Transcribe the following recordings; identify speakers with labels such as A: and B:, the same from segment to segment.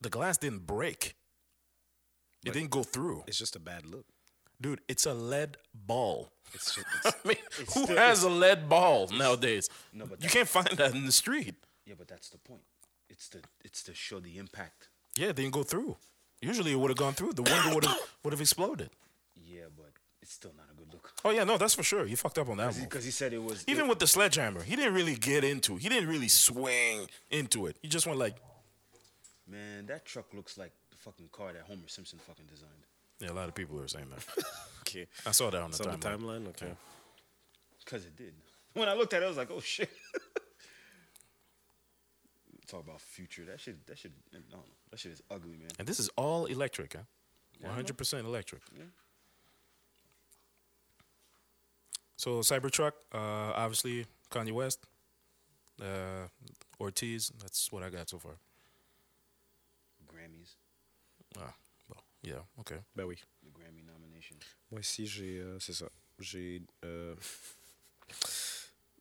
A: the glass didn't break. It
B: But-
A: didn't go through.
B: It's just a bad look.
A: Dude, it's a lead ball.
B: It's just,
A: I
B: it's,
A: mean,
B: it's
A: who
B: still-
A: has a lead ball nowadays?
B: No, but
A: you
B: that-
A: can't find that in the street.
B: yeah, but that's the point. It's to it's to show the impact.
A: Yeah, it didn't go through. Usually it would have gone through. The window would have would have exploded.
B: Yeah, but it's still not a good look.
A: Oh yeah, no, that's for sure. You fucked up on that one.
B: Because he said it was
A: Even
B: it-
A: with the sledgehammer, he didn't really get into. He didn't really swing into it. He just went like,
B: man, that truck looks like the fucking car that Homer Simpson fucking designed.
A: yeah. A lot of people are saying that.
C: Okay.
A: I saw that on the
C: It's on the
A: timeline.
C: timeline. Okay.
B: Cause it did. When I looked at it, I was like, oh shit. Talk about future. That shit. That shit. I don't know. That shit is ugly, man.
A: And this is all electric, huh? One hundred percent electric. So Cybertruck, uh, obviously Kanye West, uh, Ortiz. That's what I got so far.
B: Grammys.
A: Ah, well, yeah, okay.
C: Ben oui.
B: The Grammy nomination.
C: Moi ici, j'ai. euh, c'est ça. J'ai. euh,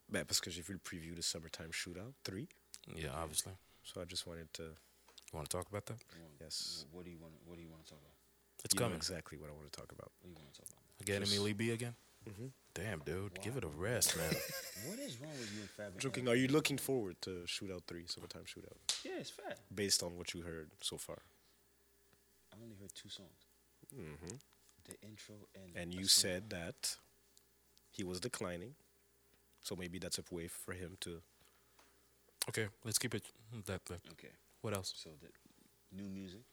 C: ben, parce que j'ai vu le preview de Summertime Shootout 3.
A: Yeah, obviously.
C: So I just wanted to.
A: You want to talk about that?
B: You want-
C: Yes.
B: What do you want? What do you want to talk about?
A: It's
C: you know
A: coming.
C: exactly what I want to talk about.
B: What do you want to talk about?
A: Again, Emily B again. Damn, dude, give it a rest, man.
B: What is wrong with you and Fab? and
C: Joking, are you looking forward to Shootout 3, Summertime Shootout,
B: Eric? Yeah, it's fat.
C: based on what you heard so far?
B: I only heard two songs. Mm-hmm. The intro and.
C: And
B: a
C: you
B: song.
C: said that he was declining. So maybe that's a way for him to.
A: okay, let's keep it that. that.
B: Okay.
A: What else?
B: So the new music.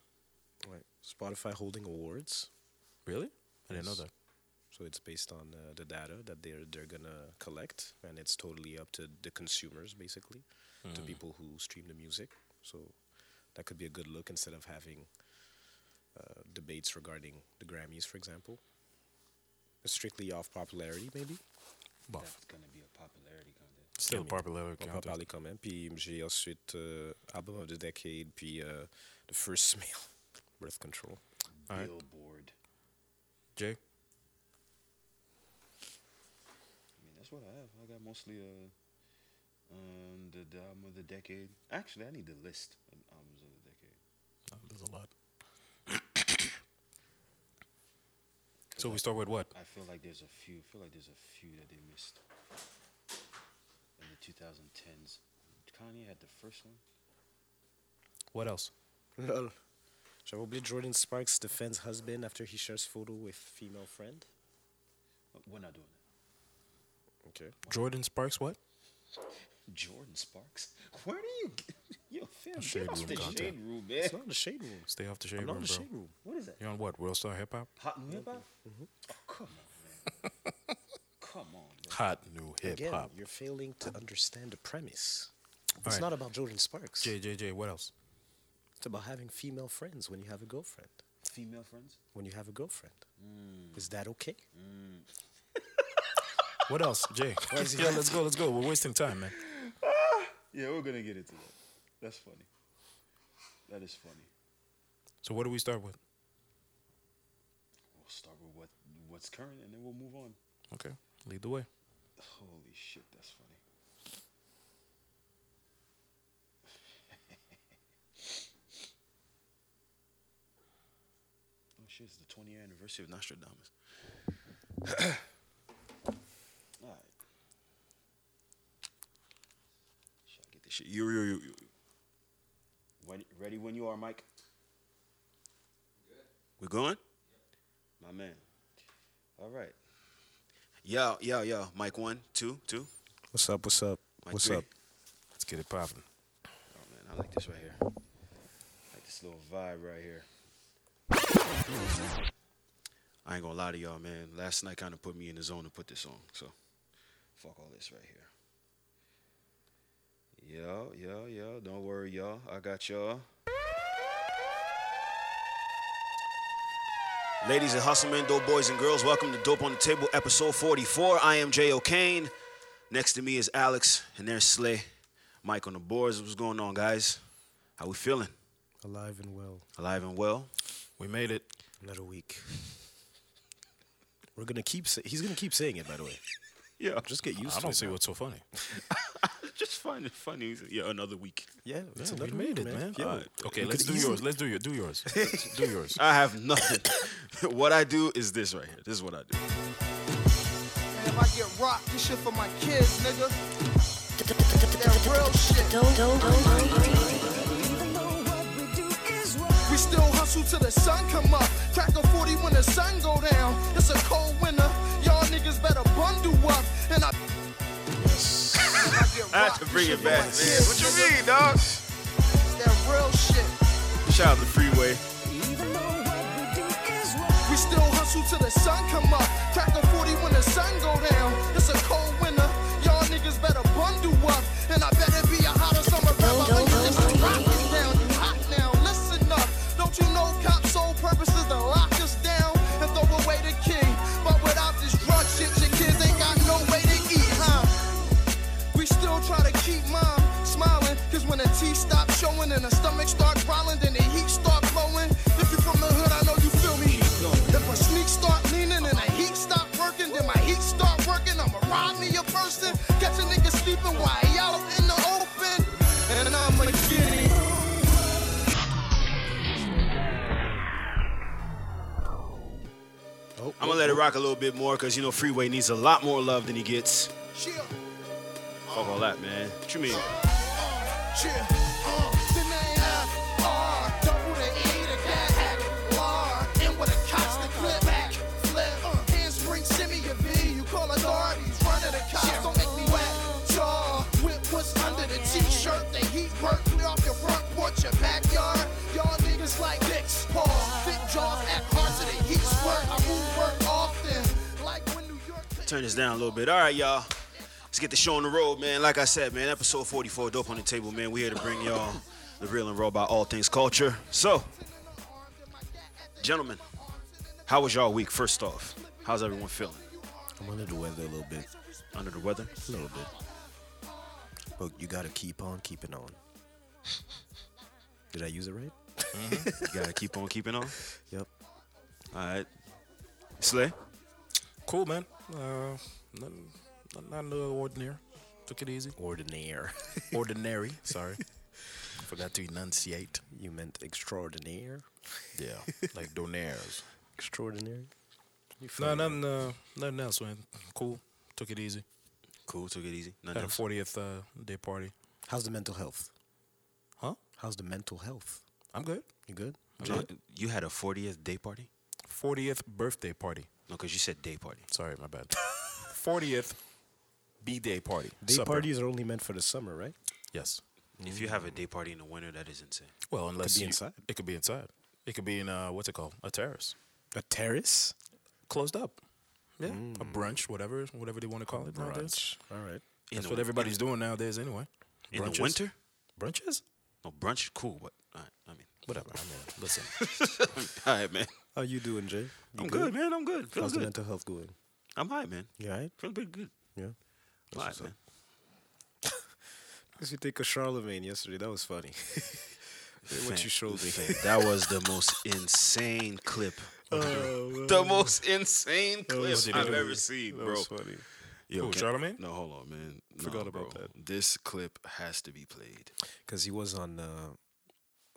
C: Right. Spotify holding awards.
A: Really? I didn't know
C: Yes.
A: that.
C: So it's based on uh, the data that they're they're gonna collect, and it's totally up to the consumers, basically, to people who stream the music. So that could be a good look instead of having uh, debates regarding the Grammys, for example. Strictly off popularity, maybe.
A: Bon,
B: That's gonna be a popularity contest.
A: still
C: mais-
A: popular.
C: On va en
A: contest.
C: parler quand même. Puis j'ai ensuite euh, Album of the Decade, puis euh, The First Smell, Birth Control.
A: All right.
B: Billboard.
A: Jay,
B: I mean, that's what I have. I got mostly uh, um, the, the album of the decade. Actually, I need the list of albums of the decade.
A: No, there's a lot. so we start with what?
B: I feel like there's a few. Feel like there's a few that they missed in the 2010s. Kanye had the first one.
A: What else?
C: Lol. J'avais oublié Jordan Sparks defends husband after he shares photo with female friend.
B: Uh, We're not doing that.
C: Okay.
A: Jordan Sparks, what?
B: Jordan Sparks. Where do you? Get, yo, fam,
A: Shade
B: get off
A: room
B: the
A: content.
B: shade room, man.
C: It's not the shade room.
A: Stay off the shade
C: I'm
A: room,
C: not
A: bro.
C: in the shade room.
B: What is that?
A: You're on what? World Star Hip Hop?
B: Hot new hip hop? Oh, come on, man. come on, bro.
A: Hot new hip
C: Again,
A: hop.
C: you're failing to understand the premise. It's
A: Alright.
C: not about Jordan Sparks.
A: Jay, Jay, Jay, what else?
C: It's about having female friends when you have a girlfriend.
B: Female friends?
C: When you have a girlfriend. Is that okay?
A: What else? Jay. yeah, let's go, let's go. We're wasting time, man.
B: Yeah, we're gonna get into that. That's funny. That is funny.
A: So what do we start with?
B: We'll start with what what's current, and then we'll move on.
A: Okay. Lead the way.
B: Holy shit, that's funny. oh shit, it's the 20 year anniversary of Nostradamus. Alright. Should I get this shit? You, you, you, you. When, ready when you are, Mike? We're going? My man. All right. Yo, yo, yo. Mic one, two, two.
C: What's up? What's up?
B: Mic three.
A: Let's get it popping.
B: Oh man, I like this right here. I like this little vibe right here. I ain't gonna lie to y'all, man. Last night kind of put me in the zone to put this on, so fuck all this right here. Yo, yo, yo. Don't worry, y'all. I got y'all. Ladies and hustlemen, dope boys and girls, welcome to Dope on the Table, episode 44. I am Jay O'Kane. Next to me is Alex, and there's Slay. Mike on the boards. What's going on, guys? How we feeling?
C: Alive and well.
B: Alive and well?
A: We made it.
C: Another week. We're gonna keep. Sa- he's gonna keep saying it, by the way.
D: Yeah,
C: Just get used
A: I
C: to
A: don't
C: it.
A: see
C: man.
A: what's so funny.
D: just find it funny. Yeah, another week.
C: Yeah, it's
A: Yeah, we
C: another
A: made
C: week,
A: it, man.
C: Yo,
A: Alright. Okay,
C: we
A: let's
C: could Ah.
A: do
C: easily-
A: yours. Let's do your do yours. Let's do yours.
D: I have nothing. what I do is this right here. This is what I do.
E: And if I get rocked, this shit for my kids, nigga. That real shit. We still hustle till the sun come up. Crack a 40 when the sun go down. It's a cold winter. Y'all niggas better bundle up. And I. Yes.
D: I have to bring it back. Man, what you mean, dog?
E: That real shit.
D: Shout out to Freeway.
E: We still hustle till the sun come up. Crack a 40 when the sun go down. It's a cold winter. Y'all niggas better bundle up. And I better be a hotter summer rapper. Or you just a rock us down. You hot now. Listen up. Don't you know cops' sole purpose is to lock us down and throw away the key? But without this drug shit, your kids ain't got no way to eat, huh? We still try to keep mom smiling. Cause when the teeth stop showing and the stomach start growling, then the heat start blowing. If you're from the hood, I know you feel me. If my sneak start leaning and the heat stop working, then my heat start working. I'ma rob me a person. Catch a nigga sleeping while he out in the open. And I'ma get it.
D: I'm gonna let it rock a little bit more because you know Freeway needs a lot more love than he gets.
E: Chill,
D: Fuck all that, man. What you mean?
E: chill. Uh, then they uh, uh, double the E to get hack. Lar, and with a constant clip back. Flip, uh, handspring, shimmy your V. You call authorities, run to the cops, don't make me whack. Jaw, whip what's under the t-shirt, the heat work, clear off your front porch, your backyard. Y'all niggas like dicks, paw, thick jaws, at parts of the heat squirt. I move work often, like when New York.
D: Turn this down a little bit. All right, y'all. Let's get the show on the road, man. Like I said, man, episode 44, Dope on the Table, man. We're here to bring y'all the real and raw about all things culture. So, gentlemen, how was y'all week, first off? How's everyone feeling?
C: I'm under the weather a little bit,
D: Under the weather?
C: a little bit. But you gotta keep on keeping on. Did I use it right?
D: You gotta keep on keeping on.
C: Yep.
D: All right. Slay?
A: Cool, man. Uh, nothing, nothing out of the ordinary. Took it easy.
C: Ordinaire.
A: Ordinary. Sorry, forgot to enunciate.
C: you meant extraordinaire.
A: Yeah, like donaires.
C: Extraordinary.
A: No,
C: You funny, man.
A: nothing. Uh, nothing else, man. Cool. Took it easy.
D: Cool, took it easy. Nothing
A: Had a
D: else.
A: 40th uh, day party.
C: How's the mental health?
A: Huh?
C: How's the mental health?
A: I'm good.
C: You good?
D: Jay, You had a 40th day party?
A: 40th birthday party.
D: No, because you said day party.
A: Sorry, my bad. 40th B day party.
C: Day
A: Supper.
C: parties are only meant for the summer, right?
A: Yes.
D: If you have a day party in the winter, that is insane.
A: Well, unless
C: be
A: you-
C: inside.
A: It could be inside. It could be in uh, what's it called? A terrace,
C: A terrace?
A: closed up. Yeah, a brunch, whatever, whatever they want to call it nowadays.
C: Brunch. All right.
D: In
A: That's
D: the
A: what
D: win-
A: everybody's doing nowadays, anyway.
D: In the
A: Brunches.
D: winter?
A: Brunches?
D: No, brunch, cool, but all right, I mean.
A: Whatever. I mean, listen.
D: All right, man.
C: How you doing, Jay? You
D: I'm good, man. I'm good. Feels
C: How's the
D: good.
C: mental health going?
D: I'm high, man.
C: You all right?
D: Feeling pretty good.
C: Yeah.
D: I'm high, man.
C: Because you take a Charlemagne yesterday. That was funny. what you showed me.
D: Man, that was the most insane clip.
C: Uh, Oh,
D: the most insane clip
A: was
D: I've
A: funny.
D: ever seen,
C: That
D: bro.
C: was funny.
D: Yo,
A: Who,
D: can-
A: Charlemagne?
D: No, hold on, man. No,
C: Forgot about
D: bro.
C: that.
D: This clip has to be played.
C: Because he was on. Uh,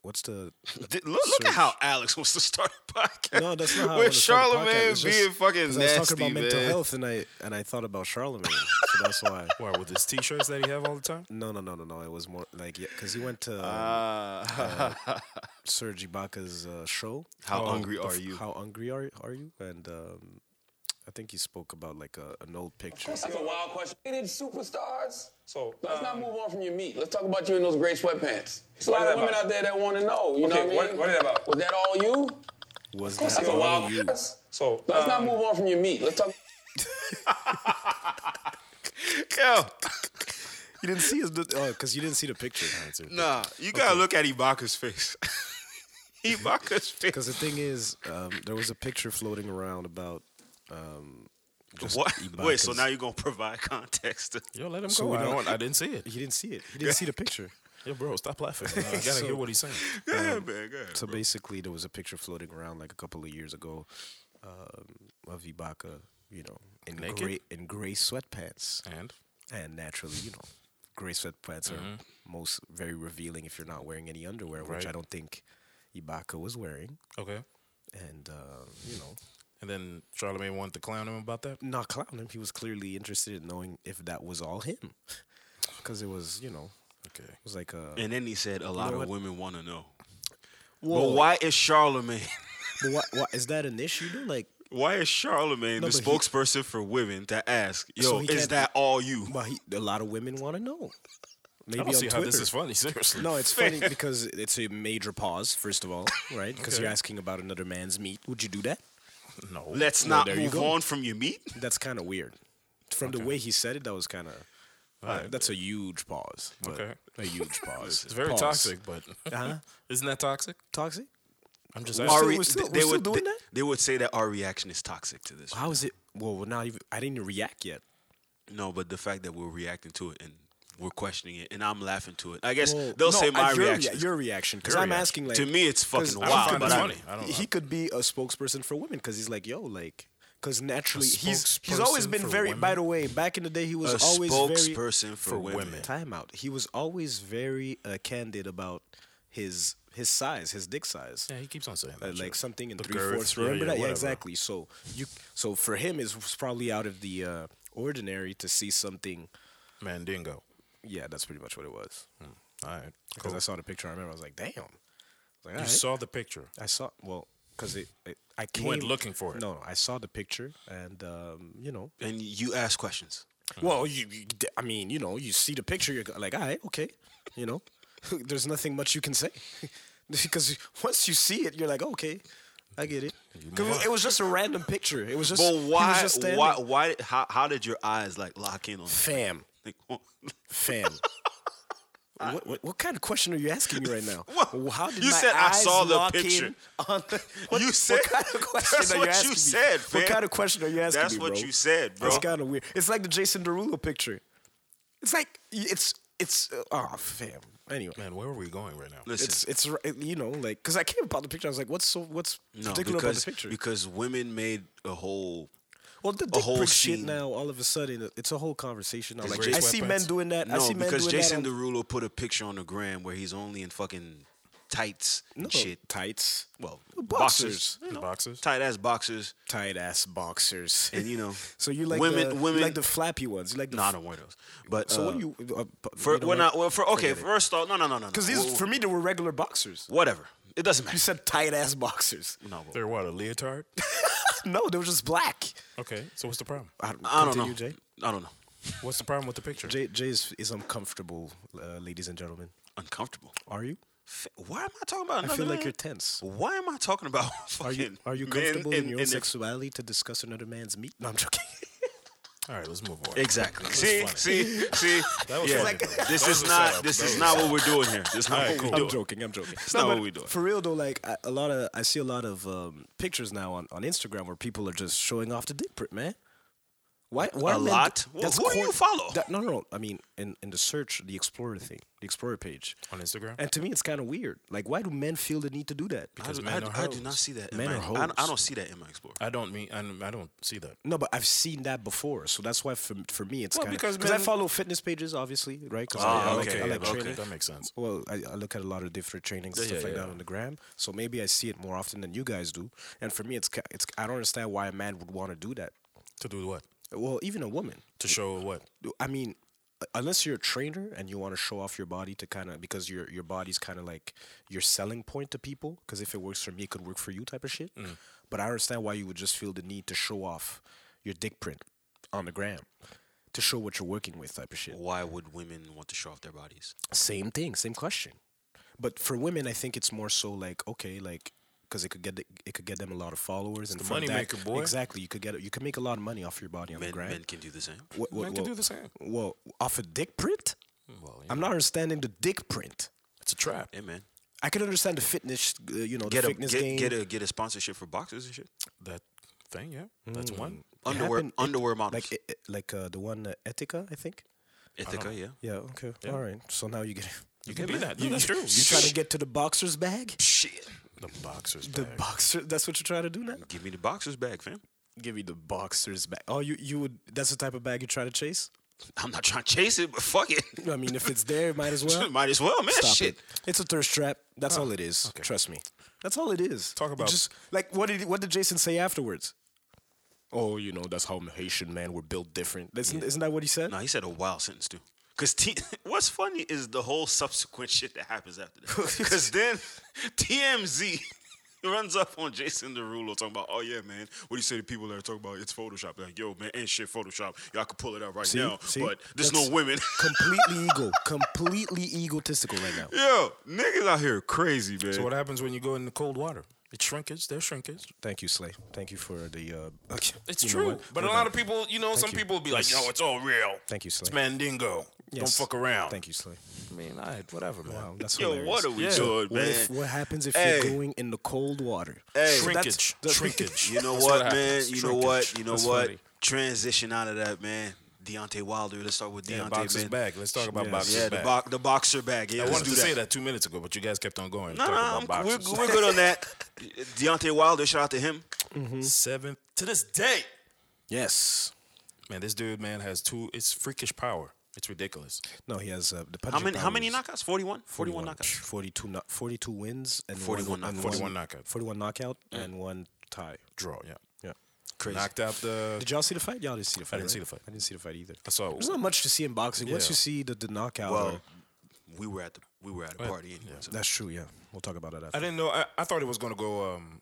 C: what's the?
D: Look, look at how Alex wants to start a podcast.
C: No, that's not how. I
D: With
C: wanna start the podcast.
D: Charlemagne
C: It's just
D: being fucking
C: 'cause
D: nasty,
C: I was talking about
D: man.
C: mental health, and I and I thought about Charlemagne, so that's why.
A: Why with his t-shirts that he have all the time?
C: No, no, no, no, no. It was more like because he went to um,
D: Ah,
C: Serge Ibaka's uh, show.
D: how
A: Oh,
D: hungry
C: The
D: are
C: f-
D: you?
C: How hungry are are you? And um, I think he spoke about like a, an old picture.
F: That's a wild question. Hated superstars. So let's not move on from your meat. Let's talk about you in those gray sweatpants. There's a lot of women out there that want to know. You know what, I mean? What is that about? Was that all you?
C: Was
F: That's
C: that
F: a
C: all
F: wild
C: you?
F: question. So um, let's not move on from your meat. Let's talk.
D: Yo,
C: You didn't see his. Oh, because you didn't see the picture.
D: nah, you gotta look at Ibaka's face. Ibaka's face.
C: Because the thing is, um, there was a picture floating around about. Um, just
D: What? Wait, so
C: Ibaka's-
D: now you're gonna provide context?
A: Yo, let him
C: So
A: go.
C: we
A: I,
C: don't-
A: don't, I didn't see it.
C: he didn't see it. He didn't see the picture.
A: Yo, bro, stop laughing. man. I gotta
C: So-
A: hear what he's saying.
D: yeah, man. Go ahead.
C: So basically, there was a picture floating around like a couple of years ago um, of Ibaka you know, in
A: Naked?
C: gray in gray sweatpants,
A: And
C: and naturally, you know, gray sweatpants are most very revealing if you're not wearing any underwear, which I
A: Mm-hmm. Right.
C: don't think Ibaka was wearing,
A: okay,
C: and uh, you know,
A: and then Charlemagne wanted to clown him about that.
C: not clown him. He was clearly interested in knowing if that was all him, because it was, you know,
A: Okay,
C: it was like a.
D: And then he said, a lot
C: know what?
D: of women want to know.
C: Whoa.
D: But why is Charlemagne?
C: But why, why, is that an issue? Though? Like,
D: Why is Charlemagne
C: No,
D: the
C: but he-
D: spokesperson for women to ask, yo,
C: So he
D: is
C: can't-
D: that all you?
C: well, he, a lot of women want to know. Maybe
A: I don't
C: on
A: see
C: Twitter.
A: how this is funny. Seriously,
C: No, it's funny because it's a major pause, first of all, right? Because you're
A: Okay.
C: asking about another man's meat. Would you do that?
A: no.
D: Let's
C: Well,
D: not
C: there you
D: move
C: go.
D: on from your meat.
C: That's kind of weird. From the way he said it, that was kind of.
A: Alright.
C: That's a huge pause. but
A: Okay.
C: A huge pause.
A: It's very
C: Pause.
A: toxic, but
C: Huh?
A: isn't that toxic?
C: Toxic?
A: I'm just
C: Are
A: asking.
C: we- we're still-
D: th-
C: we're still
D: would,
C: doing
D: they,
C: that?
D: they would say that our reaction is toxic to this.
C: How is it? Well, we're not even. I didn't even react yet.
D: No, but the fact that we're reacting to it and we're questioning it, and I'm laughing to it. I guess
C: Well,
D: they'll
C: no,
D: say
C: I-
D: my
C: your
D: reaction.
C: rea-
D: is-
C: your reaction, because
A: Your
C: I'm
A: reaction.
C: asking like
D: to me, it's fucking
C: 'cause I
A: don't
D: wild.
A: think
D: But
A: it's
D: I,
A: funny. I don't
C: he could be a spokesperson for women because he's like, yo, like, because naturally he's he's always
A: spokesperson
C: been
A: for
C: very.
A: women?
C: By the way, back in the day, he was
D: a
C: always very
D: spokesperson for,
A: for
D: women.
A: women.
C: time out. He was always very uh, candid about his his size, his dick size.
A: Yeah, he keeps on saying
C: Uh,
A: that.
C: like
A: shit.
C: something in
A: The
C: three
A: girth,
C: fourths.
A: yeah,
C: Remember
A: yeah,
C: that? Yeah,
A: whatever.
C: exactly. So you, so for him, it's probably out of the uh, ordinary to see something.
A: Mandingo.
C: Yeah, that's pretty much what it was.
A: All right.
C: Because
A: cool.
C: I saw the picture, I remember I was like, "Damn!" I was like,
A: You
C: "Alright."
A: saw the picture.
C: I saw well because it, it I came,
A: went looking for it.
C: No, no, I saw the picture and um, you know.
D: And you ask questions.
C: Well,
D: Mm.
C: you, you d- I mean, you know, you see the picture, you're go- like, all right, okay, you know, there's nothing much you can say because once you see it, you're like, okay, I get it. 'Cause
A: move
C: it- it was just a random picture. It was just.
D: But
C: he was
D: why?
C: just standing-
D: Why? Why? How, how did your eyes like lock in on?
C: Fam,
D: Like,
C: fam. What, what, what kind of question are you asking me right now?
D: Well,
C: How did
D: you
C: my
D: said I
C: eyes
D: saw the
C: lock in
D: picture.
C: on the- what,
D: You
C: what
D: said-
C: kind of question
D: that's
C: are you
D: what you
C: asking me?
D: said,
C: What
D: fam.
C: kind of question are you asking
D: That's
C: me,
D: what
C: bro?
D: you said, bro.
C: It's kind of weird. It's like the Jason Derulo picture. It's like it's it's uh, oh fam. Anyway,
A: Man, where are we going right now?
D: listen,
C: it's it's r- you know like because I came about the picture. I was like, what's so what's
D: no,
C: particular about the
D: because
C: picture?
D: because women made a whole.
C: well, the dick
D: whole
C: pic shit
D: scene.
C: now. All of a sudden, it's a whole conversation. Now. Like,
A: Jason-
C: I see men
A: sweatpants?
C: doing that. I
D: No,
C: see men
D: because
C: doing
D: Jason
C: that. on-
D: Derulo put a picture on the gram where he's only in fucking tights and
C: No,
D: shit.
C: tights.
D: Well,
C: boxers.
D: boxers, you know,
A: Boxers?
D: tight ass boxers,
C: tight ass boxers.
D: and you know.
C: so you like
D: women?
C: the, you
D: women
C: like the flappy ones. You like the
D: No, I
C: f-
D: don't wear those. But
C: So
D: uh,
C: what do you? Uh, bu-
D: For,
C: you don't
D: well,
C: like-
D: not, well, for okay.
C: forget it.
D: First off, no, no, no, no.
C: Cause
D: no.
C: these,
D: Well,
C: for me, they were regular boxers.
D: whatever. It doesn't
C: You
D: matter.
C: said tight ass boxers.
D: No, but-
A: They're what, a leotard?
C: No, they were just black.
A: Okay, so what's the problem?
C: I,
D: I don't know.
C: continue, Jay.
D: I don't know.
A: What's the problem with the picture?
C: Jay, Jay is, is uncomfortable, uh, ladies and gentlemen.
D: Uncomfortable.
C: Are you?
D: F- Why am I talking about?
C: I
D: another
C: feel like
D: man?
C: you're tense.
D: Why am I talking about?
C: Are you
D: fucking
C: are you
D: men
C: comfortable in,
D: and-
C: your own
D: and their-
C: sexuality to discuss another man's meat? No, I'm joking.
A: All right, let's move on.
D: Exactly. See,
A: funny.
D: see, see.
A: That was
D: yeah.
A: funny, bro.
D: this
A: That
D: is
A: was a
D: not.
A: setup.
D: This
A: That
D: is
A: was
D: not what we're doing here. This is not what we're
C: I'm
D: doing.
C: joking. I'm joking.
D: not
C: but
D: what we doing.
C: For real though, like I, a lot of I see a lot of um, pictures now on, on Instagram where people are just showing off the dick print, man. Why? why
D: A
C: men
D: lot?
C: do-
D: Wh- who do you follow?
C: That, no, no, no. I mean, in, in the search, the Explorer thing, the Explorer page
A: On Instagram?
C: And to me, it's kind of weird. Like, why do men feel the need to do that?
D: I,
A: Because
D: do,
A: men
D: I,
A: are
D: do- I
A: hoes.
D: do not see that. In
C: Men
D: my,
C: are
D: I, don't- I
C: hoes.
D: don't see that in my explorer.
A: I don't mean, I don't- I don't see that.
C: No, but I've seen that before, so that's why for, for me it's
A: Well,
C: kind
A: because
C: I
A: men-
C: follow fitness pages, obviously, right? Because I,
D: Ah,
C: I like,
D: okay,
C: I like
D: okay.
C: training.
A: That makes sense.
C: Well, I, I look at a lot of different trainings and
A: Yeah,
C: stuff
A: yeah,
C: like
A: yeah.
C: that on the gram, so maybe I see it more often than you guys do. And for me, it's ki- it's I don't understand why a man would want to do that.
A: To do what?
C: Well, even a woman.
A: To show what?
C: I mean, u- unless you're a trainer and you want to show off your body to kind of because your your body's kind of like your selling point to people. Because if it works for me, it could work for you, type of shit.
A: Mm.
C: But I understand why you would just feel the need to show off your dick print on the gram to show what you're working with, type of shit.
A: Oh.
D: Why would women want to show off their bodies?
C: Same thing, same question. But for women, I think it's more so like okay, like because it could get the, it could get them a lot of followers and
A: the
C: from
A: money
C: that-
A: maker, boy.
C: Exactly, you could get you could make a lot of money off your body on
D: Men,
C: the gram.
D: men can do the same.
C: What- what-
A: Men can
C: what-
A: do the same.
C: Well, off a dick print.
A: Well,
C: I'm not understanding the dick print.
A: It's a trap.
D: Hey man,
C: I can understand the fitness, uh, you know,
D: get
C: the
D: a
C: fitness
D: get,
C: game.
D: get a get a sponsorship for boxers and shit.
A: That thing, yeah. That's one.
C: It
D: Underwear
C: happened- it-
D: underwear models.
C: like it- it- like uh, the one uh, Etika, I think.
D: Ithaca, yeah.
C: Yeah. Okay. All right. So now you get
A: You can do that. No, that's true. You
C: you trying to get to the boxer's bag.
D: Shit.
A: the boxers.
C: The
A: bag.
C: boxer. That's what you're trying to do now.
D: Give me the boxers back, fam.
C: give me the boxers bag. Oh, you you would. That's the type of bag you try to chase.
D: I'm not trying to chase it, but fuck it.
C: I mean, if it's there, might as well.
D: Might as well, man.
C: Stop
D: Shit.
C: it. It's a thirst trap. That's all it is. Trust me. That's all it is.
A: Talk
C: You
A: about-
C: just like what did what did Jason say afterwards? Oh, you know, that's how Haitian men were built different. Isn't, isn't that what he said?
D: No, he said a wild sentence too. Cause T- what's funny is the whole subsequent shit that happens after that. Cause then TMZ runs up on Jason Derulo talking about, oh yeah, man, what do you say to people that are talking about it's Photoshop? Like, yo, man, ain't shit Photoshop. Y'all can pull it out right
C: See?
D: now,
C: See?
D: but there's
C: That's-
D: no women.
C: completely ego, completely egotistical right now.
D: yo, niggas out here crazy, man.
A: So what happens when you go in the cold water? It's shrinkage. There's shrinkage.
C: Thank you, Slay. Thank you for the. Uh, okay,
A: It's
C: you know
A: true.
C: what?
A: But
C: We're
A: a lot
C: done.
A: of people, you know, some
C: you.
A: people will be like,
C: Yes.
A: "Yo, it's all real.
C: Thank you, Slay.
A: It's Mandingo.
C: Yes.
A: Don't fuck around."
C: Thank you, Slay.
A: I mean, I whatever, man.
C: Wow, that's
D: yo,
C: hilarious.
D: what are we
A: Yeah.
D: doing,
C: What,
D: man?
C: if, what happens if
D: Hey.
C: you're going in the cold water?
D: Hey.
C: So that's-
A: Shrinkage.
C: that's-
A: Shrinkage.
D: You know
A: That's
D: what,
A: what
D: man?
A: happens.
D: You know what?
A: Shrinkage.
D: You know
C: That's
D: what?
C: funny.
D: Transition out of that, man. Deontay Wilder. Let's start with
A: Yeah,
D: Deontay.
A: boxer's
D: man.
A: bag. Let's talk about
C: Yes.
A: boxer's
D: Yeah, the,
A: bag.
D: bo- the boxer bag. Yeah,
A: I
D: let's
A: wanted
D: do
A: to say that two minutes ago, but you guys kept on going.
D: No,
A: talking
D: no,
A: about
D: I'm- we're,
A: boxers.
D: we're good on that. Deontay Wilder, shout out to him.
A: Seventh to this day.
C: Yes.
A: Man, this dude, man, has two. It's freakish power. It's ridiculous.
C: No, he has uh, the
D: How
C: punching
D: many? How many
C: powers.
D: knockouts? 41? 41 knockouts.
C: 42, no- 42 wins and
D: 41
C: one,
D: knock-
C: and
A: 41
C: one-
A: knockout.
C: 41 knockout and one tie.
A: Draw, yeah.
C: Yeah.
D: Crazy.
A: Knocked out the.
C: Did y'all see the fight? Y'all didn't see the fight.
A: didn't
C: right?
A: see the fight.
C: I didn't see the fight either.
A: I saw it.
C: There's not much to see in boxing. Once
A: Yeah.
C: you see the, the knockout,
D: Well,
C: or-
D: we were at the we were at a party anyway. so-
C: that's true. Yeah, we'll talk about that
A: I
C: after.
A: didn't know. I, I thought it was going to go um,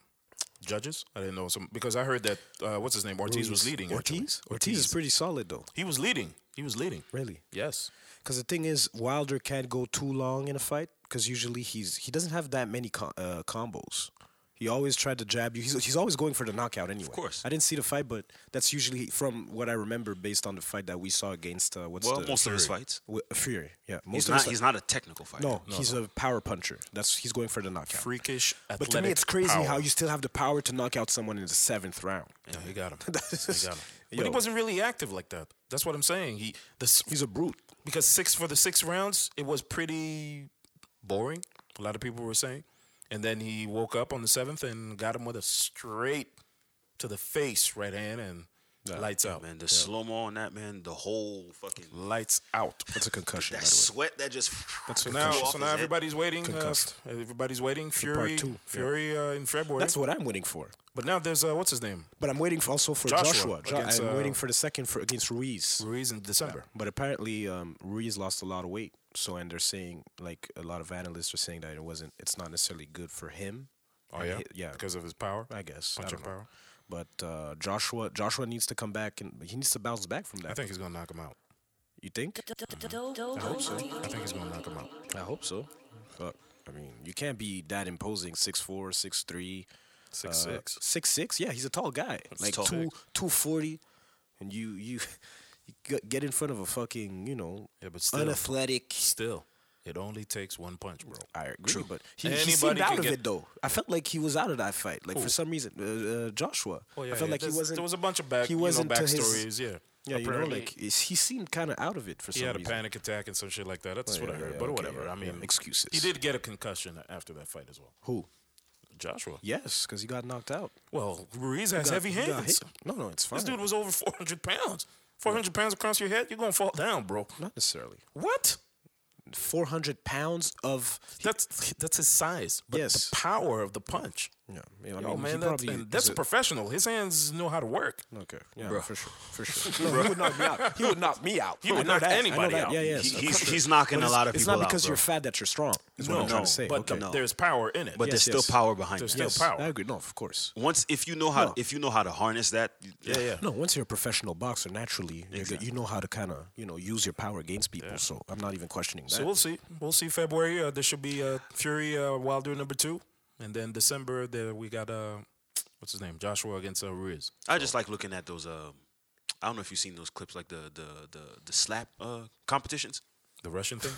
A: judges. I didn't know some because I heard that uh, what's his name Ortiz was leading. actually.
C: Ortiz? Ortiz is pretty solid though.
A: He was leading. He was leading.
C: Really?
A: Yes.
C: Because the thing is, Wilder can't go too long in a fight because usually he's he doesn't have that many com- uh, combos. He always tried to jab you. He's, he's always going for the knockout anyway. Of
D: course.
C: I didn't see the fight, but that's usually from what I remember based on the fight that we saw against uh, what's
D: Well,
C: the
D: most of his fights.
C: Wi- Fury. Yeah, most
D: He's
C: of his
D: not.
C: fight-
D: He's not a technical fighter.
C: No, he's a power puncher. That's he's going for the knockout.
A: Freakish athletic.
C: But to me, it's crazy
A: power.
C: how you still have the power to knock out someone in the seventh round.
A: Yeah, he got him. he got him. But he
C: Yo.
A: wasn't really active like that. That's what I'm saying. He the s-
C: He's a brute.
A: because six for the six rounds, it was pretty boring. A lot of people were saying, and then he woke up on the seventh and got him with a straight to the face right hand and lights out.
D: man. The slow mo on that man. The whole fucking
A: Lights out.
C: That's a concussion.
D: that
C: by the way.
D: sweat that just.
C: That's
D: flew
C: what
A: Now,
D: off
A: so
D: his
A: now
D: head.
A: everybody's waiting. Uh,
C: Concussed.
A: everybody's waiting.
C: part
A: Fury,
C: two, yeah.
A: Fury uh, in February.
C: That's what I'm waiting for.
A: but now there's uh, what's his name?
C: But I'm waiting for also for
A: Joshua
C: Joshua. Jo-
A: against,
C: I'm
A: uh,
C: waiting for the second for against Ruiz.
A: Ruiz in December.
C: But apparently, um, Ruiz lost a lot of weight. So and they're saying like a lot of analysts are saying that it wasn't. It's not necessarily good for him.
A: Oh
C: And
A: yeah,
C: he- yeah.
A: Because of his power.
C: I guess. I
A: Punching
C: don't know.
A: power.
C: But uh, Joshua, Joshua needs to come back and he needs to bounce back from that.
A: I think he's gonna knock him out.
C: You think?
A: I hope so. I think he's gonna knock him out.
C: I hope so. But I mean, you can't be that imposing. Six four, six three,
A: Six six.
C: Uh, six six. Yeah, he's a tall guy. like
D: tall.
C: two two forty, and you you you g- get in front of a fucking you know
A: Yeah, but still.
C: unathletic.
A: Still, it only takes one punch, bro.
C: I agree, but he, he
A: Anybody
C: seemed out
A: can
C: of
A: get-
C: it though. I felt like he was out of that fight. Like for some reason, uh, uh, Joshua.
A: Oh yeah,
C: I felt
A: yeah.
C: like
A: There's-
C: he wasn't.
A: There was a bunch of back,
C: He wasn't
A: you know,
C: to his-
A: backstories. yeah,
C: Yeah, you know,
A: Apparently,
C: like it's- he seemed kind of out of it for
A: he
C: some
A: had a
C: reason.
A: panic attack and some shit like that. That's
C: Oh,
A: what
C: yeah,
A: I heard.
C: yeah,
A: but
C: okay,
A: whatever.
C: yeah,
A: I mean,
C: yeah. Excuses.
A: He did get a concussion after that fight as well.
C: Who?
A: Joshua.
C: Yes, because he got knocked out.
A: Well, Ruiz has
C: Got-
A: heavy
C: he got
A: hands.
C: hit. No, no, it's fine.
A: This dude was over 400 pounds. 400 pounds across your head, you're gonna fall down, bro.
C: not necessarily.
A: What?
C: 400 pounds of
A: That's that's his size, but
C: Yes.
A: the power of the punch.
C: yeah, yeah, I
A: Yo, man,
C: mean, he
A: that's,
C: probably
A: and that's
C: is
A: a professional. His hands know how to work.
C: okay, yeah, for sure, for sure. No, he would knock me out. He would knock me out.
A: He would
C: I know
A: knock
C: that. I know
A: anybody
C: that.
A: out.
C: Yeah,
A: He-
C: yes,
D: He-
C: of
D: he's
C: course.
D: he's knocking a
C: It's-
D: lot of
C: It's
D: people
C: not because
D: out, bro.
C: you're fat that you're strong. Is what
A: No,
C: I'm trying
A: no,
C: to say.
A: but
C: okay.
A: the- there's power in it.
D: But there's
C: Yes,
D: still
C: yes.
D: power behind.
A: There's
D: it.
A: still
C: Yes,
A: power.
C: I agree. No, of course.
D: Once if you know how
C: No.
D: if you know how to harness that.
A: yeah, yeah.
C: No, once you're a professional boxer, naturally, you're good- you know how to kind of you know use your power against people. So I'm not even questioning that.
A: So we'll see. We'll see February. Uh, there should be uh, Fury uh, Wilder number two, and then December there we got uh, what's his name Joshua against uh, Ruiz.
D: I just like looking at those. Uh, I don't know if you've seen those clips, like the the the, the slap uh, competitions.
A: The Russian thing.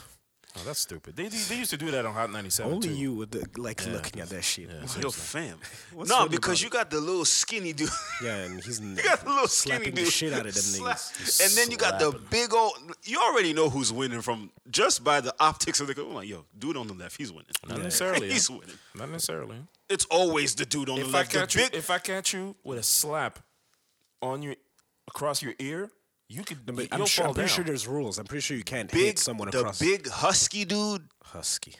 A: Oh, that's stupid. They, they, they used to do that on Hot 97
C: Only
A: too.
C: you would uh, like looking at that shit. Yeah,
D: Yo, fam.
C: What's
D: no,
C: funny
D: because
C: about
D: you got the little skinny dude.
C: and he's
D: you got the little skinny
C: slapping
D: dude.
C: the shit out of them
D: Slap-
C: niggas.
D: And then you got the big old. You already know who's winning from just by the optics of the. I'm like, yo, dude on the left, he's winning.
A: Not necessarily.
D: He's
A: huh?
D: winning.
A: Not necessarily.
D: It's always the dude on the
A: If I
D: left. The
A: catch you,
D: big,
A: if I catch you with a slap on your across your ear, you could
C: No, but
A: you'll
C: I'm, sure,
A: fall
C: I'm pretty
A: down.
C: sure there's rules. I'm pretty sure you can't
D: Big,
C: hit someone
D: the
C: across
D: big husky dude.
C: husky.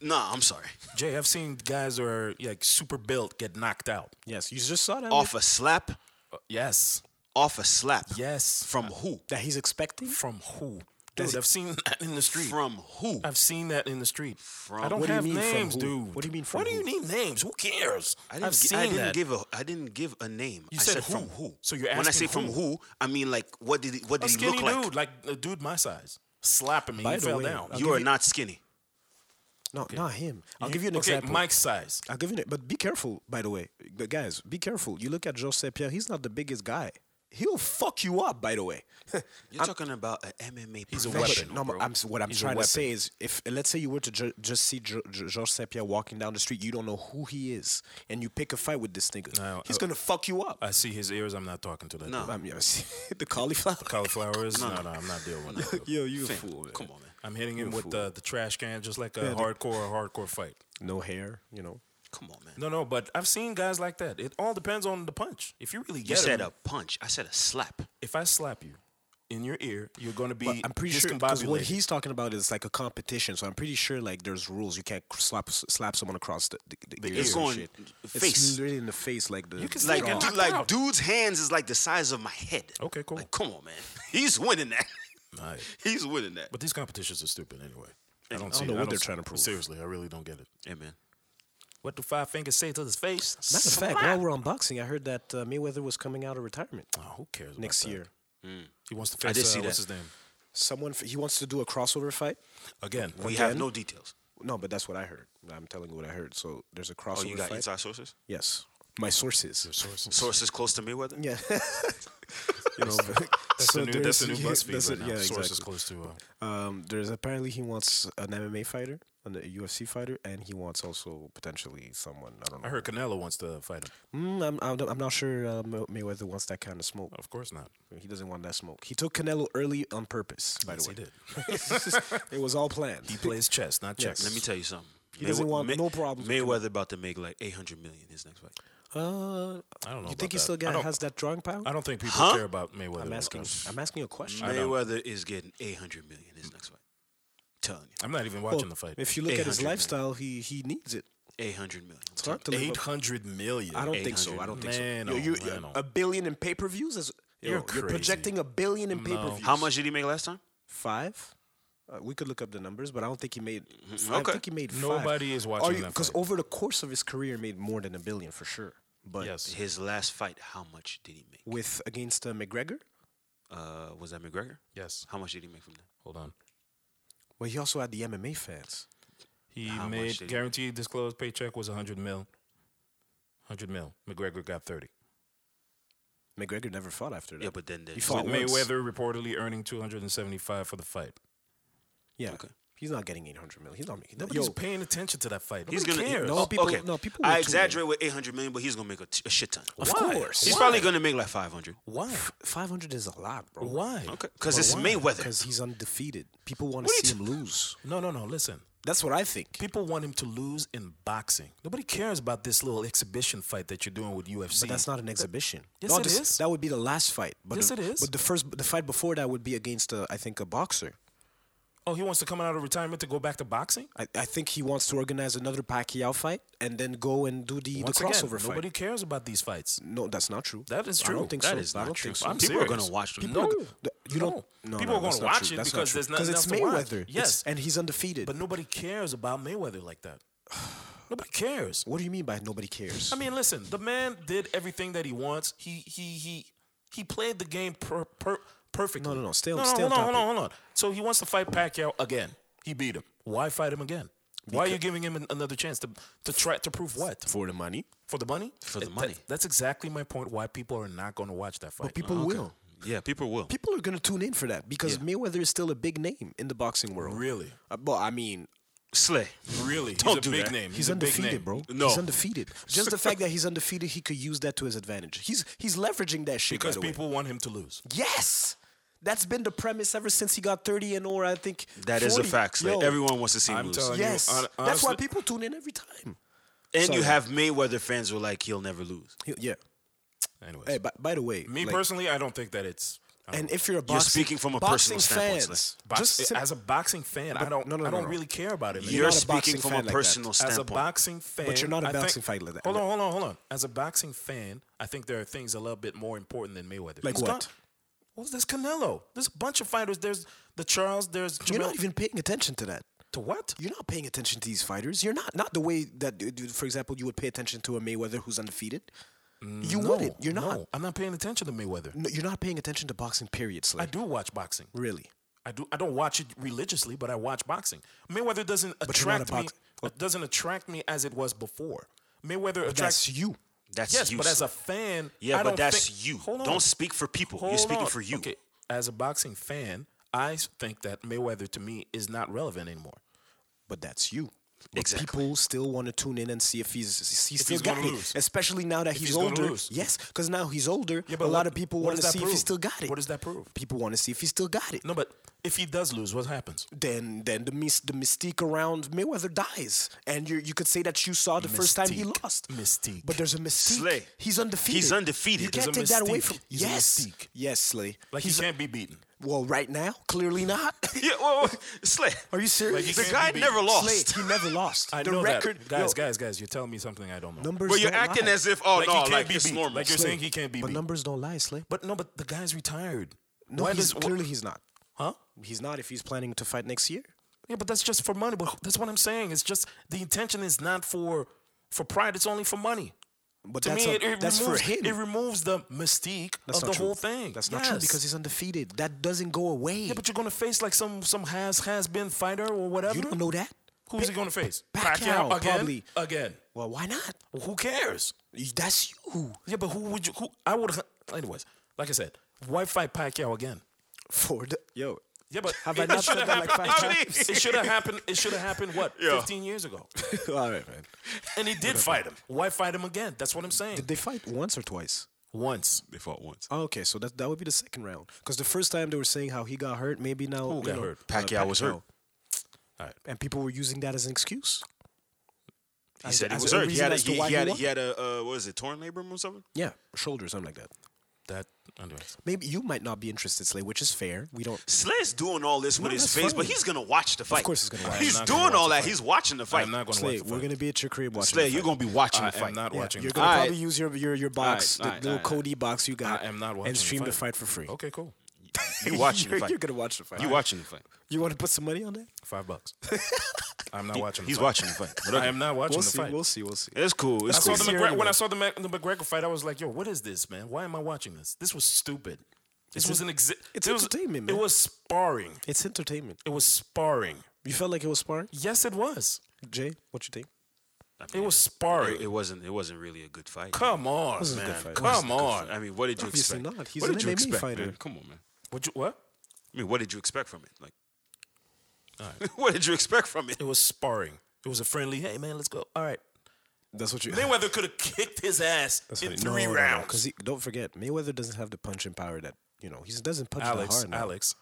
D: Nah, I'm sorry.
A: Jay, I've seen guys that are like super built get knocked out.
C: Yes, you just saw that.
D: Off a slap.
A: Yes,
D: Off a slap.
A: yes.
D: From who?
C: that he's expecting.
A: From who? Dude, I've seen that in the street.
D: From who?
A: I've seen that in the street. From I don't
C: What do you
A: have
C: mean from
A: names,
C: who?
A: dude.
C: What do you mean
A: Why
C: from
A: do you
C: who?
A: need names? Who cares?
D: I didn't,
A: have
D: gi-
A: seen
D: I didn't
A: that.
D: give a. I didn't give a name.
A: You
D: I
A: said
D: said
A: who.
D: from who.
A: So you're
D: when I say
A: asking
D: from who, I mean like what did he, what
A: a
D: did he
A: skinny
D: look like?
A: dude, like a dude my size, slapping me.
C: By
A: He
C: the
A: fell
C: way,
A: down.
C: I'll
D: you
C: give
D: are
C: you-
D: not skinny.
C: No, not him. I'll give you an
A: okay,
C: example.
A: Mike's size.
C: I'll give you, an- e, but be careful. By the way, but guys, be careful. You look at Joseph Pierre. He's not the biggest guy. He'll fuck you up. By the way,
D: You're talking about an MMA.
A: He's a
C: No, but-
A: weapon.
C: No, but I'm, s- what I'm
A: He's a
C: trying to
A: weapon.
C: say is, if let's say you were to ju- just see jo- jo- George St. Pierre walking down the street, you don't know who he is, and you pick a fight with this nigga,
A: No,
C: he's
A: uh,
C: gonna fuck you up.
A: I see his ears. I'm not talking to that.
D: No.
A: dude.
C: I'm, yeah, see, the cauliflower.
A: Cauliflower is no, no, I'm not dealing with that. dude.
C: Yo, you a fool, man.
D: Come on, man.
A: I'm hitting him with the, the trash can, just like a
C: Yeah, the-
A: hardcore, hardcore fight.
C: No hair, you know.
D: Come on, man.
A: No, no, but I've seen guys like that. It all depends on the punch. If you really
D: you
A: get
D: said
A: him,
D: a punch. I said a slap.
A: if I slap you in your ear, you're going to be.
C: But I'm pretty sure because what
A: discombobulated.
C: he's talking about is like a competition. So I'm pretty sure like there's rules. You can't cr- slap s- slap someone across the, the, the, ear
D: it's
C: or
D: going
C: shit.
D: face.
C: It's literally in the face, like uh, the.
A: You can
C: the
A: slap
D: Like,
A: Get
C: jaw.
A: knocked
D: dude, like
A: out.
D: dude's hands is like the size of my head.
A: Okay, cool.
D: Like, come on, man. He's winning that.
A: Right.
D: He's winning that.
A: But these competitions are stupid anyway. I don't,
C: I
A: see
C: don't know
A: it.
C: what they're
A: see-
C: trying to prove.
A: Seriously, I really don't get it.
D: Hey, man.
A: What do five fingers say to his face?
C: Matter of fact, while we're on boxing, I heard that uh, Mayweather was coming out of retirement
A: Oh, who cares? about
C: next
A: that?
C: year.
A: he wants to
D: I
A: face.
D: did
A: uh,
D: see
A: what's
D: that.
A: his name
C: Someone f- he wants to do a crossover fight.
A: again?
D: We have
C: Again?
D: no details.
C: No, but that's what I heard. I'm telling you what I heard. So there's a crossover
D: Oh, you got
C: fight.
D: inside sources?
C: Yes, my sources.
A: sources.
D: Sources close to Mayweather?
C: Yeah. you know,
A: That's, the new, that's the new
C: there's-
A: BuzzFeed
C: yeah, that's
A: right
C: a-
A: now.
C: yeah,
A: Sources
C: exactly.
A: close to. Uh,
C: Um, there's apparently he wants an MMA fighter, an a UFC fighter, and he wants also potentially someone I don't know.
A: I heard Canelo wants to fight him.
C: Mm, I'm, I'm I'm not sure uh, May- Mayweather wants that kind of smoke.
A: Of course not.
C: He doesn't want that smoke. He took Canelo early on purpose. By
A: Yes,
C: the way,
A: he did.
C: it was all planned.
A: He plays chess, not
C: Yes.
A: chess.
D: Let me tell you something. He
C: doesn't want no problems with
D: Mayweather about to make like 800 million his next fight.
C: Uh,
A: I don't know
C: You
A: about
C: think he
A: that.
C: still
A: I
C: got,
A: don't-
C: has that drawing power?
A: I don't think people care about Mayweather.
C: I'm
A: like
C: asking.
A: us.
C: I'm asking a question.
D: Mayweather is getting 800 million his next fight. Telling you.
A: I'm not even
C: Well,
A: watching the fight.
C: If you look at his
D: 800 million.
C: lifestyle, he he needs it.
D: 800 million.
C: It's hard to live.
A: Eight
C: up-
A: hundred million.
C: I don't think so. I don't think so.
A: Man,
C: Yo,
A: oh,
C: you- uh,
A: man,
C: a-
A: oh.
C: a billion in pay per views is. yo,
A: You're
C: You're,
A: crazy.
C: projecting a billion in pay per views.
D: How much did he make last time?
C: Five. Uh, we could look up the numbers, but I don't think he made.
A: Mm-hmm.
D: okay.
C: I think he made. five.
A: Nobody is watching that
C: Because
A: fight.
C: over the course of his career, he made more than a billion for sure. But
A: Yes.
D: His last fight, how much did he make?
C: with against uh, McGregor,
D: Uh, was that McGregor?
A: Yes.
D: How much did he make from that?
A: Hold on.
C: well, he also had the MMA fans.
A: He
D: How much did
A: made
D: he make?
A: guaranteed disclosed paycheck was hundred mil. Hundred mil. McGregor got thirty.
C: McGregor never fought after that.
D: Yeah, but then there's-
C: he fought
A: With
C: once.
A: Mayweather reportedly earning two hundred and seventy five for the fight.
C: Yeah. He's not getting 800 million. He's not making that.
A: Nobody's
C: Yo,
A: paying attention to that fight.
D: He's
A: Nobody
D: gonna
A: cares.
C: No,
D: oh,
C: people-
D: okay.
C: no, people
D: I
C: will tune in.
D: exaggerate with 800 million, but he's gonna make a, t- a shit ton.
C: of
A: Why?
C: course.
D: He's probably gonna make like 500.
A: Why?
C: 500 is a lot, bro.
A: Oh, Why?
D: Okay, because it's Mayweather.
C: Because he's undefeated. People want to
D: What are you
C: see him lose.
A: No, no, no. Listen.
C: That's what I think.
A: People want him to lose in boxing. Nobody cares about this little exhibition fight that you're doing with UFC.
C: But that's not an exhibition.
A: Yes,
C: no,
A: it
C: this-
A: is.
C: That would be the last fight. But
A: Yes,
C: the,
A: it is.
C: But the first, the fight before that would be against, uh, I think, a boxer.
A: Oh, he wants to come out of retirement to go back to boxing?
C: I, I think he wants to organize another Pacquiao fight and then go and do the, the
A: Once again,
C: crossover fight.
A: nobody cares about these fights.
C: No, that's not true.
A: That is
C: I
A: true.
C: don't think
A: That
C: so.
A: is
C: I
A: not
C: don't
A: true.
C: think so.
A: I'm
D: People are
A: serious.
D: gonna watch them.
A: People are
D: No.
A: gonna-
C: Th- You
A: No.
C: don't.
A: People
C: No, no,
A: are going
C: that's
A: to
C: not
A: watch
C: true.
A: it
C: That's not
A: because
C: true.
A: there's nothing
C: it's
A: else
C: Mayweather.
A: to watch.
C: It's-
A: Yes,
C: and he's undefeated.
A: but nobody cares about Mayweather like that. nobody cares.
C: what do you mean by nobody cares?
A: I mean, listen, the man did everything that he wants. He he he he played the game per, per perfectly.
C: No, no, no, stay on-
A: no,
C: stay on
A: hold on, hold
C: topic.
A: on, hold on. So he wants to fight Pacquiao again. He beat him. Why fight him again? Why are you giving him an- another chance to to try to prove what
C: for the money.
A: for the money? For
D: the money.
A: that's exactly my point. Why people are not going to watch that fight?
C: But people
D: Oh,
C: will.
D: Yeah, people will.
C: People are going to tune in for that because Mayweather is still a big name in the boxing world.
A: Really?
C: Uh, well, I mean,
D: Slay.
A: really, he's
D: Don't
A: a
D: do
A: big
D: that.
A: name.
C: he's,
A: a big
C: undefeated,
A: name.
C: bro.
D: No.
C: He's undefeated. Just the fact that he's undefeated, he could use that to his advantage. He's he's leveraging that shit. by
A: Because
C: the way.
A: people want him to lose.
C: Yes. That's been the premise ever since he got 30 and or I think
D: That is
C: 40.
D: a fact, Slay.
C: Yo,
D: Everyone wants to see him
A: I'm
D: lose.
A: telling
C: Yes.
A: you, hon-
C: That's why
A: honestly-
C: people tune in every time.
D: and
C: Sorry.
D: you have Mayweather fans who are like, he'll never lose.
C: He- yeah.
A: Anyways,
C: Hey, by, by the way,
A: me
C: like,
A: personally, I don't think that it's. I don't
C: and if you're a boxing,
D: speaking from a
C: boxing
D: personal standpoint, Slay.
C: fans,
A: box-
C: just sim-
A: as a boxing fan, I don't.
C: no, no,
A: I
C: no,
A: don't
C: no.
A: really care about it. man.
D: You're,
C: not a
D: speaking
C: boxing
D: from
C: fan
D: a
C: like that.
D: personal
C: As
A: as a
D: standpoint.
A: boxing fan,
C: you're not a
A: I think-
C: boxing fighter like that.
A: Hold on, hold on, hold on. As a boxing fan, I think there are things a little bit more important than Mayweather.
C: Like
A: He's
C: what?
A: got- well, there's Canelo. There's a bunch of fighters. There's the Charles. There's
C: you're
A: Jamel.
C: not even paying attention to that.
A: to what?
C: You're not paying attention to these fighters. You're not not the way that, uh, dude, for example, you would pay attention to a Mayweather who's undefeated. You wouldn't. You're not.
A: Mm, No, I'm not paying attention to Mayweather.
C: No, you're not paying attention to boxing. Period. Slay.
A: I do watch boxing.
C: Really.
A: I do. I don't watch it religiously, but I watch boxing. Mayweather doesn't
C: you're not a
A: attract me.
C: box- what?
A: Doesn't attract me as it was before. Mayweather attracts
C: That's you.
D: That's
A: yes,
D: you.
A: but as
D: sir.
A: a fan,
D: yeah,
A: I
D: but
A: don't
D: that's
A: think-
D: you.
A: Hold on.
D: Don't speak for people.
A: Hold
D: you're speaking
A: on.
D: for you.
A: Okay, as a boxing fan, I s- think that Mayweather to me is not relevant anymore.
C: But that's you. But
D: Exactly.
C: People still want to tune in and see if he's he's, he's still
A: he's
C: got
A: gonna
C: it,
A: lose.
C: especially now that
A: he's
C: he's
A: gonna
C: older.
A: lose.
C: Yes, because now he's older.
A: Yeah,
C: Yeah,
A: but
C: but a lot
A: what-
C: of people
A: what
C: want
A: does that
C: to see if
A: prove?
C: he still got it.
A: What does that prove?
C: People want to see if he still got it.
A: No, but if he does lose, what happens?
C: Then, then the mys- the mystique around Mayweather dies, and you you could say that you saw the first time he
A: Mystique.
C: lost.
A: Mystique.
C: But there's a mystique.
D: Slay.
C: He's undefeated.
D: He's undefeated.
C: You can't
A: a
C: take that away
A: mystique.
C: from.
A: He's a
C: yes.
A: mystique.
C: Yes, Slay.
A: Like
C: he's
A: he can't be beaten.
C: well right now. Clearly not.
D: Yeah, well, well, Slay.
C: Are you serious?
A: he
D: The
A: can't
D: guy
A: be beat.
D: never lost.
C: Slay, he never lost.
A: I
C: the
A: know
C: record,
A: that. guys,
C: yo,
A: guys, guys. You're telling me something I don't know.
C: Numbers.
D: But you're
C: don't
D: acting
C: lie.
D: as if, oh
A: Like, he
D: no,
A: can't
D: like
A: be
D: it's
A: beat.
D: normal.
A: Like you're
C: Slay.
A: saying he can't be
C: But
A: beat.
C: numbers don't lie, Slay.
A: But no, but the guy's retired.
C: No,
A: Why does-
C: he's,
A: wh-
C: clearly he's not.
A: huh?
C: He's not if he's planning to fight next year.
A: Yeah, but that's just for money. But that's what I'm saying. It's just the intention is not for for pride. It's only for money.
C: But
A: To
C: that's
A: me,
C: a-
A: it, it
C: that's
A: removes,
C: for him.
A: It removes the mystique
C: That's
A: of
C: not
A: the
C: true.
A: whole thing.
C: That's not true
A: Yes.
C: because he's undefeated. That doesn't go away.
A: yeah, but you're gonna face like some some has has been fighter or whatever.
C: you don't know that.
A: Who's he gonna face?
C: Pacquiao,
A: again.
C: probably.
A: Again.
C: Well, why not?
A: Well, who cares?
C: That's you.
A: Yeah, but who would you? Who I would. Anyways, like I said, why fight Pacquiao again?
C: For the yo.
A: Yeah, but
C: Have
A: it,
C: I
A: it
C: not
A: should
C: said
A: have
C: that like
A: happened.
C: five
A: it should-
D: times?
A: it should have happened. It should have happened. What?
D: Yeah.
A: 15 years ago.
C: All right, man.
A: And he did fight him. Why fight him again? That's what I'm saying.
C: Did they fight once or twice?
A: Once.
D: They fought once.
C: Oh, okay, so that that would be the second round. Because the first time they were saying how he got hurt, maybe now
A: Who
C: you
A: got
C: know, uh,
A: hurt?
D: Pacquiao was hurt.
C: and people were using that as an excuse.
D: He said he
C: as
D: was
C: a
D: hurt. He
C: reason
D: had a,
C: as to
D: he,
C: why
D: he
C: he
D: had a,
C: won?
D: he had a uh, what is it, torn labrum or something?
C: Yeah, shoulder, something like that.
A: That. Anyways.
C: Maybe you might not be interested, Slay, which is fair. We don't.
D: Slay's doing all this with
C: No,
D: his
C: that's
D: face, but
C: funny.
D: he's gonna watch the fight.
C: course he's gonna watch it.
D: He's
A: I'm not gonna
D: doing
A: watch the
D: all that.
A: fight.
D: He's watching the fight.
A: I'm not going to
C: Slay,
A: watch the
C: we're
A: fight.
C: gonna be at your crib watching.
D: Slay,
C: the
D: you're
C: fight.
D: gonna be watching
A: I
D: the fight.
A: am not
C: Yeah,
A: watching.
C: you're
A: the
C: gonna
A: fight.
C: probably use your your your box,
A: Aight,
C: the
A: aight,
C: little
A: aight,
C: Cody box you got,
A: I am not watching
C: and
A: the
C: stream the
A: fight.
C: fight, for free.
A: Okay, cool.
D: You watching the
C: You're,
D: fight.
C: you're gonna watch the fight.
D: You watching the fight.
C: You want to put some money on that?
A: Five bucks. I'm not watching. The
D: He's
A: fight.
D: watching the fight. But
A: I
D: okay.
A: am not watching
C: We'll
A: the
C: see.
A: fight.
C: We'll see. We'll see.
D: It's cool. It's
A: I saw
D: cool.
A: the
C: see
A: McGregor,
C: anyway.
A: when I saw the, Mac- the McGregor fight, I was like, "Yo, what is this, man? Why am I watching this? This was stupid. This was an exi-
C: it's
A: it was-
C: entertainment,
A: It
C: man.
A: was sparring.
C: It's entertainment.
A: It was sparring.
C: You felt like it was sparring,
A: Yes, it was.
C: Jay? What you think?
A: It was sparring.
D: It, it wasn't. It wasn't really a good fight.
A: Come on,
C: a
A: man.
C: good fight.
A: Come on.
D: I mean, what did you
C: Obviously
D: expect?
C: not. He's
D: what
C: an
D: did you
C: MMA
D: expect,
C: fighter.
D: man? Come on, man.
A: Would you what?
D: I mean, what did you expect from it? Like, what did you expect from it?
A: It was sparring. It was a friendly. Hey, man, let's go. All right.
C: That's what you.
A: Mayweather could have kicked his ass in three rounds.
C: Because don't forget, Mayweather doesn't have the punching power that you know. He doesn't punch that
A: Alex,
C: hard. now.
A: Alex.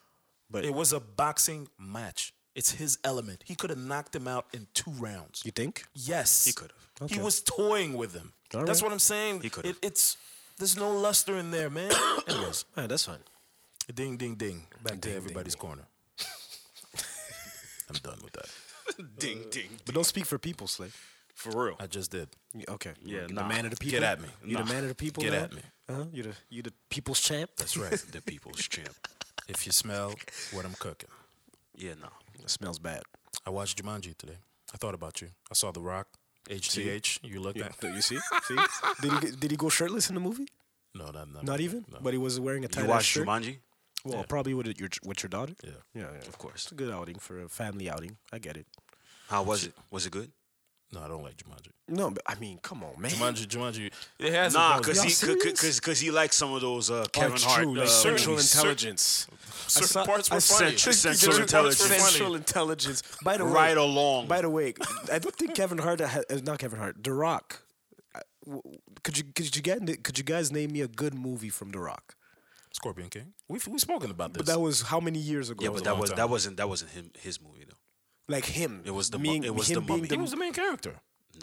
C: But-
A: it was a boxing match. It's his element. He could have knocked him out in two rounds.
C: You think?
A: Yes, he
D: could have.
A: He
C: Okay.
A: was toying with him.
C: All
A: That's
C: right.
A: what I'm saying. He
D: could
A: It,
D: have.
A: it's there's no luster in there, man. Anyways,
C: Ah, that's fine.
A: ding, ding, ding. Back to everybody's corner. I'm done with that.
D: ding, ding.
C: But don't speak for people, Slay.
D: For real.
A: I just did.
C: You- Okay.
D: Yeah,
C: You're
D: nah.
C: the man of the people.
A: Get at me.
C: You
D: Nah.
C: the man of the people.
A: Get
C: now?
A: at me.
C: Uh-huh. You the you the people's champ.
A: That's right.
D: the people's champ.
A: if you smell what I'm cooking,
D: Yeah, no.
C: That smells bad.
A: I watched Jumanji today. I thought about you. I saw The Rock. HTH, you looked at
C: You see? See? did he did he go shirtless in the movie?
A: no, not, not,
C: Not even.
A: No.
C: But he was wearing a
D: You
C: tight ass
D: watched
C: shirt.
D: Jumanji?
C: Well, probably with your with your daughter.
A: Yeah.
C: Yeah, yeah, of course. It's a good outing for a family outing. I get it.
D: How was it? Was it good?
A: no, I don't like Jumanji.
C: No, but I mean, come on, man.
A: Jumanji, Jumanji. It has
D: Nah,
A: its moments.
D: because he,
C: Y'all
D: cause,
C: serious?
D: cause, 'cause he likes some of those uh,
C: Oh,
D: Kevin Hart.
C: true,
D: uh,
C: like central
D: movies.
C: intelligence.
A: certain
C: saw-
A: parts were
C: I
A: funny.
D: Central-
A: Certain parts
D: central
A: were
D: intelligence.
A: funny.
C: Central intelligence. By the way,
D: Right along.
C: By the way, I don't think Kevin Hart. ha- uh, Not Kevin Hart. The Rock. I- w- Could you could you get could you guys name me a good movie from The Rock?
A: Scorpion King. We've we've spoken about this.
C: But that was how many years ago?
D: Yeah,
C: was it?
D: but that was
A: time.
D: that wasn't that wasn't him his movie though.
C: like him.
D: It was the mu-
C: being,
D: it was
C: him
D: the
C: being
D: mummy.
A: he was the main character.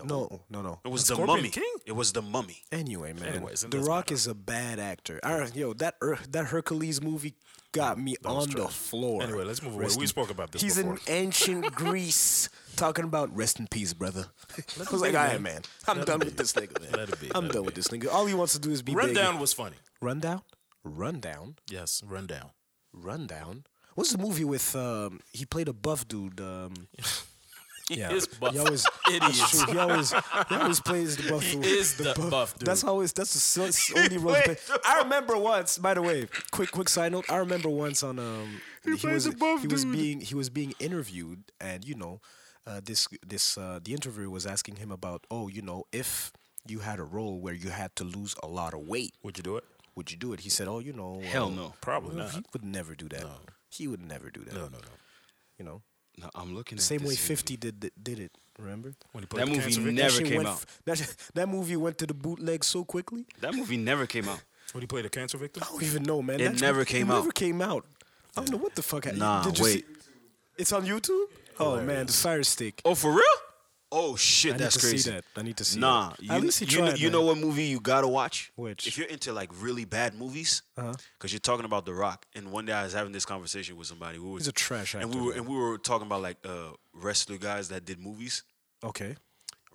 C: No, no, no.
D: It was the
A: Scorpion
D: mummy.
A: King?
D: It was the mummy.
C: Anyway, man,
A: Anyways, it
C: The
A: doesn't
C: Rock is a bad actor. I, yo, that Her- that Hercules movie got me on the floor.
A: Anyway, let's move away.
C: Rest
A: We
C: in-
A: spoke about this
C: He's
A: before.
C: in ancient Greece talking about rest in peace, brother. I was like,
A: be,
C: all right,
A: man.
C: man. I'm done with this nigga, man.
A: Let it be,
C: I'm
A: let it
C: done with this nigga. All he wants to do is be big.
A: Rundown was funny.
C: Rundown. Rundown.
A: Yes, Rundown.
C: Rundown. What's the movie with? Um, he played a buff dude. Um,
A: He
C: yeah,
A: is buff.
C: He always, that's
A: Idiot.
C: true. He always, he always plays the buff
A: He
C: dude.
A: is the buff dude.
C: That's always that's the so- so- only role. he
D: plays
C: play- I remember once. By the way, quick quick side note. I remember once on um he, was he was being he was being interviewed and you know uh, this this uh, the interviewer was asking him about oh you know if you had a role where you had to lose a lot of weight
A: Would you do it?
C: would you do it? He said oh you know
D: Hell
C: um,
D: no.
A: Probably
C: no,
A: not.
C: He would never do that. He would never do that.
A: No, no, no.
C: You know,
D: No, I'm looking
C: the
D: at
C: same
D: this
C: way
D: movie.
C: Fifty did did- did it. Remember
A: When he
D: That
A: played the
D: movie
A: cancer victim,
D: never
C: shit
D: came
C: went
D: out.
C: f- that sh- that movie went to the bootleg so quickly.
D: That movie never came out.
A: when he played a cancer victim.
C: I don't even know, man.
D: It
C: That's-
D: never came
C: It never
D: out.
C: came out. I don't know what the fuck. happened.
D: Nah,
C: Did you
D: wait.
C: See? It's on YouTube. Oh man, the Cyrus stick.
D: Oh, for real? Oh shit,
C: I
D: that's
C: need to
D: crazy.
C: see that. I need to see.
D: Nah,
C: that. at least he
D: you,
C: tried.
D: know, you
C: man.
D: know what movie you gotta watch?
C: Which? Uh-huh.
D: If you're into like really bad movies, because you're talking about The Rock, and one day I was having this conversation with somebody. We were,
C: He's a trash
D: and
C: actor,
D: we were
C: man.
D: and we were talking about like uh, wrestler guys that did movies.
C: Okay,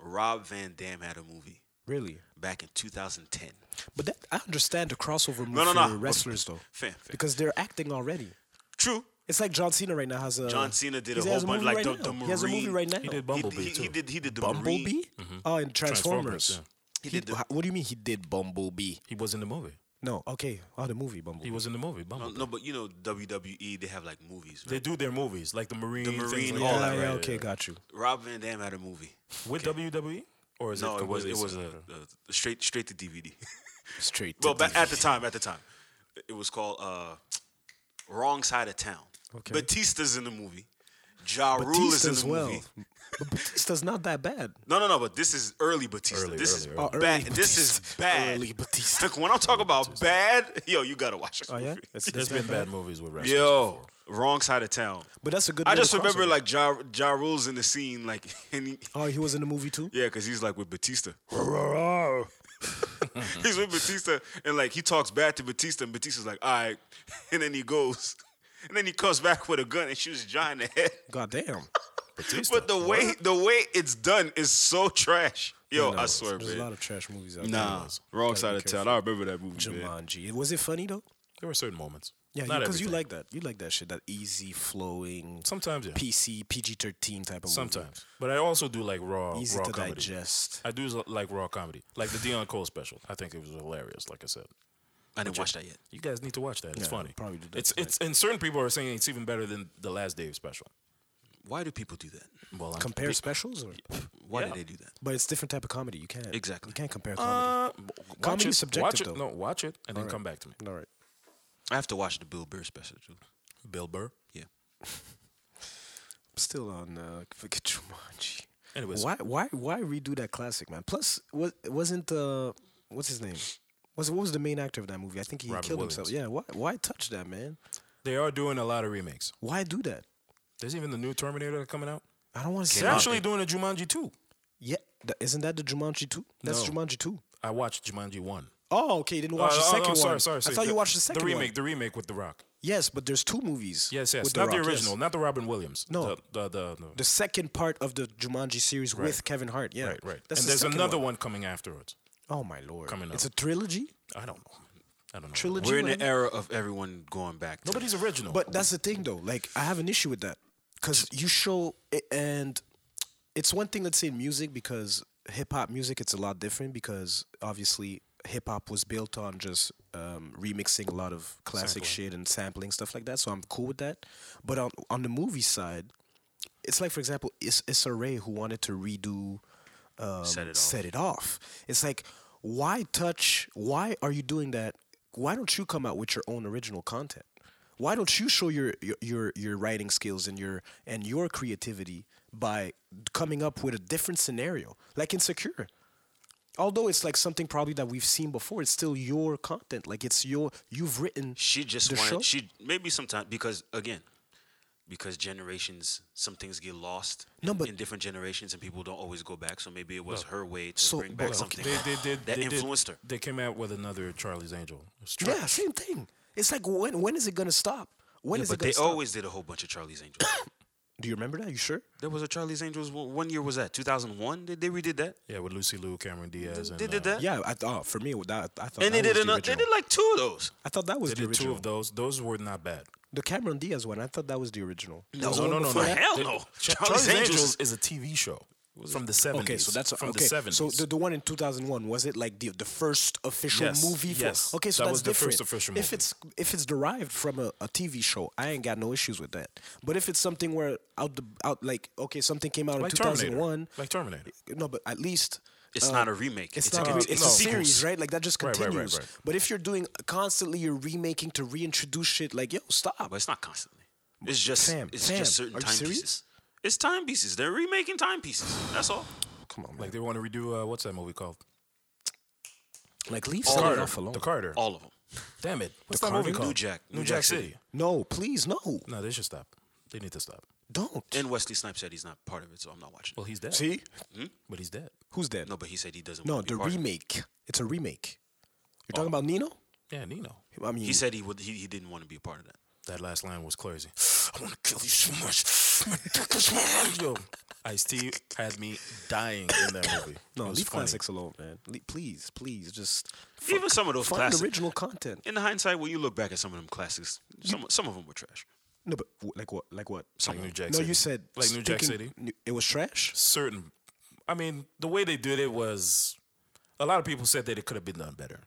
D: Rob Van Dam had a movie
C: really.
D: back in 2010.
C: But that, I understand the crossover move
D: No, no,
C: for
D: no.
C: wrestlers though,
D: Fam, fam.
C: because they're acting already.
D: True.
C: It's like John Cena right now has a.
D: John Cena did a
C: He's- he
D: whole
C: has
D: bunch,
C: movie
D: like
C: right
D: the-
C: now.
D: the
C: He has a movie
D: Marine-
C: right now.
A: He did
D: He-
A: Bumblebee
D: he,
A: too.
D: he did. He did the Marine-
C: Bumblebee. Oh, in
A: Transformers,
C: Transformers.
A: yeah.
C: He did. wha- What do you mean he did Bumblebee?
A: He was in the movie.
C: No. Okay. Oh, the movie Bumblebee.
A: He was in the movie.
D: No,
A: Bumblebee.
D: Uh, no, but you know WWE, they have like movies. Right?
A: They do their movies like the Marine, things
D: Marine,
A: like
D: all
A: that.
D: that,
C: yeah,
D: right,
C: okay, got you.
D: Rob Van Dam had a movie.
A: with WWE or is
D: No,
A: it
D: it was it
A: completely
D: was a,
A: separate?
D: a straight straight to DVD.
C: Straight.
D: well,
C: to
D: back at the
C: DVD.
D: time, at the time, it was called uh, Wrong Side of Town.
C: Okay.
D: Batista's in the movie. Ja Rule
C: Batista
D: is
C: as
D: in the
C: well.
D: movie.
C: But Batista's not that bad.
D: No, no, no. But this is early Batista.
A: Early,
D: this
A: early,
D: is
A: early.
C: Oh,
D: bad.
C: early
D: This is
C: Batista.
D: bad.
C: Early Batista.
D: Look, when I talk about bad, yo, you gotta watch this
C: Oh yeah,
D: movie.
C: That's-
A: There's
C: that's
A: been
C: that
A: bad movies with wrestlers.
D: Yo, Wrong Side of Town.
C: But that's a good.
D: I
C: little
D: just remember
C: crossover.
D: like ja, ja Rule's in the scene, like, and he,
C: Oh, he was in the movie too.
D: yeah, because he's like with Batista. he's with Batista, and like he talks bad to Batista, and Batista's like, all right. And then he goes, and then he comes back with a gun and shoots Ja in the head.
C: God damn.
A: Batista.
D: But the way the way it's done is so trash. Yo, I swear,
C: There's a lot
D: man.
C: of trash movies out
D: Nah,
C: there.
D: wrong
C: Gotta
D: side
C: be
D: of town. I remember that movie, man.
C: Jumanji. Was it funny though?
A: there were certain moments.
C: Yeah,
A: Not
C: because you
A: everything.
C: like that. You like that shit. That easy flowing.
A: Sometimes, yeah.
C: PC PG thirteen type of
A: Sometimes, but I also do like raw,
C: movie. Easy
A: raw
C: to
A: comedy.
C: digest.
A: I do uh, like raw comedy, like the Dion Cole special. I think it was hilarious. Like I said,
D: I didn't watch that yet.
A: you guys need to watch that. It's
C: Yeah,
A: funny.
C: probably do that
A: it's
C: tonight.
A: it's and certain people are saying it's even better than the Last Dave special.
D: Why do people do that?
A: Well, I'm,
C: Compare specials, or
D: Why
A: Yeah.
D: do they do that?
C: but it's different type of comedy. You can't
D: Exactly.
C: You can't compare comedy.
A: Uh, watch
C: Comedy's
A: it, Watch
C: subjective,
A: it.
C: though.
A: No, watch it and then come back to me.
C: All right.
D: I have to watch the Bill Burr special too.
A: Bill Burr.
D: Yeah.
C: still on uh, forget Jumanji.
A: Anyways.
C: why why why redo that classic, man? Plus, was wasn't uh, what's his name? Was what was the main actor of that movie? I think he
A: Robin
C: killed himself.
A: Williams.
C: Yeah, why why touch that, man?
A: They are doing a lot of remakes.
C: Why do that?
A: There's even the new Terminator that's coming out.
C: I don't want to see.
A: They're
C: that.
A: actually doing a Jumanji 2.
C: yeah, tha- isn't that the Jumanji two? That's
A: No.
C: Jumanji two.
A: I watched Jumanji 1.
C: Oh, okay. You didn't watch
A: Uh,
C: the
A: oh,
C: second
A: oh, sorry,
C: one.
A: Sorry,
C: I
A: sorry.
C: thought you watched the second
A: the remake,
C: one.
A: The remake with The Rock.
C: Yes, but there's two movies.
A: Yes, yes.
C: with
A: Not the,
C: Rock, yes.
A: original, not the Robin Williams.
C: No.
A: The, the, the, the-
C: The second part of the Jumanji series with Kevin Hart. Yeah,
A: right, right.
C: That's
A: and
C: the
A: there's
C: second
A: another one. coming afterwards.
C: Oh my lord!
A: coming
C: It's a
A: up.
C: trilogy.
A: I don't know. I don't know.
C: Trilogy.
D: We're in
C: what I
D: the
C: mean?
D: era of everyone going back. To
A: Nobody's original.
C: But that's the thing, though. Like, I have an issue with that because you show it, and it's one thing. Let's say in music, because hip hop music, it's a lot different because obviously hip hop was built on just um, remixing a lot of classic shit and sampling stuff like that. So I'm cool with that. But on on the movie side, it's like for example, Is- Issa Rae who wanted to redo um,
D: Set It Off.
C: Set It Off. It's like why touch? Why are you doing that? Why don't you come out with your own original content? Why don't you show your your your, your writing skills and your and your creativity by coming up with a different scenario, like Insecure? Although it's like something probably that we've seen before, it's still your content. Like it's your you've written.
D: She just
C: the
D: wanted
C: show?
D: she maybe sometimes because again, because generations, some things get lost
C: No,
D: in,
C: but-
D: in different generations, and people don't always go back. So maybe it was her way to
C: So-
D: bring back
C: but-
D: something
A: They, they did.
D: that
A: they did-
D: influenced her.
A: They came out with another Charlie's Angel. It's tr-
C: Yeah, same thing. It's like when when is it gonna stop? When
D: Yeah,
C: is
D: but
C: it gonna
D: they
C: stop?
D: always did a whole bunch of Charlie's Angels.
C: Do you remember that? You sure?
D: there was a Charlie's Angels. One one year was that 2001. They, they redid that.
A: Yeah, with Lucy Liu, Cameron Diaz. And,
D: They did
A: uh,
D: that.
C: Yeah, I thought for me that I thought that
D: and they did
C: was the
D: another. They
C: original.
D: did like two of those.
C: I thought that was
A: They
C: the
A: did
C: original.
A: two of those. Those were not bad.
C: The Cameron Diaz one, I thought that was the original.
D: No,
C: Was
A: No,
C: the
A: no,
C: one
A: no, no.
C: before that?
D: Hell
A: They-
D: no.
A: Charlie's, Angels, is a TV show from the seventies.
C: Okay, so that's
A: from
C: okay.
A: the seventies.
C: So the, the one in 2001 was it like the the first official
A: Yes,
C: movie? For,
A: yes.
C: Okay, so
A: That
C: that's
A: was the first
C: different.
A: official
C: If
A: movie.
C: it's if it's derived from a, a TV show, I ain't got no issues with that. But if it's something where out the out like okay, something came out
A: like
C: in
A: Terminator.
C: 2001.
A: Like Terminator.
C: no, but at least
D: It's not a remake.
C: Uh, It's, not.
D: a,
C: A,
D: con-
C: re- it's
A: no.
C: a series, right? Like that just
A: Right, right, right,
C: continues.
A: right.
C: But if you're doing constantly, you're remaking to reintroduce shit. Like yo, stop.
D: But it's not constantly. It's just
C: fam,
D: it's
C: fam,
D: just certain
C: are you
D: timepieces.
C: serious?
D: It's timepieces. They're remaking timepieces. That's all.
C: Come on, man.
A: Like they want to redo uh, what's that movie called?
C: Like leave started off alone.
A: The Carter.
D: All of them.
A: Damn it. What's that movie
C: Carter?
A: called?
D: Oh. New Jack-
A: New Jack City.
C: No, please, no,
A: No, they should stop. They need to stop.
C: don't.
D: And Wesley Snipes said he's not part of it, so I'm not watching.
A: Well, he's dead.
C: See,
A: But he's dead.
C: who's dead?
D: no, but he said he doesn't.
C: No,
D: want to
C: the
D: be part of it.
C: remake. It's a remake. You're talking
A: Oh.
C: about Nino?
A: Yeah, Nino.
C: I mean,
D: He said he would. He, he didn't want to be a part of that.
A: That last line was crazy. I want to kill you so much. My dick is hard. Yo, Ice T had me dying in that movie.
C: no,
A: It was
C: leave
A: funny.
C: classics alone, man. Le- please, please, just
D: Even some of those
C: find
D: classics.
C: original content.
D: In the hindsight, when you look back at some of them classics, some some of them were trash.
C: No, but w- like what? Like what?
A: Like New Jack
C: no,
A: City.
C: you said
A: Like New Jack
C: speaking-
A: City.
C: New- It was trash.
A: Certain. I mean, the way they did it was. A lot of people said that it could have been done better.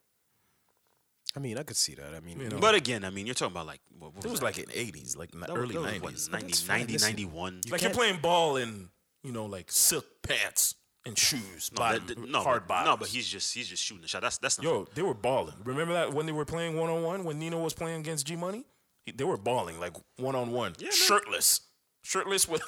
C: I mean, I could see that. I mean,
A: You know,
D: But again, I mean, you're talking about like what, what
A: it was
D: that?
A: like in eighties, like in the
D: That was-
A: early
D: that was
A: nineties.
D: what, 90,
C: that's fine.
D: 90,
C: Listen,
D: 91.
A: like you're
C: can't-
A: playing ball in, you know, like silk pants and shoes,
D: no,
A: bottom,
D: that- that- no,
A: hard
D: but,
A: bottoms.
D: no, but he's just he's just shooting a shot. That's that's not
A: Yo, they were balling. Remember that when they were playing one on one when Nino was playing against G Money? They were balling like one on one,
D: man.
A: shirtless, shirtless with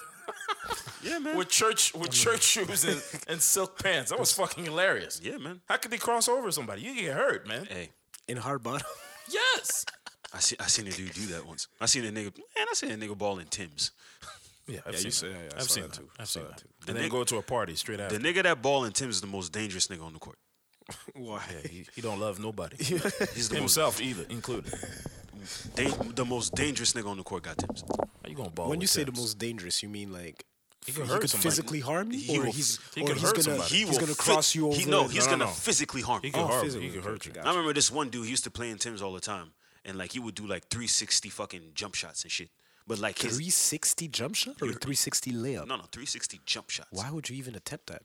D: yeah, man.
A: with church with church shoes and, and silk pants. That was fucking hilarious.
D: Yeah, man.
A: How could they cross over somebody? You get hurt, man.
D: Hey,
C: in hard bottom.
A: Yes.
D: I see I seen a dude do that once. I seen a nigga man. I seen a nigga ball in Tim's.
A: Yeah, I've
C: you
A: seen
C: said-
A: that.
C: yeah, yeah, I
A: I've
C: saw
A: seen
C: that
A: that.
C: too.
A: I've
C: Saw
A: seen
C: that
A: that.
C: too.
A: And
D: The
A: then
D: nigga-
A: go to a party straight
D: The
A: after.
D: nigga that ball in Tim's is the most dangerous nigga on the court.
C: Why?
A: He, he don't love nobody.
D: He's the
A: Himself either, included.
D: most dan- the most dangerous nigga on the court got Tim's.
A: How you gonna ball?
C: When you
A: with
C: say the
A: Tibbs?
C: most dangerous, you mean like
A: He
C: he,
A: could
C: could
A: hurt somebody.
C: physically harm you,
D: He
C: or
D: will-
C: he's
A: he
C: or
A: could
C: he's
A: hurt
C: gonna
A: somebody.
D: He
C: he's
D: will
C: gonna
D: fit-
C: cross you over.
D: He, no, he's
A: no,
D: gonna
A: no.
D: physically harm.
A: he
D: you.
A: could hurt.
C: physically,
A: He could
C: okay,
A: hurt you.
C: got
D: I remember this one dude. He used to play in Tim's all the time, and like he would do like 360 fucking jump shots and shit. But like his
C: 360 jump shot or 360 layup.
D: no no 360 jump shots.
C: Why would you even attempt that?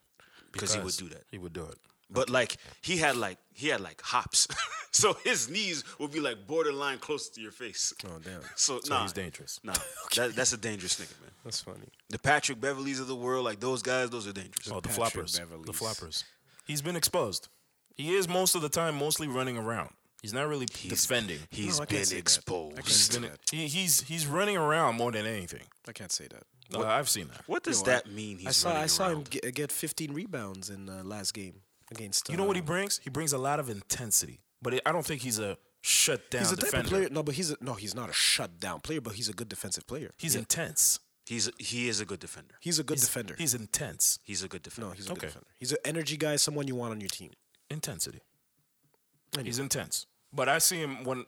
D: Because he would do that.
A: He would do it.
D: But like he had like he had like hops, so his knees would be like borderline close to your face.
C: Oh damn,
D: So,
A: So
D: nah,
A: he's dangerous.
D: Nah, that, that's a dangerous nigga, man.
C: that's funny.
D: The Patrick Beverleys of the world, like those guys, those are dangerous.
A: Oh, the
C: Patrick
A: floppers. The
C: Beverleys.
A: floppers. He's been exposed. He is most of the time mostly running around. He's not really defending.
D: He's
C: No, I can't
D: been
C: say that. I can't
D: exposed.
C: say
A: He's, been,
C: that.
A: he, he's he's running around more than anything.
C: I can't say that.
A: Uh, I've seen that.
D: What does
C: Yo, I-
D: that mean? He's
C: I saw
D: running
C: I saw him
D: around?
C: get, get 15 rebounds in the last game against.
A: You know what he
C: uh,
A: brings? He brings a lot of intensity, but it, I don't think he's a shut down
C: He's a type
A: defender.
C: of player. No, but he's a, no, he's not a shutdown player, but he's a good defensive player.
A: He's intense.
D: He's he is a good defender.
C: He's a good
A: He's-
C: defender.
A: He's intense.
D: He's a good defender.
C: no, he's a
A: Okay.
C: good defender. He's an energy guy, someone you want on your team.
A: Intensity. He's intense. But I see him when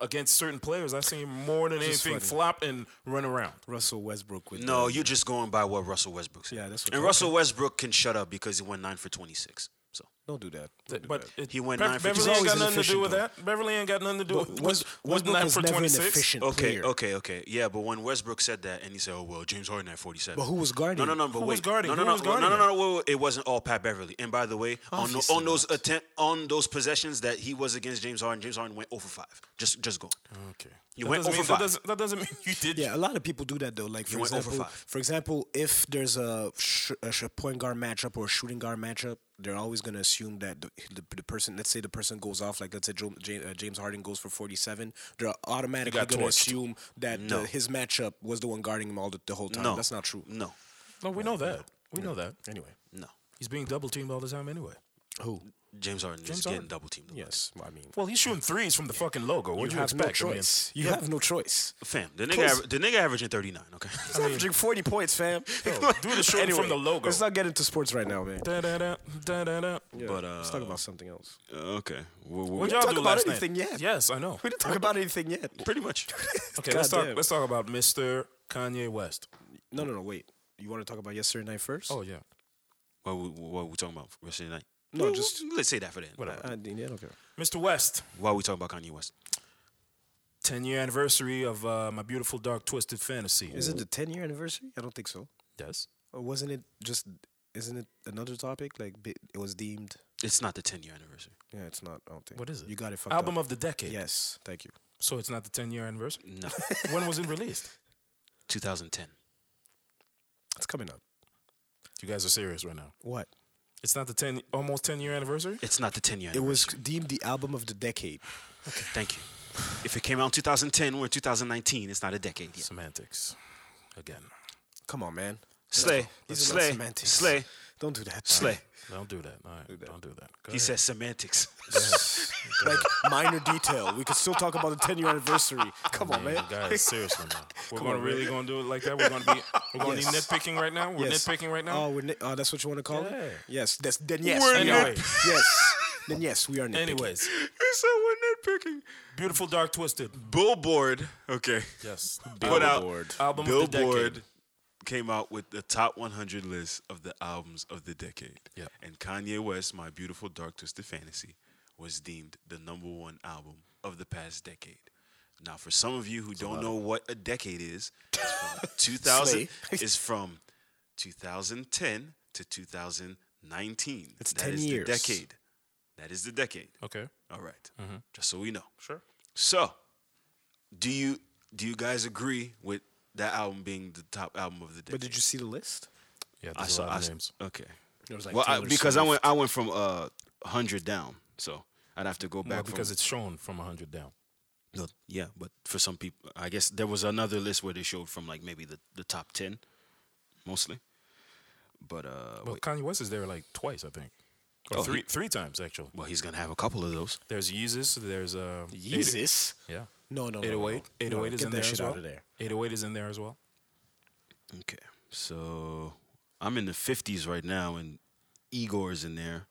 A: against certain players. I see him more than
C: This is
A: anything
C: funny.
A: flop and run around.
C: Russell Westbrook with
D: No,
C: the-
D: you're just going by what Russell Westbrook said.
C: Yeah, that's what-
D: And
C: okay.
D: Russell Westbrook can shut up because he went nine for twenty six. So
C: don't do that. Don't do
A: But
C: that.
A: it,
D: He went nine for
A: Beverly
D: 26.
A: ain't got
C: He's
A: nothing to do
C: inefficient,
A: with
C: though.
A: that. Beverly ain't got nothing to do with
C: But Wes-
A: was was
C: Westbrook
A: nine
C: was
A: for
C: never an
A: twenty six.
C: efficient
D: okay,
C: player.
D: okay, okay, yeah. But when Westbrook said that, and he said, "Oh well, James Harden had forty seven.
C: But who was guarding
D: No, no, no.
C: him?
D: But
A: Who
D: wait,
A: was guarding?
D: No, no,
A: Who
D: no,
A: was guarding
D: no, no,
A: him?
D: no, wait, wait, It wasn't all Pat Beverly. And by the way, on, the,
C: Obviously
D: on those
C: not.
D: attempt on those possessions that he was against James Harden, James Harden went over five. Just just go.
C: Oh,
A: Okay.
D: You
A: that
D: went
A: doesn't
D: over
A: mean,
D: five.
A: That doesn't, that doesn't mean you did.
C: Yeah, a lot of people do that though. Like for
D: went over
C: example,
D: five.
C: for example, if there's a, sh- a sh- point guard matchup or a shooting guard matchup, they're always gonna assume that the, the, the person, let's say the person goes off, like let's say Jo- Ja- uh, James Harden goes for 47, they're automatically
A: got
C: gonna
A: torched.
C: assume that uh, his matchup was the one guarding him all the, the whole time.
D: No, Mm.
C: that's not true.
D: No,
A: No, we know that. We know that.
C: Anyway,
D: no.
A: He's being double teamed all the time anyway.
C: Who?
D: James Harden is
A: Harden?
D: getting double teamed.
C: Yes, well, I mean,
A: Well, he's shooting threes from the fucking logo. What do you
C: have
A: expect?
C: no
A: I mean,
C: choice.
A: you
C: you
A: have-
C: have no choice.
D: Fam, the nigga,
C: Close.
D: aver- the nigga averaging 39, okay?
C: He's averaging 40 points, fam.
A: do the short from the logo.
C: Let's not get into sports right now, man.
A: Da-da-da, da-da-da.
D: But,
C: let's
D: uh,
C: talk about something else.
D: okay. Well, well,
A: What'd
C: didn't
A: y'all
C: talk
A: do
C: about
A: last night?
C: anything yet.
A: Yes, I know.
C: We didn't talk about anything yet.
D: pretty much.
A: Okay, let's talk.
C: Goddamn.
A: Let's talk about Mr. Kanye West.
C: No, no, no. Wait. You want to talk about yesterday night first?
A: Oh yeah,
D: what, we, what we talking about rest of the night?
C: No,
D: Well,
C: just-
D: let's say that for then.
C: whatever. I, yeah, I don't care.
A: Mr. Uh, West.
D: While we talking about Kanye West,
A: Ten year anniversary of uh, my beautiful dark twisted fantasy.
C: Is it the 10 year anniversary? I don't think so.
A: Yes.
C: Or wasn't it just? Isn't it another topic? Like bi- it was deemed.
D: it's not the 10 year anniversary.
C: Yeah, it's not. I don't think.
A: What is it?
C: You got it. Fucked
A: Album
C: up.
A: of the decade.
C: Yes, thank you.
A: So it's not the ten year anniversary.
D: No,
A: when was it released?
D: 2010.
C: It's coming up.
A: You guys are serious right now.
C: What?
A: It's not the ten almost ten year anniversary.
D: It's not the 10 year.
C: It
D: anniversary.
C: was deemed the album of the decade.
D: Thank you. If it came out in 2010, we're in 2019. It's not a decade yet.
A: Semantics. Again.
C: Come on, man.
D: Slay,
C: These are not
D: slay,
C: semantics.
D: slay,
C: Don't do that.
D: slay.
A: Don't do that. All right. Don't do that. Go
D: He
A: ahead.
D: says semantics.
C: like minor detail. We could still talk about the 10 year anniversary. Come on,
A: Man,
C: man.
A: guys, seriously, man. We're gonna really gonna do it like that. We're gonna be we're gonna
C: Yes.
A: be nitpicking right now. We're
C: Yes.
A: nitpicking right now.
C: Oh, we're nit- oh, that's what you want to call
A: Yeah.
C: it? Yes. That's, then yes.
A: We're
C: we are.
A: nit-
C: yes. Then yes, we are nitpicking.
A: Anyways,
D: so we're nitpicking.
A: beautiful dark twisted.
D: Billboard, okay,
A: Yes.
D: put out
C: Billboard.
A: Album of the
D: Billboard
A: decade.
D: came out with the top 100 list of the albums of the decade.
A: Yeah.
D: And Kanye West, My Beautiful Dark Twisted Fantasy, was deemed the number one album of the past decade. Now, for some of you who don't know what a decade is, it's from 2000 is from 2010 to 2019.
C: That's
D: That
C: 10
D: is
C: years.
D: the decade. That is the decade.
A: Okay.
D: All right. Just so we know. Sure. So, do you do you guys agree with that album being the top album of the day?
C: But did you see the list?
A: Yeah,
D: I
A: there's a
D: saw
A: lot
D: I,
A: of
D: s-
A: names.
D: Okay.
C: It was like
D: well, I,
C: Taylor
D: because I
C: Swift.
D: went I went from uh hundred down, so I'd have to go back.
A: Well, because
D: from,
A: it's shown from 100 down.
D: no, yeah, but for some people, I guess there was another list where they showed from like maybe the, the top ten, mostly. But uh,
A: Well,
D: wait,
A: Kanye West is there like twice, I think. Or
D: Oh,
A: three,
D: he-
A: three times, actually.
D: well, he's gonna have a couple of those.
A: There's Yeezus. There's um, eighty-
C: Yeezus.
A: Yeah.
C: No, no, no, no.
A: 808.
C: no.
A: 808
C: No,
A: is
C: get
A: in
C: that
A: there
C: shit
A: as well.
C: out of there.
A: 808 is in there as well.
D: Okay, so I'm in the fifties right now, and Igor's in there.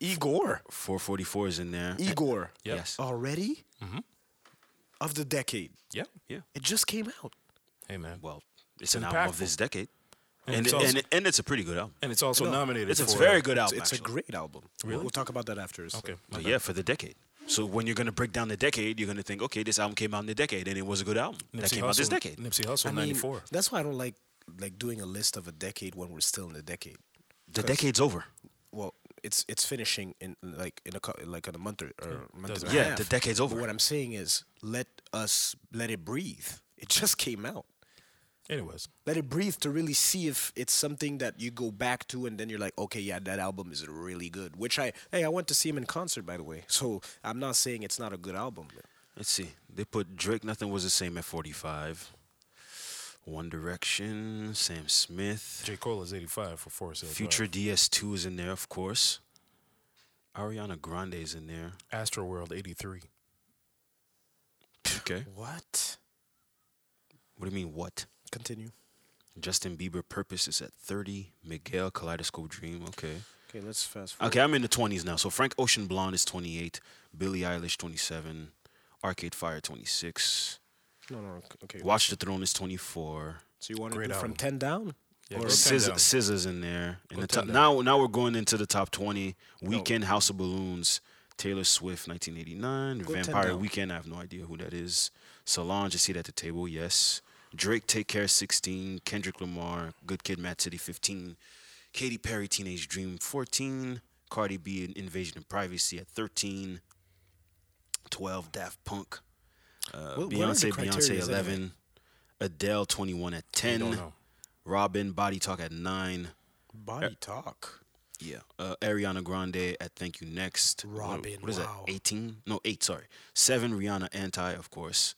C: Igor.
D: 444 is in there.
C: Igor.
A: Yeah.
D: Yes.
C: Already? Mm-hmm. Of the decade.
A: Yeah.
D: Yeah.
C: It just came out.
A: Hey, man.
D: Well, it's an album
A: impactful.
D: of this decade.
A: And
D: And and,
A: it's also-
D: and, it's a pretty good album.
A: And it's also nominated
D: It's a
A: for
D: very good album.
C: It's a
D: actually.
C: great album. Really? We'll talk about that after. so-
A: Okay.
D: But yeah, for the decade. So when you're gonna break down the decade, you're gonna think, okay, this album came out in the decade, and it was a good album that
A: Nipsey
D: came out this
A: Hussle-
D: decade.
A: Nipsey Hussle,
C: I mean,
A: 94.
C: That's why I don't like like doing a list of a decade when we're still in the decade.
D: The decade's over.
C: Well, it's it's finishing in like in a cou- like in a month or, or a month
A: doesn't
C: and a
D: matter. Yeah,
C: half.
D: the decade's
C: But
D: over.
C: what I'm saying is, let us let it breathe. It just came out.
A: Anyways,
C: Let it breathe to really see if it's something that you go back to, and then you're like, okay, yeah, that album is really good. Which I hey, I went to see him in concert, by the way. So I'm not saying it's not a good album.
D: Let's see. They put Drake. Nothing was the same at 45. One Direction. Sam Smith.
A: J. Cole is 85 for Forest Hill Drive.
D: Future DS2 is in there, of course. Ariana Grande is in there.
A: Astroworld, 83.
D: Okay.
C: What?
D: what do you mean? What?
C: Continue.
D: Justin Bieber Purpose is at 30. Miguel Kaleidoscope Dream. Okay.
C: Okay, let's fast forward.
D: Okay, I'm in the 20s now. So Frank Ocean Blonde is 28. Billie Eilish 27. Arcade Fire 26.
C: No, no. Okay.
D: Watch the Throne is 24.
C: So you want to
A: Great
C: do from
A: album.
C: ten down?
A: Yeah,
C: Or
A: go 10
D: Scissor,
A: down.
D: scissors in there. In the
A: ten
D: top,
A: down.
D: now, now we're going into the top 20. Weekend House of Balloons. Taylor Swift 1989.
C: Go ten
D: Vampire
C: down.
D: Weekend. I have no idea who that is. Solange, a seat at the table. Yes. Drake Take Care 16. Kendrick Lamar. Good Kid, Mad City 15. Katy Perry Teenage Dream 14. Cardi B an Invasion of Privacy at 13. 12 Daft Punk. Uh,
C: What- what are the
D: Beyonce, Beyonce
C: criterias
D: 11.
C: anyway?
D: Adele 21 at 10.
A: don't know.
D: Robin Body Talk at 9.
C: Body talk.
D: Yeah. Uh, Ariana Grande at Thank You Next. What-
C: Robin,
D: what is
C: wow.
D: that? 18? No, 8, sorry. 7 Rihanna Anti, of course.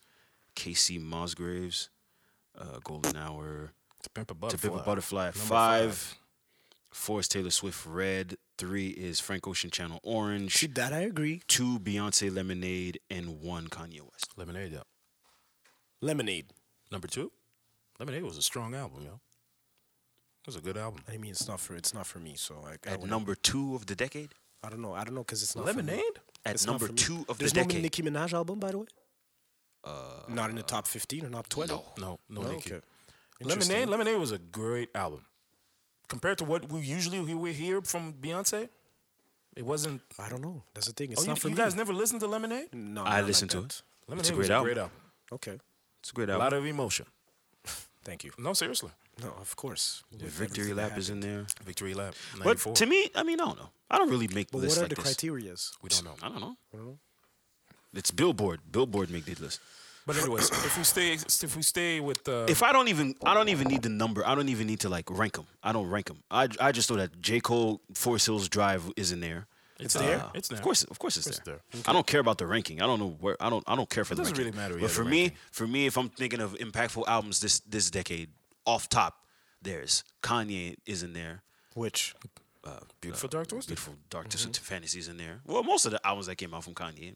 D: Casey Mosgraves. Uh, Golden Hour.
A: To Pimp a
D: To
A: Butterfly.
D: Pimp a Butterfly at
A: Number
D: 5. 4 is Taylor Swift Red. Three is Frank Ocean Channel Orange.
C: That I agree.
D: Two Beyonce Lemonade and one Kanye West.
A: Lemonade, yeah.
C: Lemonade.
A: Number two, Lemonade was a strong album, yo. It was a good album.
C: I mean, it's not for it's not for me. So I, I,
D: At
C: wouldn't-
D: number two of the decade.
C: I don't know. I don't know because it's not For me.
A: Lemonade?
D: At
C: It's not
D: number
C: for me.
D: two of
C: There's
D: the
C: no
D: decade.
C: Nicki Minaj album, by the way. Uh, not in the top fifteen or not twenty.
A: No, no,
C: No,
A: Nicki.
C: okay.
A: Lemonade,
C: Interesting.
A: Lemonade was a great album. Compared to what we usually we would hear from Beyonce, it wasn't.
C: I don't know. That's the thing. It's
A: Oh, you,
C: not for
A: you
C: me.
A: guys never listened to Lemonade?
C: no, not
D: I
C: like
D: listened to
C: that.
D: it.
A: Lemonade
D: It's a
A: was
D: great album.
A: great album.
C: Okay,
D: It's a great
A: A lot
D: album.
A: of emotion.
C: thank you.
A: No, seriously.
C: No, of course.
D: The
C: With
D: Victory
C: everything that
D: Lap is in
C: happened.
D: there.
A: Victory Lap.
D: But
A: 94.
D: to me, I mean, I don't know. I don't really make
C: But
D: lists
C: what are
D: like
C: the
D: this.
C: criterias?
A: we don't know.
D: I don't know. It's Billboard. Billboard make this list.
A: But anyways, if we stay, if we stay with uh,
D: If I don't even, I don't even need the number. I don't even need to like rank them. I don't rank them. I, I just know that J Cole Forest Hills Drive is in there. Uh,
A: It's there. It's there.
D: Of course, of course, it's
A: It's
D: there.
A: there.
D: I don't care about the ranking. I don't know where. I don't. I don't care for the
A: doesn't
D: ranking.
A: really matter, yeah,
D: But
A: the
D: for me,
A: ranking.
D: for me, if I'm thinking of impactful albums this this decade, off top, there's Kanye is in there.
C: Which
D: Uh,
A: Beautiful Dark Mm-hmm. Twisted.
D: Beautiful Dark Twisted Fantasies in there. Well, most of the albums that came out from Kanye.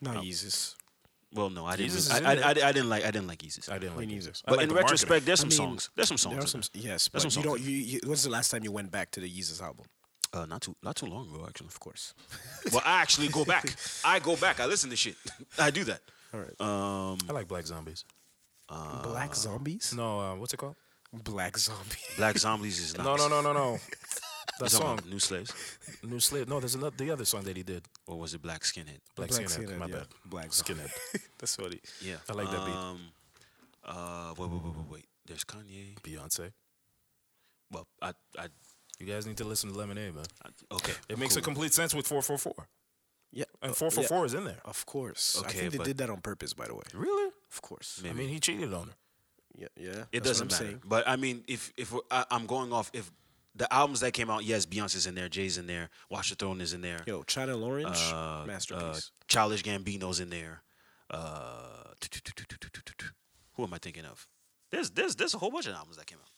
C: not Yeezus.
D: Well, no, I didn't.
A: Yeezus is
D: I,
A: in
D: I,
A: there.
D: I, I didn't like. I didn't like Yeezus.
A: I didn't like
C: Me
A: it.
C: neither.
A: I
D: But
A: like
D: in
A: the marketing.
D: retrospect, there's
C: I
D: some
C: mean,
D: songs. There's some songs.
C: There are
D: in
C: some.
D: there.
C: Yes, but
D: There's some
C: you don't.
D: songs.
C: You, you, when's the last time you went back to the Yeezus album?
D: Uh, not too not too long ago, actually.
C: Of course.
D: well, I actually go back. I go back. I listen to shit. I do that.
C: All right.
A: I like Black Zombies.
C: Black zombies.
A: No, uh, what's it called?
C: Black zombie.
D: Black Zombies is not.
A: No, no, no, no, no. That
D: It's on
A: song,
D: New Slaves.
A: New Slave. No, there's another, the other song that he did,
D: Or was it Black Skinhead?
A: Black,
C: Black
A: Skinhead.
C: Skinhead,
A: My
C: yeah.
A: bad.
C: Black
A: Skinhead.
C: That's funny.
D: Yeah.
A: I like that beat.
D: Um, uh, wait, wait, wait, wait, wait. There's Kanye.
A: Beyonce.
D: Well, I, I,
A: You guys need to listen to Lemonade, man.
D: I okay.
A: It makes a
D: cool.
A: complete sense with 444.
C: Yeah.
A: And
C: uh,
A: 444
C: yeah,
A: is in there.
C: Of course. I
D: Okay,
C: think they
D: but-
C: did that on purpose, by the way.
A: Really?
C: Of course.
A: I mean, he cheated on her.
C: Yeah. Yeah.
D: It doesn't matter. But I mean, if if we're, I, I'm going off if the albums that came out, yes, Beyonce's in there, Jay's in there, Watch the Throne is in there,
C: Yo, China Orange,
D: uh, uh,
C: masterpiece.
D: Childish Gambino's in there. Uh, who am I thinking of? There's there's there's a whole bunch of albums that came out.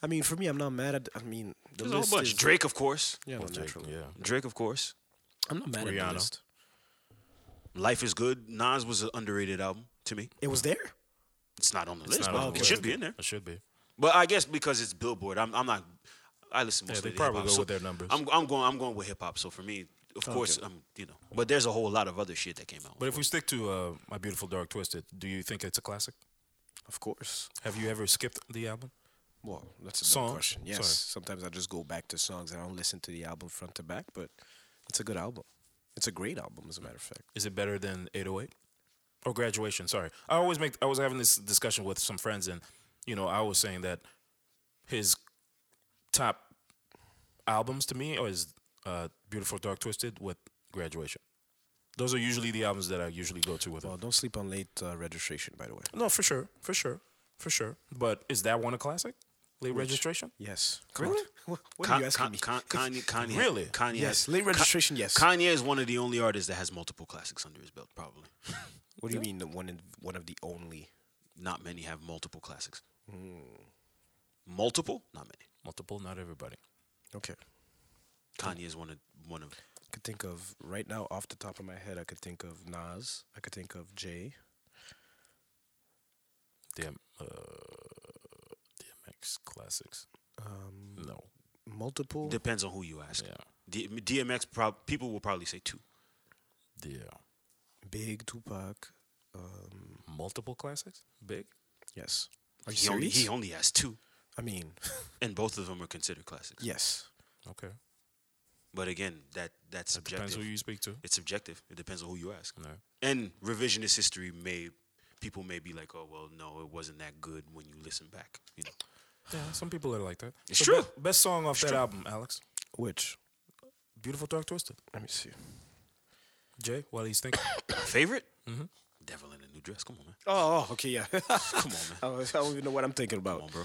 C: I mean, for me, I'm not mad at. I mean, the
D: uh, There's a whole
C: list
D: bunch.
C: is-
D: Drake, of course.
C: Yeah, no,
A: Well, Drake,
C: naturally.
A: yeah.
D: Drake, of course.
C: I'm not mad at
A: Rihanna.
C: the list.
D: Life is Good. Nas was an underrated album to me.
C: It was there.
D: It's not on the list,
A: not
D: but
A: on the
D: it
A: list.
D: Oh, should be in there.
A: It should be.
D: But I guess because it's Billboard, I'm, I'm not. I listen
A: Yeah,
D: mostly
A: they
D: to
A: probably
D: hip-hop,
A: go
D: so
A: with their numbers.
D: I'm, I'm going. I'm going with hip hop. So for me, of course, I'm. You know, but there's a whole lot of other shit that came out.
A: But if we stick to uh, My Beautiful Dark Twisted, do you think it's a classic?
C: Of course.
A: Have you ever skipped the album?
C: Well, that's a
A: Song?
C: good question. Yes.
A: Sorry.
C: Sometimes I just go back to songs. I don't listen to the album front to back, but it's a good album. It's a great album, as a matter of fact.
A: Is it better than 808? Or graduation, sorry. I always make I was having this discussion with some friends and you know, I was saying that his top albums to me is uh, Beautiful Dark Twisted with Graduation. Those are usually the albums that I usually go to with him.
C: Well, don't sleep on late uh, registration, by the way.
A: No, for sure, for sure, for sure. But is that one a classic? Late registration?
C: Yes. Come on.
A: Really?
C: What, what are
D: Con-
C: you asking
D: Con-
C: me?
D: Con- Kanye, Kanye,
A: Really?
D: Kanye.
C: Yes,
D: has-
C: late
D: Ka-
C: registration, yes.
D: Kanye is one of the only artists that has multiple classics under his belt. Probably
C: What do you mean the one in, one of the only?
D: not many have multiple classics.
C: Hmm.
D: Multiple, not many.
A: Multiple, not everybody.
C: Okay.
D: Kanye is one of one of.
C: I could think of right now off the top of my head. I could think of Nas. I could think of Jay.
A: Damn, uh, DMX classics. Um, no,
C: Multiple.
D: Depends on who you ask.
A: Yeah.
D: D- DMX, prob- people will probably say two.
A: yeah,
C: Big Tupac. Um,
A: multiple classics. Big.
C: yes. Are you
D: He only,
C: serious?
D: he only has two,
C: I mean,
D: and both of them are considered classics.
C: yes.
A: Okay,
D: But again, that that's subjective.
A: depends who you speak to.
D: it's subjective. It depends on who you ask.
A: No.
D: And revisionist history may people may be like, oh well, no, it wasn't that good when you listen back. You know,
A: Yeah, some people are like that.
D: It's
A: be-
D: true.
A: best song off that album, Alex.
C: Which?
A: Beautiful Dark Twisted.
C: Let me see.
A: Jay, while he's thinking,
D: My favorite, Devil in a New Dress. Come on, man.
C: Oh, oh, okay, yeah.
D: Come on, man.
C: I was- I don't even know what I'm thinking about.
D: Come on, bro.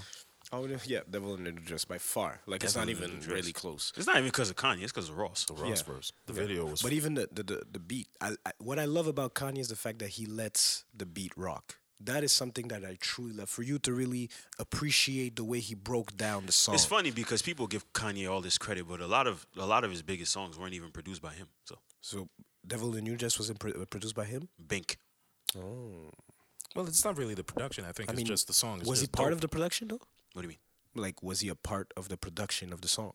C: I would, yeah, Devil in the Dress by far. Like it's not
D: Devil in a
C: even
D: Dress.
C: really close.
D: It's not even because of Kanye. It's because of Ross.
A: the Ross
C: Yeah.
A: verse. The video was.
C: But even the the, the, the beat, I, I, what I love about Kanye is the fact that he lets the beat rock. That is something that I truly love. For you to really appreciate the way he broke down the song.
D: It's funny because people give Kanye all this credit, but a lot of a lot of his biggest songs weren't even produced by him. So
C: So, Devil in You just was impro- produced by him.
D: Bink.
A: Well, it's not really the production. I think it's just the song. It's
C: was he
A: just
C: part
A: dope.
C: of the production though?
D: What do you mean?
C: Like, was he a part of the production of the song?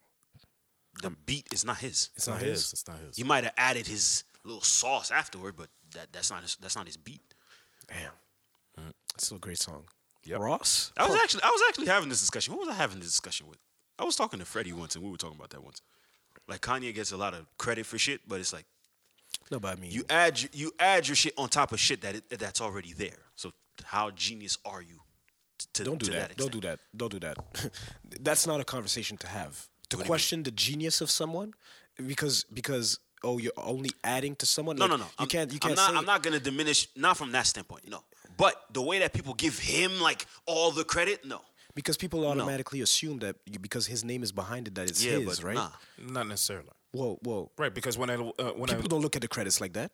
D: The beat is not his.
C: It's
A: It's
C: not his.
A: It's not his.
D: He might have added his little sauce afterward, but that, that's not his, that's not his beat.
C: Damn, it's still a great song. Ross.
D: I was actually I was actually having this discussion. Who was I having this discussion with? I was talking to Freddie once, and we were talking about that once. Like Kanye gets a lot of credit for shit, but it's like
C: No, but I mean,
D: you add your- you add your shit on top of shit that it, that's already there. So how genius are you? t- To,
C: don't do
D: to
C: that. don't do
D: extent?
C: that. Don't do that. That's not a conversation to have. To question the genius of someone, because because oh, you're only adding to someone.
D: No,
C: Like,
D: no, no.
C: You
D: I'm-
C: can't. You can't
D: I'm not,
C: say
D: I'm not gonna diminish. Not from that standpoint. No. But the way that people give him like all the credit, no.
C: because people automatically assume that you- because his name is behind it that it's
D: Yeah,
C: his,
D: but
C: right?
D: nah.
A: Not necessarily.
C: Whoa, whoa.
A: Right, because when I uh, when I
C: People don't look at the credits like that.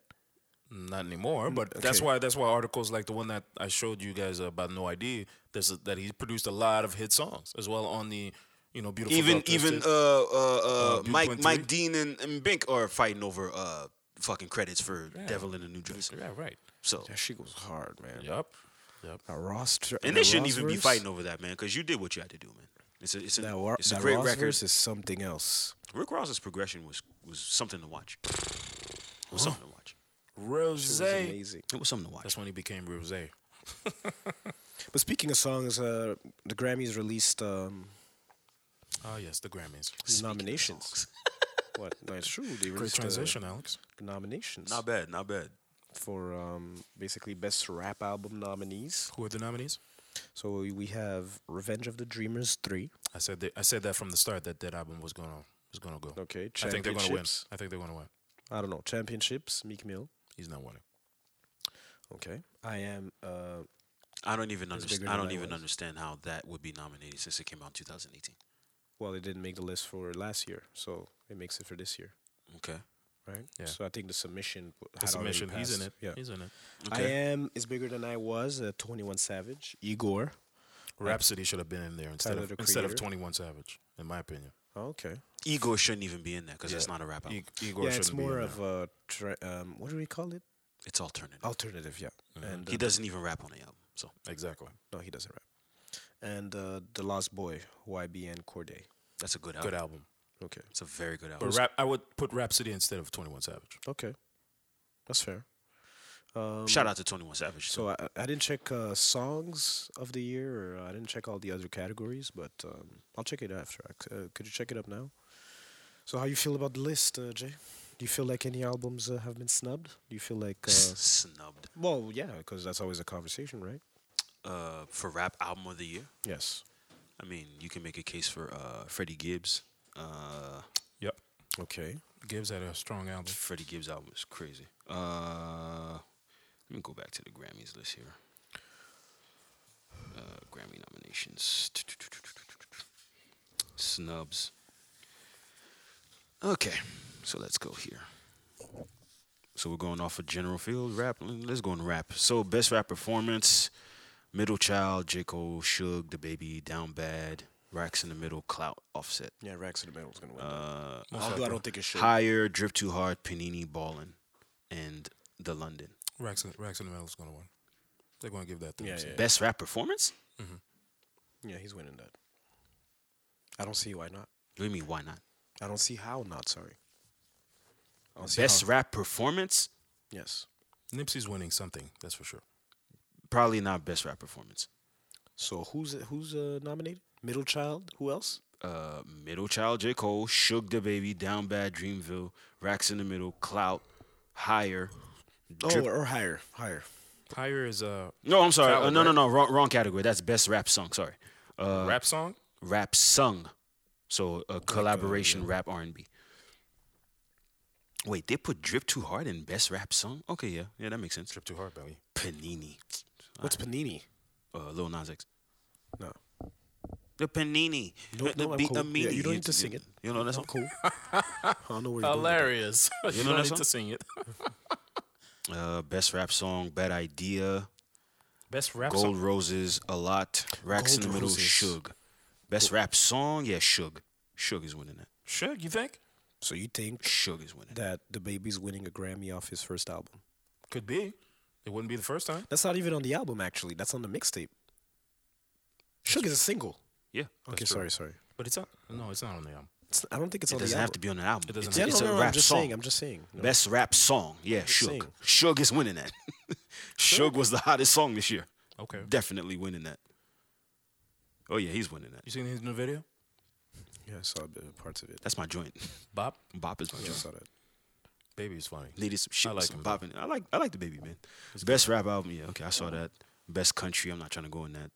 A: not anymore, but that's
C: okay.
A: why that's why articles like the one that I showed you guys about No ID, there's a, that he produced a lot of hit songs as well on the you know beautiful
D: Even
A: Dark
D: even uh,
A: Twisted.
D: uh, uh,
A: Uh, Duke
D: Mike
A: went
D: Mike
A: three?
D: Dean and, and Bink are fighting over uh, fucking credits for Devil in a New Dress.
A: yeah right
D: So
C: That shit goes hard, man.
A: yep yep
C: A Ross tr-
D: and
C: the
D: they shouldn't
C: Ross
D: even be
C: verse-
D: fighting over that, man, because you did what you had to do, man. It's a it's a,
C: That, war,
D: it's a
C: that
D: great
C: Ross
D: record.
C: verse is something else.
D: Rick Ross's progression was was something to watch. It was something to watch.
A: Rose
C: It's amazing.
D: It was something to watch.
A: that's when he became Rose
C: But speaking of songs, uh, the Grammys released um,
A: oh yes the Grammys
C: nominations. what? No, it's true. They
A: great
C: released uh,
A: transition Alex
C: the nominations
D: Not bad, not bad.
C: for um, basically best rap album nominees.
A: who are the nominees
C: So we- we have Revenge of the Dreamers three.
A: I said that, I said that from the start that that album was gonna was gonna go
C: Okay,
A: I think they're gonna win
C: Championships.
A: I think they're gonna win
C: I don't know championships. Meek Mill.
A: he's not winning
C: Okay. I am. Uh,
D: I don't even
C: bigger
D: understand.
C: than
D: I don't
C: I
D: even
C: was.
D: understand how that would be nominated since it came out in 2018.
C: well, it didn't make the list for last year, so it makes it for this year,
D: Okay.
C: right?
A: Yeah.
C: So I think the submission. w-
A: the
C: had already
A: submission he's in
C: passed.
A: it
C: Yeah.
A: he's in it
D: Okay.
C: I am is bigger than I was. Uh, Twenty One Savage. Igor.
A: Rhapsody should have been in there instead
C: Tyler,
A: of
C: the
A: instead of
C: Creator.
A: 21 Savage in my opinion
C: Okay.
D: Igor shouldn't even be in there because that's not a rap album.
A: E- Igor
C: yeah,
A: shouldn't
C: it's
A: be in
C: more
A: there.
C: of a tra- um, what do we call it?
D: it's alternative.
C: Alternative, yeah. And uh,
D: he doesn't even rap on the album. So
A: exactly
C: no, he doesn't rap. And uh, the Lost Boy, YBN Corday.
D: that's a good album.
A: good album
C: Okay,
D: It's a very good album.
A: but rap I would put Rhapsody instead of 21 Savage
C: okay, that's fair.
D: Shout out to 21 Savage. So
C: So I, I didn't check uh, songs of the year, or uh, I didn't check all the other categories, but um, I'll check it after. I c- Uh, could you check it up now? So how you feel about the list, uh, Jay? Do you feel like any albums uh, have been snubbed? Do you feel like uh,
D: snubbed
C: well, yeah, because that's always a conversation, right?
D: uh, for rap album of the year.
C: Yes.
D: I mean, you can make a case for uh, Freddie Gibbs. Uh,
A: yep
C: Okay.
A: Gibbs had a strong album
D: Freddie Gibbs album is crazy. Uh, let me go back to the Grammys list here. Uh, Grammy nominations, snubs. Okay, so let's go here. So we're going off of general field rap. Let's go and rap. So best rap performance: Middle Child, J Cole, Suge, The Baby, Down Bad, Racks in the Middle, Clout, Offset.
C: Yeah, Racks in the Middle is gonna win.
D: Uh,
C: Although I don't think it should.
D: Higher, Drip Too Hard, Panini Ballin, and The London.
A: Rax in, Rax in the Metal's gonna win. They're gonna give that to
C: Yeah,
A: him. so-
C: yeah.
D: Best rap performance?
C: Yeah, he's winning that. I don't see why not.
D: What do you mean, why not?
C: I don't see how not. Sorry. I don't see
D: Best
C: how-
D: rap performance?
C: Yes.
A: Nipsey's winning something, that's for sure.
D: Probably not best rap performance.
C: So who's who's uh, nominated? Middle Child. Who else?
D: Uh, Middle Child, J. Cole, Suge the Baby, Down Bad, Dreamville, Racks in the Middle, Clout, Higher. Drip-
C: Oh, or higher, higher.
A: Higher is a
D: no, I'm sorry.
A: Clout,
D: Uh, no, no,
A: right?
D: no. Wrong, wrong category. That's best rap song. Sorry. Uh,
A: rap song.
D: rap sung. So a collaboration rap R and B. Wait, they put Drip Too Hard in Best Rap Song? Okay, yeah, yeah, that makes sense.
A: Trip too hard, belly.
D: Panini,
C: What's Panini?
D: uh, Lil Nas X.
C: No.
D: The Panini.
C: No,
D: the
C: no, I'm
D: be-
C: cool.
D: a
C: Yeah,
D: meanie.
C: you don't need to sing it.
D: You know that song?
C: Cool. I don't know where you're going.
A: Hilarious. you
D: know
A: don't
D: that
A: need
D: song?
A: to sing it.
D: Uh, best rap song, Bad Idea.
A: Best rap
D: Gold
A: song.
D: Roses, a lot. Racks in
C: Gold
D: the Middle,
C: Roses.
D: Suge. Best rap song, yeah, Suge. Suge is winning that.
A: Suge, you think?
C: So you think
D: Suge is winning.
C: that the baby's winning a Grammy off his first album?
A: Could be. It wouldn't be the first time.
C: That's not even on the album, actually. That's on the mixtape. Suge is a single.
D: Yeah.
C: Okay,
D: that's true.
C: sorry, sorry.
A: But it's not. No, it's not on the album.
C: It's, I don't think it's
D: It
C: on the
D: doesn't
C: album.
D: have to be on an album. It
A: doesn't
D: doesn't
A: have to
C: Yeah,
D: it's
C: no,
D: a
C: no, no, I'm
D: rap
C: just
D: song.
C: saying. I'm just saying. No.
D: Best rap song, yeah,
C: saying.
D: Suge. Suge is winning that. Suge was the hottest song this year.
A: Okay.
D: Definitely winning that. Oh yeah, he's winning that.
A: You seen his new video?
C: Yeah, I saw a bit of parts of it.
D: That's my joint.
A: Bop.
D: Bop is my
C: Yeah, I
D: joint.
C: saw that.
A: Baby is funny.
D: Needed some shit.
A: I
D: I
A: like
D: like some
A: him,
D: bop in it. I like I like the baby man. Best rap album, yeah. Okay, I saw that. Best country. I'm not trying to go in that.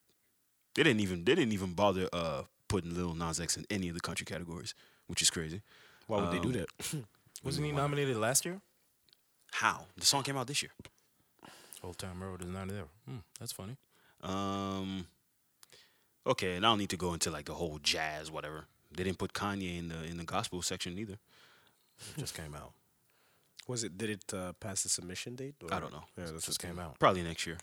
D: They didn't even they didn't even bother uh putting Lil Nas X in any of the country categories, which is crazy. Um,
C: Why would they do that?
A: Wasn't he nominated last year?
D: How the song came out this year.
A: Old Time Road is not there. Hmm, that's funny.
D: Um, okay, and I don't need to go into like the whole jazz whatever. They didn't put Kanye in the in the gospel section either.
A: It just came out.
C: Was it? Did it uh, pass the submission date? Or?
D: I don't know.
C: Yeah, that's
A: Just
C: just
A: came out.
D: Probably next year.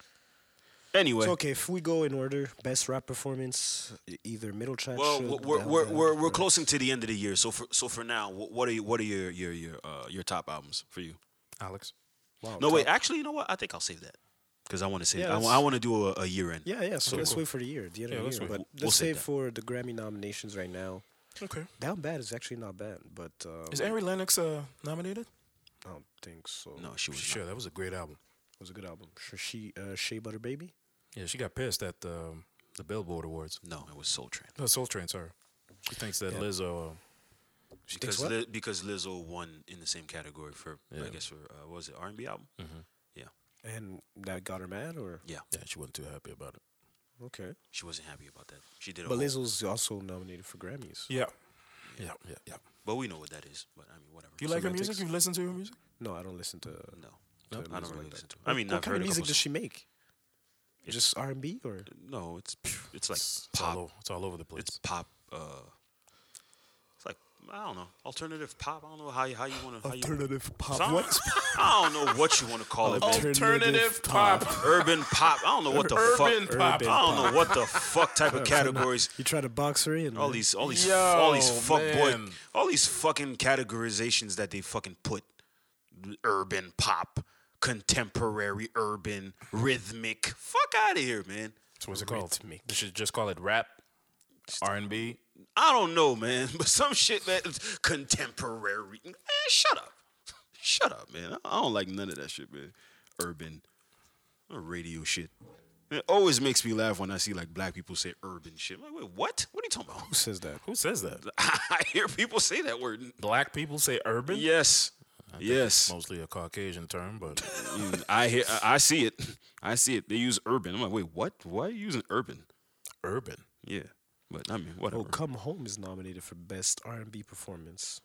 D: Anyway,
C: So okay, if we go in order, best rap performance, e- either middle track.
D: well,
C: Suge,
D: we're
C: Down
D: we're,
C: Bad,
D: we're,
C: or-
D: we're closing to the end of the year. So for so for now, wh- what are you, what are your your your uh, your top albums for you?
A: Alex.
C: Wow,
D: No, wait.
C: top-
D: Actually, you know what? I think I'll save that because I want to save.
C: Yeah,
D: I,
C: let's-
D: want to do a, a year end.
C: Yeah, yeah. So let's wait for the year, the end
A: Yeah,
C: of
A: let's
C: the year.
A: wait.
C: But
D: We'll
C: let's
D: save
C: save
D: that.
C: for the Grammy nominations right now.
A: Okay.
C: Down bad is actually not bad, but um,
A: Is Ari Lennox uh, nominated?
C: I don't think so.
D: No,
C: it
D: she was.
A: Sure, that was a great album.
C: was a good album. Sh- She uh, Shea Butter Baby.
A: Yeah, she got pissed at the, the Billboard Awards.
D: Not. No, it was Soul Train.
A: No, Soul Train, sorry. She thinks that Lizzo. Uh,
D: Because
C: what?
D: Li- because Lizzo won in the same category for I guess for uh, what was it R and B album?
C: Mm.
D: Yeah,
C: And that got her mad, or
D: yeah.
A: yeah, she wasn't too happy about it.
C: okay.
D: She wasn't happy about that. She did. A
C: But
D: whole-
C: Lizzo's also nominated for Grammys.
A: Yeah. Yeah, yeah, yeah.
D: But we know what that is. But I mean, whatever.
A: Do you like her
C: Semantics.
A: music? You listen to her music?
C: No, I don't listen to.
D: No,
C: to
D: I
C: music
D: don't really
C: like
D: listen
C: that.
D: to. It. I mean,
C: what
D: I've
C: kind
D: heard
C: of music
D: a
C: does
D: couple.
C: she make? Just R and B, or
D: no, it's it's like
A: It's
D: pop.
A: all, over, it's all over the place.
D: It's pop. Uh, it's like I don't know, alternative pop. I don't know how you, how you want to
C: pop.
D: Some-
C: What?
D: I don't know what you want to call it. man.
A: Alternative pop.
D: Urban pop. I don't know what the
A: Urban
D: fuck.
A: pop.
D: I don't know what the fuck type of categories.
C: You try to box her in.
D: All
C: man.
D: these, all these, all these
A: Yo,
D: fuck boy,
A: man.
D: all these fucking categorizations that they fucking put. Urban pop, contemporary urban, rhythmic. Fuck out of here, man.
A: So what's it called?
C: Rhythmic.
A: They should just call it rap, R&B.
D: I don't know, man, but some shit that contemporary. Man, shut up, shut up, man. I- I don't like none of that shit, man. Urban, uh, radio shit. It always makes me laugh when I see like black people say urban shit. I'm like, wait, what? What are you talking
C: Who says that?
A: Who says that?
D: about? I hear people say that word.
A: Black people say urban?
D: Yes, yes.
A: Mostly a Caucasian term, but
D: Mm, I hear. I I see it. I see it. They use urban. I'm like, wait, what? Why are you using urban?
A: urban.
D: Yeah, but I mean, whatever.
C: Oh, Come Home is nominated for Best R&B Performance.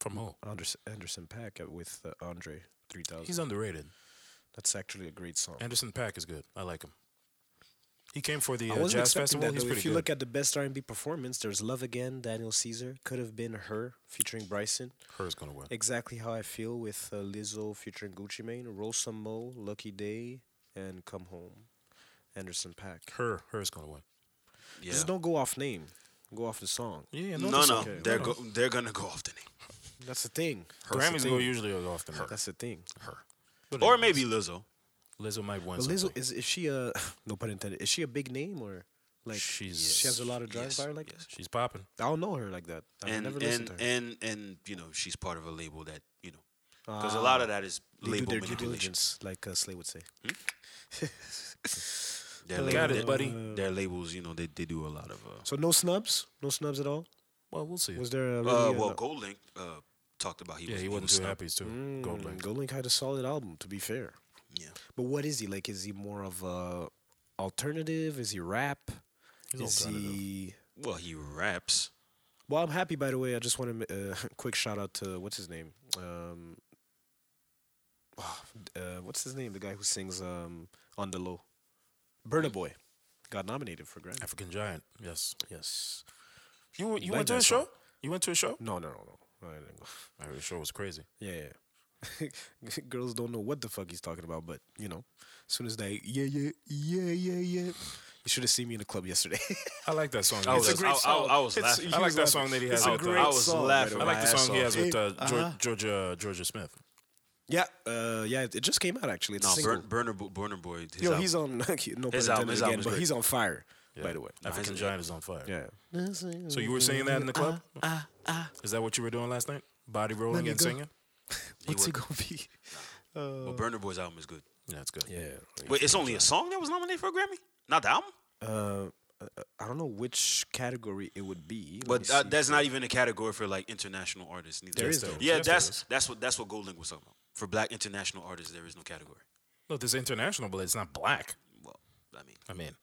A: From who?
C: Anderson, Anderson Pack with uh, Andre 3000.
A: He's underrated.
C: That's actually a great song.
A: Anderson Pack is good. I like him. He came for the
C: I
A: uh,
C: wasn't
A: jazz
C: expecting
A: festival.
C: that.
A: He's
C: Though.
A: pretty
C: If you
A: good.
C: look at the Best R&B Performance, there's Love Again, Daniel Caesar, Could Have Been Her featuring Bryson,
A: Her's gonna win.
C: Exactly How I Feel with uh, Lizzo featuring Gucci Mane, Roll Some Mo, Lucky Day, and Come Home. Anderson Pack.
A: Her, her's gonna win.
D: yeah.
C: Just don't go off name. Go off the song.
A: Yeah,
D: no, no,
A: it's
C: okay.
D: they're go, they're gonna go off the name.
C: That's the thing. That's
A: Grammys
C: the
A: go
C: thing.
A: usually off the
C: That's the thing.
A: But
D: Or
A: anyways,
D: maybe Lizzo.
A: Lizzo might win.
C: But Lizzo
A: something.
C: is is she a no pun intended? Is she a big name or like
A: She's-
C: she has a lot of drive
D: yes,
C: by her like
D: yes.
A: She's popping.
C: that? I don't know her like that. I've
D: and
C: never listened
D: and
C: to her.
D: and and you know she's part of a label that you know because a lot of that is
C: Ah, they
D: label
C: do their due
D: manipulation.
C: diligence, like uh, Slay would say.
D: Their,
A: Got
D: label,
A: it, buddy.
D: their, their labels, you know, they, they do a lot of. Uh,
C: So no snubs, no snubs at all.
A: Well, we'll see.
C: Was there a
D: uh,
C: really,
D: well,
C: uh,
D: Gold Link uh, talked about he
A: yeah,
D: was
A: he wasn't
D: was
A: too
D: snubbed.
A: happy too. Mm, Gold
C: mm,
A: Link.
C: Gold Link had a solid album, to be fair.
D: Yeah,
C: But what is he like? Is he more of a alternative? Is he rap? is
A: alternative.
C: he?
D: well, he raps.
C: Well, I'm happy. By the way, I just want to uh, quick shout out to what's his name. Um, ah, uh, what's his name? The guy who sings um, on the low, Burna Boy, got nominated for Grammy.
A: African Giant. Yes.
C: Yes.
A: You you
C: Like
A: went to
C: that
A: a
C: song.
A: show? You went to a show?
C: No, no, no, no. I didn't go.
A: I heard the show was crazy.
C: Yeah, yeah. girls don't know what the fuck he's talking about, but you know, as soon as they yeah yeah yeah yeah yeah, you should have seen me in the club yesterday.
A: I like that song.
D: I
A: It's
D: was,
A: a
D: just-
A: great
D: I, I,
A: song.
D: I was
C: It's-
D: laughing.
C: he
A: I like
C: was
A: that
C: laughing.
A: song that he
C: It's
A: has
C: a
A: with.
C: great
A: uh,
D: I was
C: song, by
D: laughing.
C: the
A: I
C: way.
A: like the song he
D: ass
A: has with uh,
C: off.
A: Geor-
C: Uh-huh.
A: Georgia Georgia Smith.
C: yeah, uh, yeah, it it just came out actually. It's a
D: No,
C: single.
D: Burn, Burner Bo- Burner Boy. His
C: Yo,
D: album.
C: he's on. no pun intended
D: His album- his album
C: again,
D: is
C: but
D: great.
C: he's on fire. By the way,
A: African Giant is on fire.
C: yeah. Uh,
A: So you were singing that in the club? Is that what you were doing last night? Body rolling
C: me
A: and
C: go.
A: singing?
C: What's
D: would-
C: it gonna be?
D: Well, Burner Boy's album is good.
A: Yeah, it's good.
C: Yeah.
D: Wait, it's only a song that was nominated for a Grammy, not the album.
C: I don't know which category it would be. Let me
D: But uh,
C: see.
D: that's not even a category for like international artists. Neither.
C: There
D: Yes,
C: is, though.
D: Yeah,
A: Yes, there
D: that's that's what that's what Gold Link was talking about. For black international artists, there is no category.
A: Look, it's international, but it's not black.
D: Well, I mean,
A: I mean,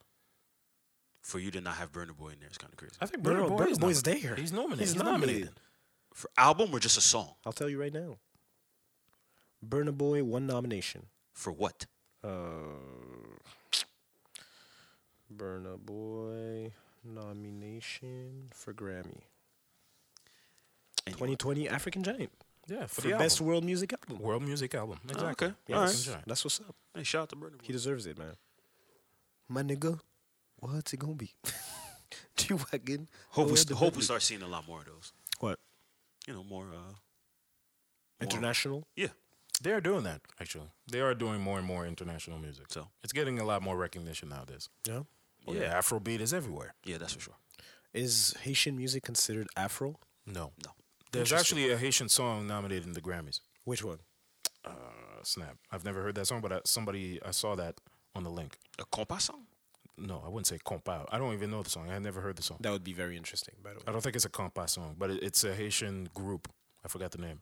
D: for you to not have Burner Boy in there is kind of crazy.
A: I think
C: No,
A: Burner
C: no,
A: Boy
C: Burna
A: is
C: Boy's
A: nominated.
C: there.
A: He's nominated.
C: He's
A: He's, nominated.
C: nominated.
D: For album or just a song?
C: I'll tell you right now. Burna Boy, one nomination.
D: For what?
C: Uh, Burna Boy nomination for Grammy.
D: And you-
C: 2020 African Giant
A: Yeah, for,
C: for
A: the
C: best
A: best Oh,
C: world music album.
A: world music album. Exactly.
D: Oh, okay.
A: Yeah,
D: All
A: African
D: right.
A: Giant.
C: That's what's up.
D: Hey, shout out to Burner Boy.
C: He deserves it, man. My nigga, what's it gonna be? G wagon.
D: Hope we, hope we start seeing a lot more of those.
C: What?
D: You know, more. Uh,
C: International.
D: yeah.
A: They are doing that actually. They are doing more and more international music.
D: So?
A: it's getting a lot more recognition nowadays.
C: Yeah.
A: Well, yeah. Afrobeat is everywhere.
D: Yeah, that's for sure.
C: Is Haitian music considered Afro?
A: No,
D: No.
A: There's actually a Haitian song nominated in the Grammys.
C: Which one?
A: Uh, snap! I've never heard that song, but I, somebody I saw that on the link.
D: A compas song?
A: No, I wouldn't say compa. I don't even know the song. I never heard the song.
C: That would be very interesting, by the way.
A: I don't think it's a compa song, but it, it's a Haitian group. I forgot the name.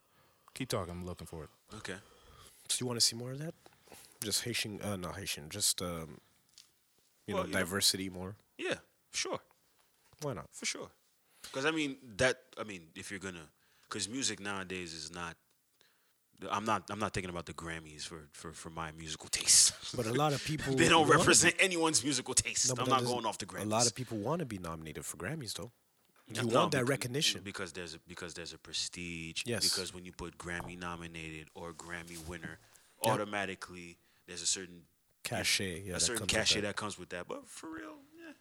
A: Keep talking. I'm looking for it.
D: Okay.
C: So you want to see more of that? Just Haitian, uh, not Haitian, just um, you
D: Well,
C: know,
D: you know-
C: diversity more.
D: Yeah, sure,
C: Why not?
D: for sure. Because I mean that. I mean, if you're gonna, because music nowadays is not. I'm not. I'm not thinking about the Grammys for for, for my musical taste.
C: But a lot of people
D: they don't
C: wanna be-
D: represent anyone's musical taste.
C: No, but
D: I'm
C: that
D: not
C: doesn't-
D: going off the Grammys.
C: A lot of people want to be nominated for Grammys, though. You
D: No,
C: want that
D: becau-
C: recognition.
D: because there's a, because there's a prestige.
C: Yes.
D: Because when you put Grammy nominated or Grammy winner, automatically there's a certain
C: Cachet, yeah,
D: a
C: that
D: certain
C: comes with
D: cachet
C: that.
D: that comes with that. But for real, yeah,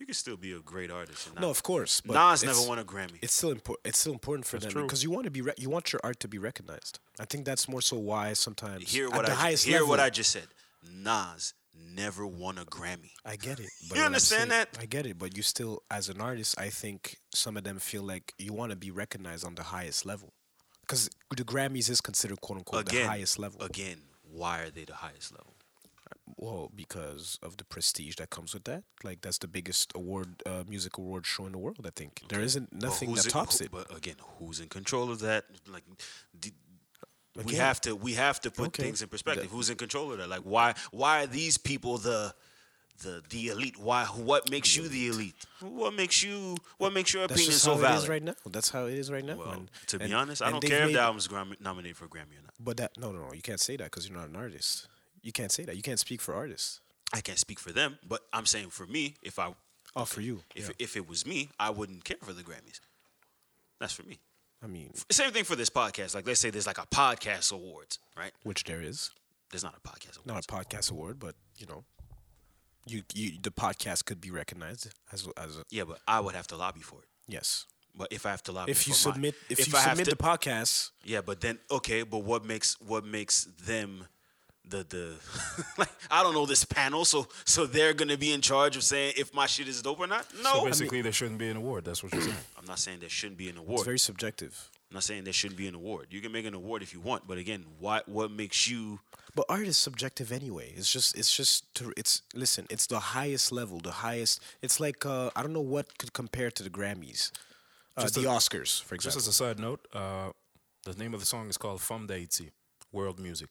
D: you can still be a great artist. And not,
C: no, of course. But
D: Nas
C: it's-
D: never won a Grammy.
C: It's still important. It's still important for them
A: true.
C: because you want to be re- you want your art to be recognized. I think that's more so why sometimes
D: hear
C: at
D: what
C: the
D: I
C: highest
D: hear
C: level,
D: what I just said. Nas never won a Grammy.
C: I get it. But what
D: You
C: I'm
D: understand
C: saying-
D: that?
C: I get it, but you still, as an artist, I think some of them feel like you want to be recognized on the highest level, because the Grammys is considered quote unquote
D: Again,
C: the highest level.
D: Again, why are they the highest level?
C: Well, because of the prestige that comes with that. Like that's the biggest award, uh, music award show in the world. I think there isn't
D: But
C: nothing
D: who's
C: that
D: in-
C: tops
D: who-
C: it.
D: But again, who's in control of that? Like, d we
C: Again.
D: have to we have to put
C: Okay.
D: things in perspective. Who's in control of that? Like, why why are these people the the the elite? Why what makes you the elite? What makes you what makes your
C: That's
D: opinion
C: just
D: so
C: how it
D: valid?
C: is right now. That's how it is right now.
D: Well,
C: and-
D: to be
C: and-
D: honest, I
C: and
D: don't
C: they've
D: care if
C: made-
D: the album's Grammy, nominated for a Grammy or not.
C: But that no, no, no. You can't say that because you're not an artist. You can't say that. You can't speak for artists.
D: I can't speak for them, but I'm saying for me, if I
C: Oh, for you.
D: If,
C: yeah.
D: if it was me, I wouldn't care for the Grammys. That's for me.
C: I mean,
D: Same thing for this podcast. Like, let's say there's like a podcast awards, right?
C: which there is
D: There's not a podcast award.
C: not a podcast award, but you know, you, you the podcast could be recognized as as a,
D: Yeah, but I would have to lobby for it.
C: yes.
D: But if I have to lobby,
C: If you
D: for mine-
C: submit, if, you
D: I have
C: submit
D: to-
C: the podcast,
D: yeah, but then okay, but what makes what makes them the the like I don't know this panel, so so they're gonna be in charge of saying if my shit is dope or not.
A: So
D: No,
A: basically, there shouldn't be an award. That's what you're saying.
D: I'm not saying there shouldn't be an
C: it's
D: award.
C: very subjective.
D: I'm not saying there shouldn't be an award. You can make an award if you want, but again, what what makes you
C: But art is subjective anyway. It's just it's just to, it's listen. It's the highest level, the highest. It's like uh, I don't know what could compare to the Grammys, uh, the Oscars, for
A: Just
C: example.
A: as a side note, uh, the name of the song is called Femme d'Haïti, World Music.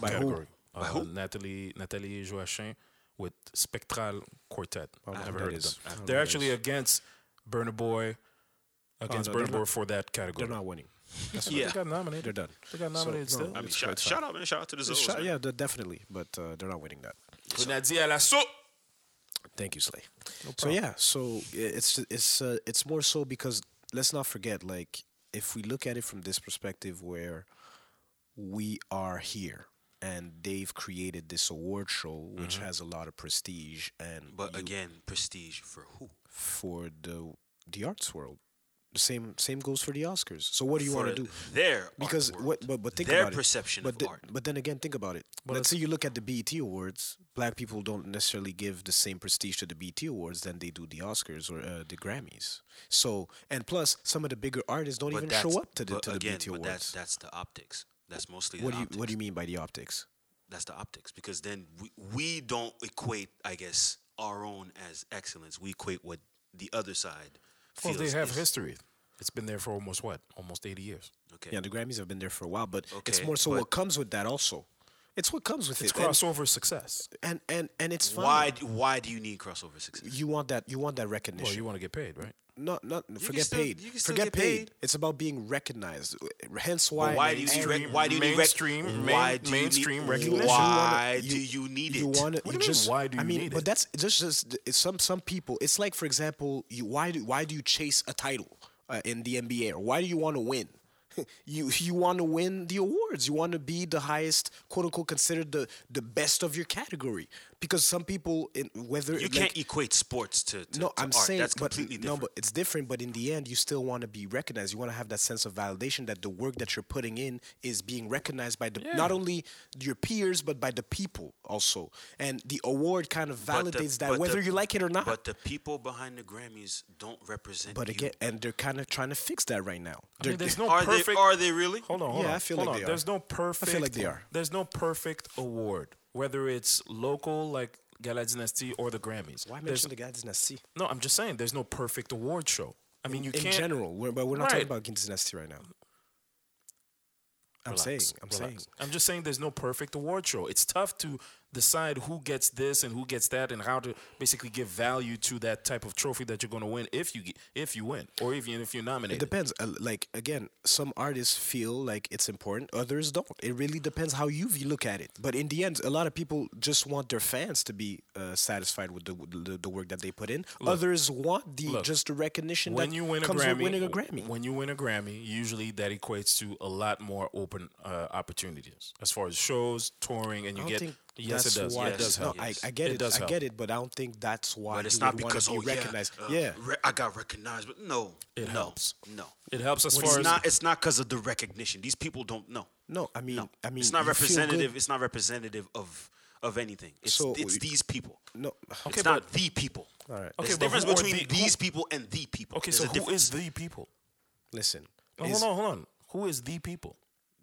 C: By who?
A: category. Uh, Natalie Natalie Joachim with Spectral Quartet. I've never
C: that
A: heard of
C: is- I
A: them.
C: don't
A: They're
C: know
A: actually against Burna Boy, against
C: no,
A: Burna
C: they're
A: Boy
C: not-
A: for that category.
C: They're not winning.
D: yeah.
A: They got nominated.
C: They're done.
A: They got nominated
C: So, no,
A: still.
D: I mean,
C: It's
D: shout,
C: quite
D: shout out, man. Shout out to the Zoes.
C: Shot,
D: man.
C: yeah, de- definitely, but uh, they're not winning that.
A: Grenadier à l'assaut.
C: Thank you, Slay. so yeah, so i- it's it's uh, it's more so because let's not forget, like, if we look at it from this perspective, where we are here. And they've created this award show, which has a lot of prestige and
D: But
C: you-
D: again, prestige for who?
C: for the the arts world. The same same goes for the Oscars. So what do you want
D: For
C: to do?
D: their
C: because
D: art world,
C: what but, but think
D: their
C: about it.
D: perception
C: but
D: of
C: the-
D: art.
C: But then again, think about it. Let's say you look at the BET Awards. Black people don't necessarily give the same prestige to the BET Awards than they do the Oscars or uh, the Grammys. So and plus, some of the bigger artists don't
D: But
C: even
D: that's-
C: show up to the
D: but
C: to the
D: again,
C: BET
D: but
C: Awards.
D: that's that's the optics. That's mostly
C: what
D: the
C: do you
D: optics.
C: what do you mean by the optics?
D: that's the optics because then we, we don't equate i guess our own as excellence we equate what the other side
A: Well,
D: feels
A: they have
D: is-
A: history. It's been there for almost what? Almost 80 years.
D: okay
C: Yeah, the Grammys have been there for a while, but it's
D: Okay,
C: more so what
D: but-
C: comes with that also. It's what comes with
A: It's
C: it. and-
A: crossover success.
C: And, and and it's fine.
D: why d- why do you need crossover success
C: you want that you want that
A: Well,
C: recognition.
A: you want to get paid, right?
C: not not forget
D: still-
C: paid.
D: you can still
C: Forget
D: get paid.
C: paid. It's about being recognized. Hence
D: But
C: why
D: why do you need rec-
A: mainstream-
D: why do you need rec-
A: mainstream- main-
D: why do you need-
A: mainstream recognition?
D: why do you need it
C: You want
A: What do you mean,
C: just,
A: why do
C: I
A: you
C: mean,
A: need
C: but
A: it?
C: that's just just it's some some people. It's like for example, you why do why do you chase a title uh, in the NBA or why do you want to win? You you want to win the awards. You want to be the highest, quote unquote, considered the the best of your category. Because some people, in whether
D: you
C: like-
D: can't equate sports to, to
C: no,
D: to
C: I'm
D: art.
C: saying
D: that's
C: but-
D: completely
C: No,
D: different
C: but it's different. But in the end, you still want to be recognized. You want to have that sense of validation that the work that you're putting in is being recognized by the not only your peers but by the people also. And the award kind of
D: But the-
C: validates
D: but
C: that,
D: the-
C: whether you like it or not.
D: but the people behind the grammys don't represent
C: But
D: you.
C: again, and they're kind of trying to fix that right now.
A: I mean,
C: They're-
A: there's no
D: are
A: perfect.
D: they are they really
A: Hold on, hold
C: Yeah,
A: on.
C: I feel
A: hold
C: like
A: on.
C: they are.
A: There's
C: I
A: no
C: feel
A: perfect.
C: like they are.
A: There's no perfect award, whether it's local like Gala Dynasty or the Grammys.
C: why
A: There's-
C: mention the guys Dynasty?
A: No, I'm just saying there's no perfect award show. I mean, you
C: In
A: can't.
C: general, we're, but we're not
A: Right.
C: talking about Guinness Dynasty right now. I'm
A: Relax,
C: saying, I'm saying.
A: relax. I'm just saying there's no perfect award show. It's tough to decide who gets this and who gets that and how to basically give value to that type of trophy that you're going to win if you get- if you win or even if you're
C: It
A: nominated.
C: depends. Uh, like again, some artists feel like it's important, others don't. It really depends how you view- look at it. But in the end, a lot of people just want their fans to be uh, satisfied with the, the the work that they put in. others want the
A: look,
C: just the recognition
A: when
C: that
A: you win a
C: comes
A: Grammy,
C: with winning a Grammy.
A: When you win a Grammy, usually that equates to a lot more open uh, opportunities as far as shows, touring, and you
C: I don't
A: get.
C: think
A: Yes,
C: that's
A: it does.
C: Why
A: Yeah, it does
C: no,
A: help.
C: I,
D: Yes.
C: I get
A: It
C: it.
A: does
C: I
A: help.
C: get it, but I don't think that's why.
D: but it's
C: you
D: not
C: would wanna
D: because
C: be
D: oh
C: recognized.
D: yeah, uh,
C: yeah.
D: re- I got recognized, but no,
A: It
D: no,
A: helps.
D: No,
A: It helps as
D: it's
A: far as
D: not it's not because of the recognition. These people don't know.
C: No, I mean, I mean,
D: it's not
C: you feel good-
D: representative. It's not representative of of anything. It's
C: So,
D: it's
C: we-
D: these people.
C: No,
D: it's not the people.
C: All right.
D: There's
A: Okay,
D: a
A: but
D: difference
A: who are
D: between
A: the- who-
D: these people and the people.
A: Okay,
D: There's
A: so
D: a
A: who
D: difference.
A: is the people?
C: listen.
A: No,
C: is-
A: hold on, hold on. Who is the people?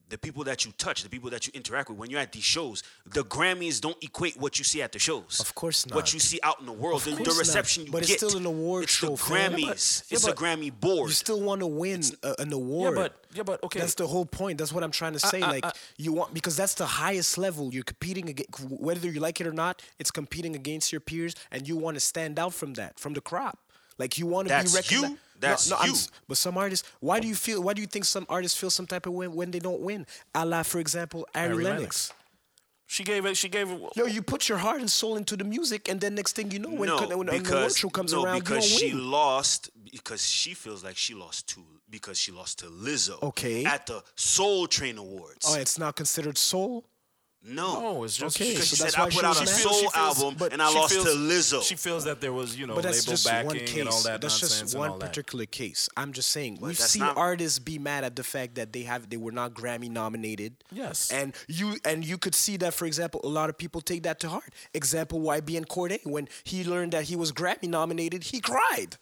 D: the people that you touch, the people that you interact with when you're at these shows? The Grammys don't equate what you see at the shows.
C: Of course
D: What
C: not.
D: you see out in the world, the, the
C: course not,
D: reception you
C: but
D: get.
C: it's still an award
D: it's
C: show,
D: The
C: fam.
D: Grammys.
C: Yeah, but-
D: it's
C: yeah,
D: a
C: but
D: Grammy board.
C: You still want to win a, an award.
A: yeah, but okay.
C: That's the whole point. That's what I'm trying to say. like you want because that's the highest level. You're competing against whether you like it or not. It's competing against your peers, and you want to stand out from that, from the crop. Like you want to
D: That's
C: be recognized.
D: you. That's
C: no, no, I'm
D: you.
C: s- but some artists, why do you feel? Why do you think some artists feel some type of way when they don't win? A la, for example, Ari,
A: Ari
C: Lennox.
A: Lennox. She gave it. She gave it.
C: Yo, you put your heart and soul into the music, and then next thing you know, when,
D: no,
C: co- when an award
D: because,
C: show comes
D: no,
C: around,
D: because
C: you don't
D: she
C: win.
D: lost because she feels like she lost to because she lost to Lizzo.
C: Okay.
D: At the Soul Train Awards.
C: oh, it's not considered soul.
D: No.
A: No, it's just-
C: Okay,
D: because oh, she
C: so that's
D: said I
C: why she
D: put out
C: was
D: a
C: mad.
D: soul
A: She feels-
D: album
C: but
D: and I
A: she
D: lost
A: feels-
D: to Lizzo.
A: She feels that there was, you know,
C: But that's
A: label
C: just
A: backing
C: one case.
A: and all that
C: that's
A: nonsense
C: just
A: and
C: one
A: all that.
C: particular case. I'm just saying we've
D: that's
C: seen
D: not-
C: artists be mad at the fact that they have they were not Grammy nominated.
A: Yes.
C: and you and you could see that. For example, a lot of people take that to heart. Example, YBN Corday when he learned that he was Grammy nominated, he cried.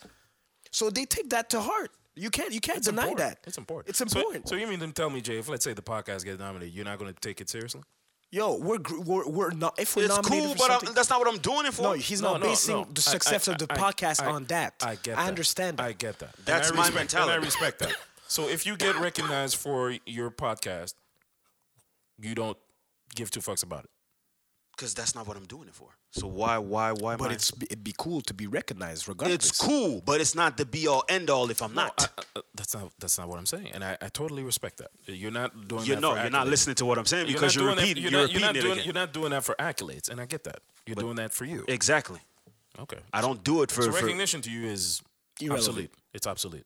C: So they take that to heart. You can't you can't deny
A: important.
C: that.
A: It's important.
C: It's
A: So-
C: important.
A: So, you mean to tell me, Jay, if let's say the podcast gets nominated, you're not going to take it seriously?
C: Yo, we're gr- we're we're not if we're
D: it's
C: nominated
D: cool,
C: for
D: but
C: something.
D: I'm, that's not what I'm doing it for.
C: no, he's
A: No,
C: not
A: no,
C: basing
A: no.
C: the
A: I- I-
C: success of the
A: I- I-
C: podcast
A: I-
C: on that.
A: I get.
C: I
A: that.
C: understand. That.
A: I get that. And
D: That's
A: I
D: my
A: respect- And
D: mentality.
A: I respect that. So if you get recognized for your podcast, you don't give two fucks about it.
D: because that's not what I'm doing it for. So why, why, why? am
C: But
D: I-
C: it's it'd be cool to be recognized regardless.
D: it's cool, but it's not the be all end all. If I'm not,
A: I- I- that's not. That's not what I'm saying, and I, I totally respect that. You're not doing.
D: you
A: that
D: know,
A: for
D: you're not
A: accolades.
D: listening to what I'm saying
A: not
D: because you're,
A: doing that-
D: repeating,
A: You're
D: you're,
A: not, you're
D: repeating
A: not
D: it
A: doing.
D: again.
A: You're not doing that for accolades, and I get that. You're doing that for you.
D: exactly.
A: okay.
D: I don't do it for,
A: So
D: for
A: recognition to you is
C: Irrelevant.
A: obsolete. It's obsolete.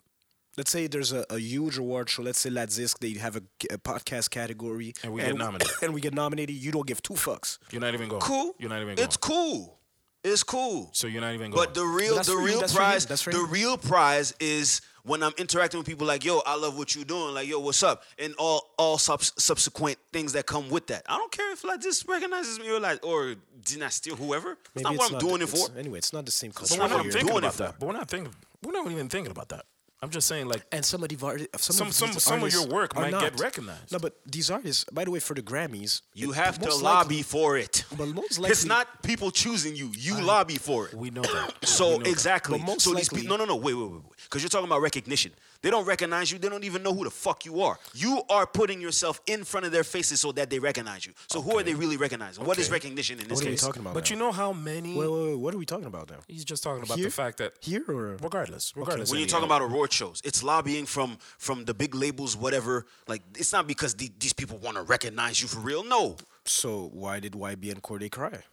C: let's say there's a, a huge award show. Let's say La Disc, they have a, g- a podcast category,
A: And we get nominated.
C: and we get nominated. You don't give two fucks.
A: You're not even going.
D: Cool.
A: You're not even going.
D: It's cool. It's cool.
A: So you're not even going.
D: But the real,
C: That's
D: the
C: for you,
D: real
C: that's for you,
D: prize,
C: that's for
D: the
C: you.
D: real prize is when I'm interacting with people like, yo, I love what you're doing. Like, yo, what's up? And all, all subs- subsequent things that come with that. I don't care if like this recognizes me or like or dynasty or whoever. It's not what I'm doing it
C: it's-
D: for.
C: Anyway, it's not the same
A: but
C: culture.
A: we're
D: not what
A: not
D: I'm
C: here.
A: thinking
D: doing it
A: about
D: for.
A: that. But we're not thinking. We're not even thinking about that. I'm just saying, like,
C: and some of the var- some
A: Some-
C: of
A: some-
C: these
A: some of your
C: artists
A: work
C: are
A: might get
C: not.
A: recognized.
C: No, but these artists, by the way, for the Grammys,
D: You
C: it-
D: have to
C: most
D: lobby
C: likely-
D: for it.
C: but most
D: it's
C: likely-
D: not people choosing you. You lobby for it.
A: we know that. We
D: So
A: know that.
D: exactly.
C: But most
D: so these
C: likely-
D: people, no, no, no, wait, wait, wait, because you're talking about recognition. They don't recognize you. They don't even know who the fuck you are. You are putting yourself in front of their faces so that they recognize you. So who are they really recognizing? What is
A: Okay.
D: recognition in this
C: What are we
D: case?
C: talking about?
A: But
C: now?
A: you know how many?
C: Wait, wait, wait, what are we talking about now?
A: he's just talking about
C: Here?
A: the fact that
C: Here or
A: regardless, regardless.
D: when
A: in
D: you're
A: the
D: talking
A: end,
D: about award shows, it's lobbying from from the big labels, whatever. Like it's not because the, these people want to recognize you for real. No,
C: so? Why did YBN Corday cry?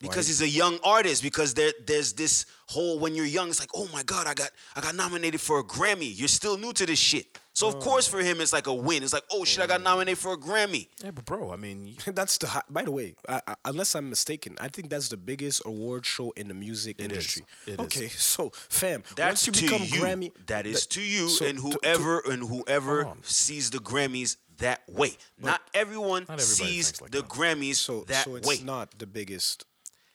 D: because he's a young artist because there there's this whole when you're young it's like oh my god i got i got nominated for a grammy you're still new to this shit so
C: Oh.
D: of course for him it's like a win it's like oh shit i got nominated for a grammy
A: yeah, but bro, I mean,
C: that's the. hi- By the way, I, I, unless I'm mistaken, I think that's the biggest award show in the music industry.
A: It is.
C: okay, so fam,
D: that's
C: once you
D: to
C: become
D: you
C: Grammy,
D: that is to you
C: so
D: and
C: to- to-
D: whoever and whoever sees the grammys that way not everyone
A: everybody
D: sees
A: thinks like
D: the
A: that.
D: grammys
C: so
D: that
C: so it's
D: way
C: not the biggest.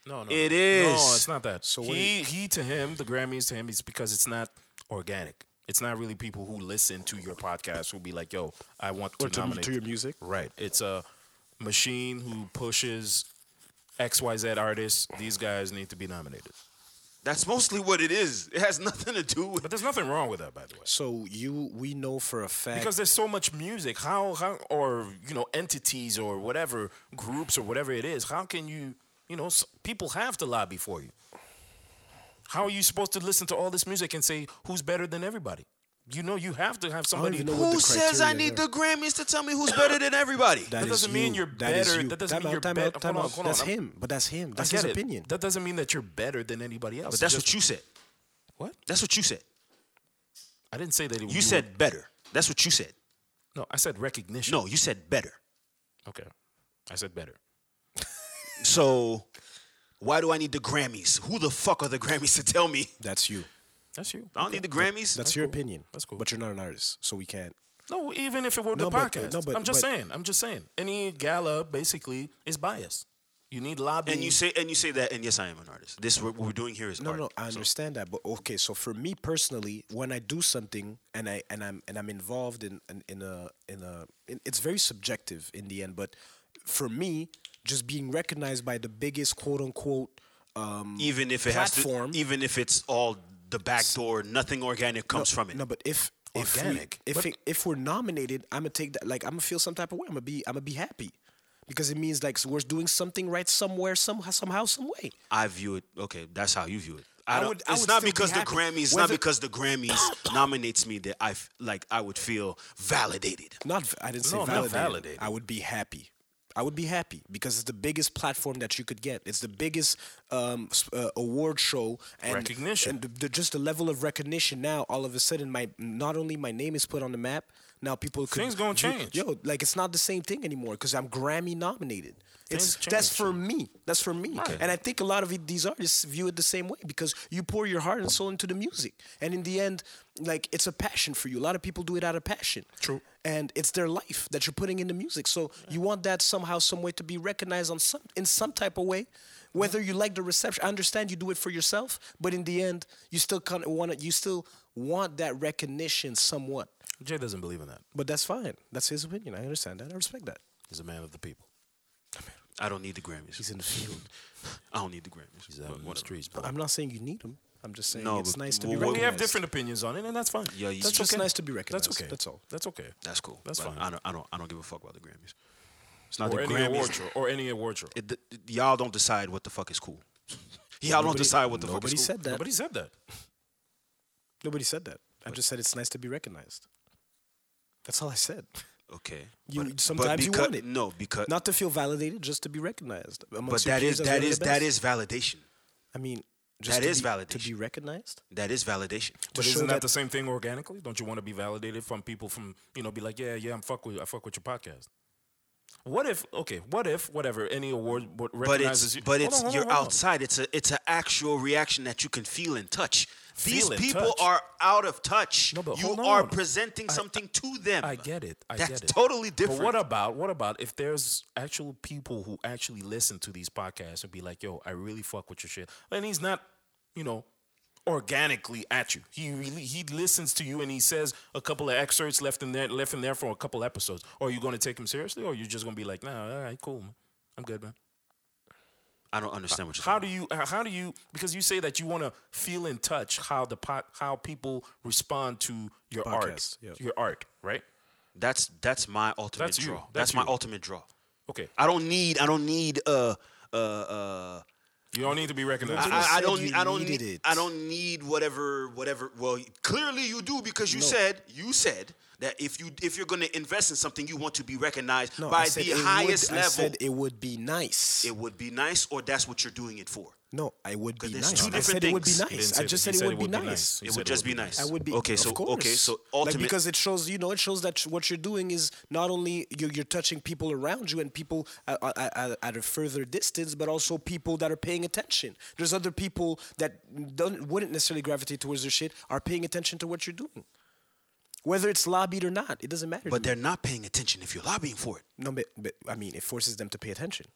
A: no, no,
D: It
A: no,
D: is.
A: it's not that.
C: So
A: So
C: what
A: he, he to him, the Grammys to him, is because it's not organic. It's not really people who listen to your podcast who be like, "Yo, I want to
C: Or to-
A: nominate
C: to your music.
A: Right. It's a machine who pushes X Y Z artists. These guys need to be nominated.
D: that's mostly what it is it has nothing to do with
A: But there's nothing wrong with that, by the way.
C: So you, we know for a fact
A: because there's so much music how how or you know entities or whatever groups or whatever it is how can you you know s- people have to lobby for you how are you supposed to listen to all this music and say who's better than everybody you know you have to have somebody
C: even know what
D: who
C: the
D: says i
C: criteria
D: need
C: there.
D: the grammys to tell me who's better than everybody
A: that
C: is
A: doesn't mean
C: you.
A: you're
C: That is
A: better.
C: you.
A: That doesn't
C: Time
A: mean
C: out,
A: you're
C: time
A: better.
C: out, time
A: Hold on,
C: out.
A: hold on.
C: That's
A: I'm-
C: him, but that's him.
A: I
C: That's
A: get
C: his
A: it.
C: opinion.
A: that doesn't mean that you're better than anybody else
D: but that's
A: Just-
D: what you said
A: what
D: that's what you said
A: i didn't say that it,
D: You said better. That's what you said.
A: no i said recognition
D: No, you said better.
A: okay i said better
D: So why do I need the Grammys? Who the fuck are the Grammys to tell me?
C: That's you.
A: that's you
D: I don't need the Grammys.
C: That's, your opinion.
A: That's cool.
C: But you're not an artist, so we can't.
A: No, even if it were
C: No,
A: the
D: uh,
C: but-
A: podcast.
C: no, but-
A: I'm just
C: but-
A: saying. I'm just saying. Any gala basically is biased. You need lobbying.
D: and you say and you say that and yes I am an artist. This what we're doing here is
C: No,
D: art.
C: no, I understand that, but okay. So for me personally, when I do something and I and I'm and I'm involved in in, in a in a, in, it's very subjective in the end. But for me, just being recognized by the biggest quote unquote, um,
D: even if it
C: platform.
D: has to even if it's all the back door, nothing organic comes from it.
C: no, but if if we-
A: Organic,
C: if it, if we're nominated, I'm gonna take that. Like I'm gonna feel some type of way. I'm gonna be I'm gonna be happy. Because it means like we're doing something right somewhere, somehow, somehow, some way.
D: I view it okay, that's how you view it. I,
C: I
D: don't,
C: would- I
D: it's
C: would
D: not
C: still be
D: because the
C: happy.
D: Grammys, it's not
C: Whether-
D: because the Grammys nominates me that I f- like I would feel validated.
C: Not v- I didn't say
A: No, not
C: validated.
A: validated.
C: I would be happy. I would be happy because it's the biggest platform that you could get. It's the biggest um, s- uh, award show and
A: Recognition.
C: and the, the, just the level of recognition now. All of a sudden, my not only my name is put on the map. Now people could
A: Things gonna
C: you-
A: change.
C: Yo, like it's not the same thing anymore because I'm Grammy nominated. It's
A: Things
C: that's
A: change.
C: for me. That's for me.
A: Right.
C: And I think a lot of it- these artists view it the same way because you pour your heart and soul into the music, and in the end, like it's a passion for you. A lot of people do it out of passion.
A: True.
C: And it's their life that you're putting in the music. So you want that somehow, some way to be recognized on some in some type of way. Whether you like the reception, I understand you do it for yourself, but in the end, you still kind of want it. You still want that recognition somewhat.
A: Jay doesn't believe in that.
C: But that's fine. That's his opinion. I understand that. I respect that.
A: He's a man of the people.
D: I don't need the Grammys.
C: He's in the field.
D: I don't need the Grammys.
A: He's out in the streets.
C: I'm not saying you need him. I'm just saying
D: No,
C: it's
D: but
C: nice to
D: w-
C: be
D: w-
A: we
C: recognized.
A: have different opinions on it, and that's fine.
D: Yeah, you-
C: That's
D: It's
C: just
A: okay.
C: nice to be recognized.
A: That's okay.
C: That's all.
A: That's okay.
D: That's cool.
A: That's
D: But
A: fine.
D: I don't, I don't, I don't give a fuck about the Grammys. It's not
A: or
D: the
A: any award
D: Grammys.
A: show. Or any award show.
D: It, it- y'all don't decide what the fuck is cool. y'all don't decide what the fuck is
C: nobody
D: cool.
C: said that.
A: Nobody said that.
C: Nobody said that. I just said it's nice to be recognized. That's all I said.
D: Okay.
C: You
D: but
C: sometimes you
D: becau-
C: want it.
D: No, because
C: Not to feel validated, just to be recognized.
D: but that is that is that is validation.
C: I mean,
D: That
C: to
D: is
C: be-
D: validation.
C: to be recognized.
D: That is validation.
A: But
C: show
A: isn't that,
C: that-
A: the same thing organically? Don't you want to be validated from people from you know be like yeah yeah I'm fuck with I fuck with your podcast. What if okay? What if whatever any award what
D: But it's
A: recognizes you?
D: but
A: Hold
D: it's
A: on, hold on,
D: you're
A: hold on.
D: outside. It's a it's an actual reaction that you can feel and touch. These
A: Feel and
D: people
A: touch.
D: are out of touch.
A: No, but
D: you
A: hold
D: are
A: on.
D: presenting something to them.
A: I get it. I
D: That's
A: get it.
D: totally different.
A: But what about what about if there's actual people who actually listen to these podcasts and be like, "Yo, I really fuck with your shit," and he's not, you know, organically at you. He really he listens to you and he says a couple of excerpts left in there left in there for a couple episodes. Are you going to take him seriously, or you just going to be like, "Nah, all right, cool, man. I'm good, man."
D: I don't understand what you're
A: How
D: saying.
A: do you how do you because you say that you want to feel in touch how the pot how people respond to your
C: Podcast,
A: art
C: yeah.
A: your art right
D: That's that's my ultimate
A: That's you.
D: draw.
A: That's
D: That's, my
A: you.
D: ultimate draw.
A: okay
D: I don't need I don't need uh uh uh
A: you don't need to be recognized
D: I, I
C: said
D: don't
C: you
D: I don't
C: needed
D: need
C: it.
D: I don't need whatever whatever well clearly you do because you said you said that if you if you're going to invest in something you want to be recognized
C: No, I
D: by
C: said
D: the
C: it would-
D: highest
C: I
D: level
C: said it would be nice.
D: it would be nice or that's what you're doing it for.
C: no, I would be
D: there's
C: nice.
D: two
C: I said it would be
D: different
A: He didn't
C: nice.
A: say
C: I just
A: that.
C: said
A: He
C: it would be nice.
A: He
D: It
A: said
D: would just be nice.
C: I would be
D: Okay,
C: of
D: so
C: course.
D: okay, so
C: like
D: ultimate
C: because it shows you know it shows that what you're doing is not only you're, you're touching people around you and people at, at, at- at a further distance, but also people that are paying attention. There's other people that don't wouldn't necessarily gravitate towards your shit are paying attention to what you're doing, whether it's lobbied or not. It doesn't matter. to
D: but
C: me.
D: they're not paying attention if you're lobbying for it.
C: no, but, but I mean, it forces them to pay attention.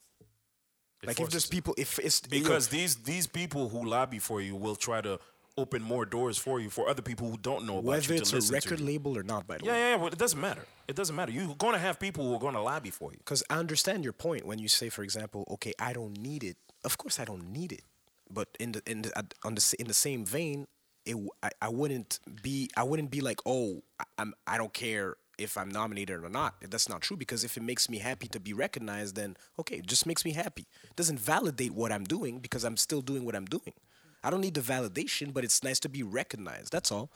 C: like if
A: forces
C: there's
A: it.
C: people, if it's you know,
A: because these these people who lobby for you will try to open more doors for you for other people who don't know about
C: whether
A: you
C: it's
A: to
C: a
A: listen
C: record
A: to you.
C: label or not, by the
A: yeah
C: way.
A: yeah yeah well, it doesn't matter it doesn't matter you're going to have people who are going to lobby for you
C: Because I understand your point when you say, for example, okay, I don't need it. Of course, I don't need it. But in the in the, at- on the s- in the same vein, it w- I, I wouldn't be I wouldn't be like, oh, I, I'm I don't care if I'm nominated or not. That's not true because if it makes me happy to be recognized, then okay, it just makes me happy. It doesn't validate what I'm doing because I'm still doing what I'm doing. I don't need the validation, but it's nice to be recognized. That's all.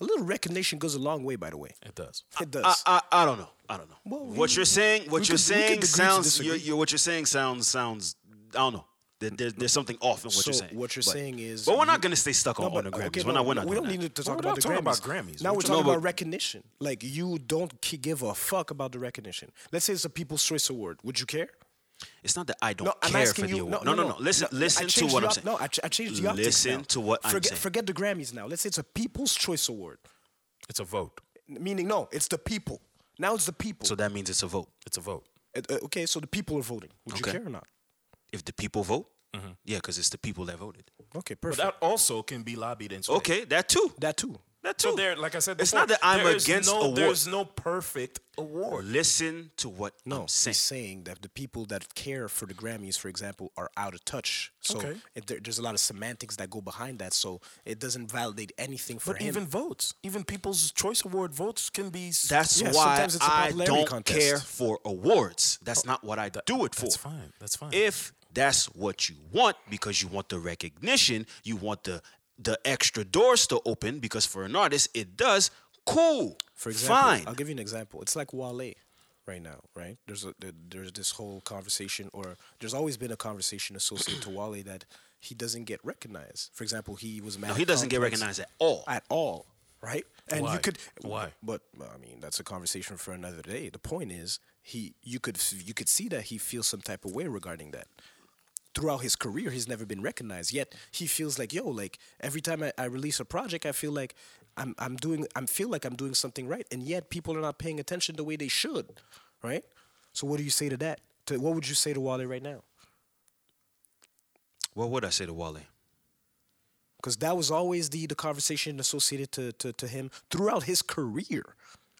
C: A little recognition goes a long way, by the way.
A: it does
C: It does.
D: I, I, I don't know. I don't know.
C: Well,
D: what
C: we-
D: you're saying,
C: we
D: what you're
C: could- we
D: saying
C: could agree to
D: sounds. You're,
C: disagree.
D: you're, what you're saying sounds sounds. I don't know. There, there, there's something off in what you're
C: So
D: saying.
C: what you're
D: But-
C: saying is
D: But we're not
C: you-
D: gonna stay stuck on, on the Grammys.
C: okay,
D: we're
C: no,
D: not. We're not.
C: We
D: doing
C: don't
D: that.
C: need to
A: Well,
C: talk
A: we're
C: about
A: not
C: the
A: talking about
C: Grammys.
A: Grammys.
C: Now
A: We're
C: we're
A: talking
C: talking
D: about-
C: about recognition. Like you don't ki- give a fuck about the recognition. Let's say it's a People's Choice Award. Would you care?
D: It's not that I don't
C: No, I'm
D: care
C: asking
D: for the
C: you.
D: award.
C: No,
D: no, no. Listen,
C: No, I
D: listen to
C: changed
D: what
C: the
D: I'm
C: op-
D: saying.
C: No, I, ch- I changed the optics
D: Listen
C: now.
D: to what I'm
C: forget,
D: saying.
C: Forget the Grammys now. Let's say it's a People's Choice Award.
A: it's a vote
C: Meaning, no, it's the people. Now it's the people.
D: So that means it's a vote.
A: it's a vote
C: Uh, uh, okay, so the people are voting. Would
D: Okay.
C: you care or not?
D: If the people vote, yeah, because it's the people that voted.
C: Okay,
A: but
C: perfect.
A: that also can be lobbied and swayed.
D: Okay, that too.
C: that too.
D: That too.
A: so there like I said
D: it's
A: before,
D: not that I'm
A: there is
D: against
A: no,
D: award.
A: there's no perfect
D: Or
A: award
D: listen to what
C: No,
D: I'm
C: he's
D: saying.
C: saying that the people that care for the Grammys, for example, are out of touch. So
A: Okay.
C: it, there, there's a lot of semantics that go behind that. So it doesn't validate anything for
A: but
C: him.
A: even votes even people's choice award votes can be s-
D: That's
C: Yeah,
D: why
C: sometimes it's a
D: I
C: popularity
D: don't
C: contest. Oh,
D: care for awards. That's not what I do it for.
A: that's fine that's fine
D: if that's what you want because you want the recognition you want the the extra doors to open because for an artist it does cool
C: for example,
D: fine
C: I'll give you an example. It's like Wale right now, right? There's a, there, there's this whole conversation, or there's always been a conversation associated to Wale that he doesn't get recognized. For example, he was mad.
D: no
C: at
D: he doesn't get
C: Complex.
D: recognized at all
C: at all, right? And
A: Why?
C: you could
A: Why?
C: But I mean, that's a conversation for another day. The point is, he you could you could see that he feels some type of way regarding that. Throughout his career, he's never been recognized. Yet he feels like, yo, like every time I, I release a project, I feel like I'm I'm doing I feel like I'm doing something right, and yet people are not paying attention the way they should, right? So what do you say to that? To, what would you say to Wale right now?
D: what would i say to wale
C: Because that was always the the conversation associated to, to, to him throughout his career.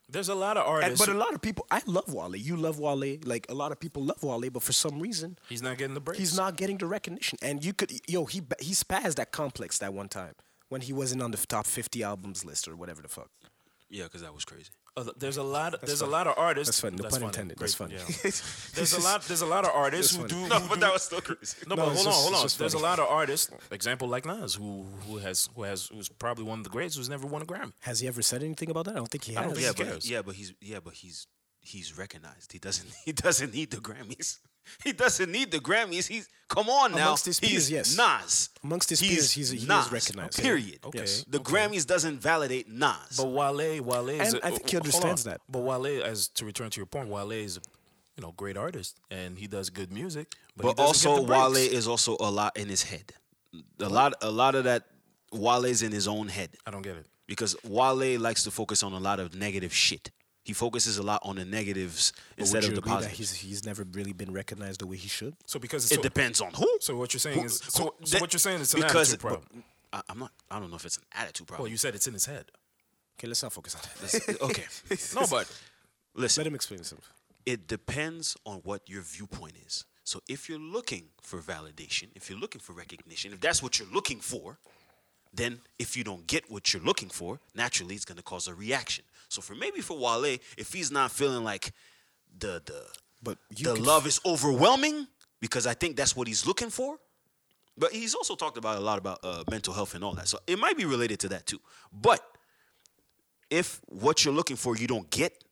A: there's a lot of
C: And,
A: artists
C: but a
A: who-
C: lot of people, I love Wale. You love Wale. Like a lot of people love Wale, but for some reason,
A: he's not getting the break
C: he's not getting the recognition. And you could, yo, he ba- he spazzed that complex that one time when he wasn't on the top 50 albums list or whatever the fuck.
D: yeah because that was crazy
A: Uh, there's a lot. there's a lot of artists.
C: That's funny. No pun intended. That's funny.
A: yeah. there's a lot. There's a lot of artists who
C: That's
A: do.
C: funny.
A: who do-
D: was still crazy
A: no,
C: No,
A: but
C: it's
A: hold
C: just-
A: on, hold
C: it's
A: on.
C: just
A: There's a lot
C: funny.
A: of artists. Example like Nas, who who has who has who's probably one of the greats, who's never won a Grammy.
C: Has he ever said anything about that? I don't think he has.
A: don't think
D: yeah
A: Who
D: but
A: cares?
D: yeah but he's yeah but he's he's recognized he doesn't he doesn't need the grammys He doesn't need the Grammys. He's come on now.
C: Amongst his peers,
D: he's
C: yes.
D: Nas.
C: Amongst his peers, he's- he is
D: Nas,
C: recognized.
D: Period.
A: Okay.
C: Yes.
D: The Grammys doesn't validate Nas.
A: But Wale, Wale, is
C: And
A: a-
C: I think he
A: hold on.
C: understands that.
A: But Wale, as to return to your point, Wale is, a, you know, great artist and he does good music. But, he
D: but
A: doesn't
D: also
A: get the
D: Wale
A: breaks.
D: is also a lot in his head. A lot, a lot of that Wale's in his own head
A: I don't get it.
D: because Wale likes to focus on a lot of negative shit. He focuses a lot on the negatives
C: Would
D: instead of
C: you
D: the
C: agree that
D: positives.
C: he's he's never really been recognized the way he should?
A: So because it's
D: it
A: so,
D: depends on who.
A: so what you're saying
D: Who-
A: is
D: who-
A: so, so
D: that-
A: what you're saying is an
D: because-
A: attitude problem.
D: I, I'm not. I don't know if it's an attitude problem.
A: Well, you said it's in his head.
C: Okay, let's not focus on that.
D: okay.
A: No, but
D: Listen,
C: Let him explain himself.
D: it depends on what your viewpoint is. So if you're looking for validation, if you're looking for recognition, if that's what you're looking for, then if you don't get what you're looking for, naturally it's gonna cause a reaction. So for maybe for Wale, if he's not feeling like the the
C: But you
D: the
C: could-
D: love is overwhelming, because I think that's what he's looking for. But he's also talked about a lot about uh, mental health and all that, so it might be related to that too. But if what you're looking for you don't get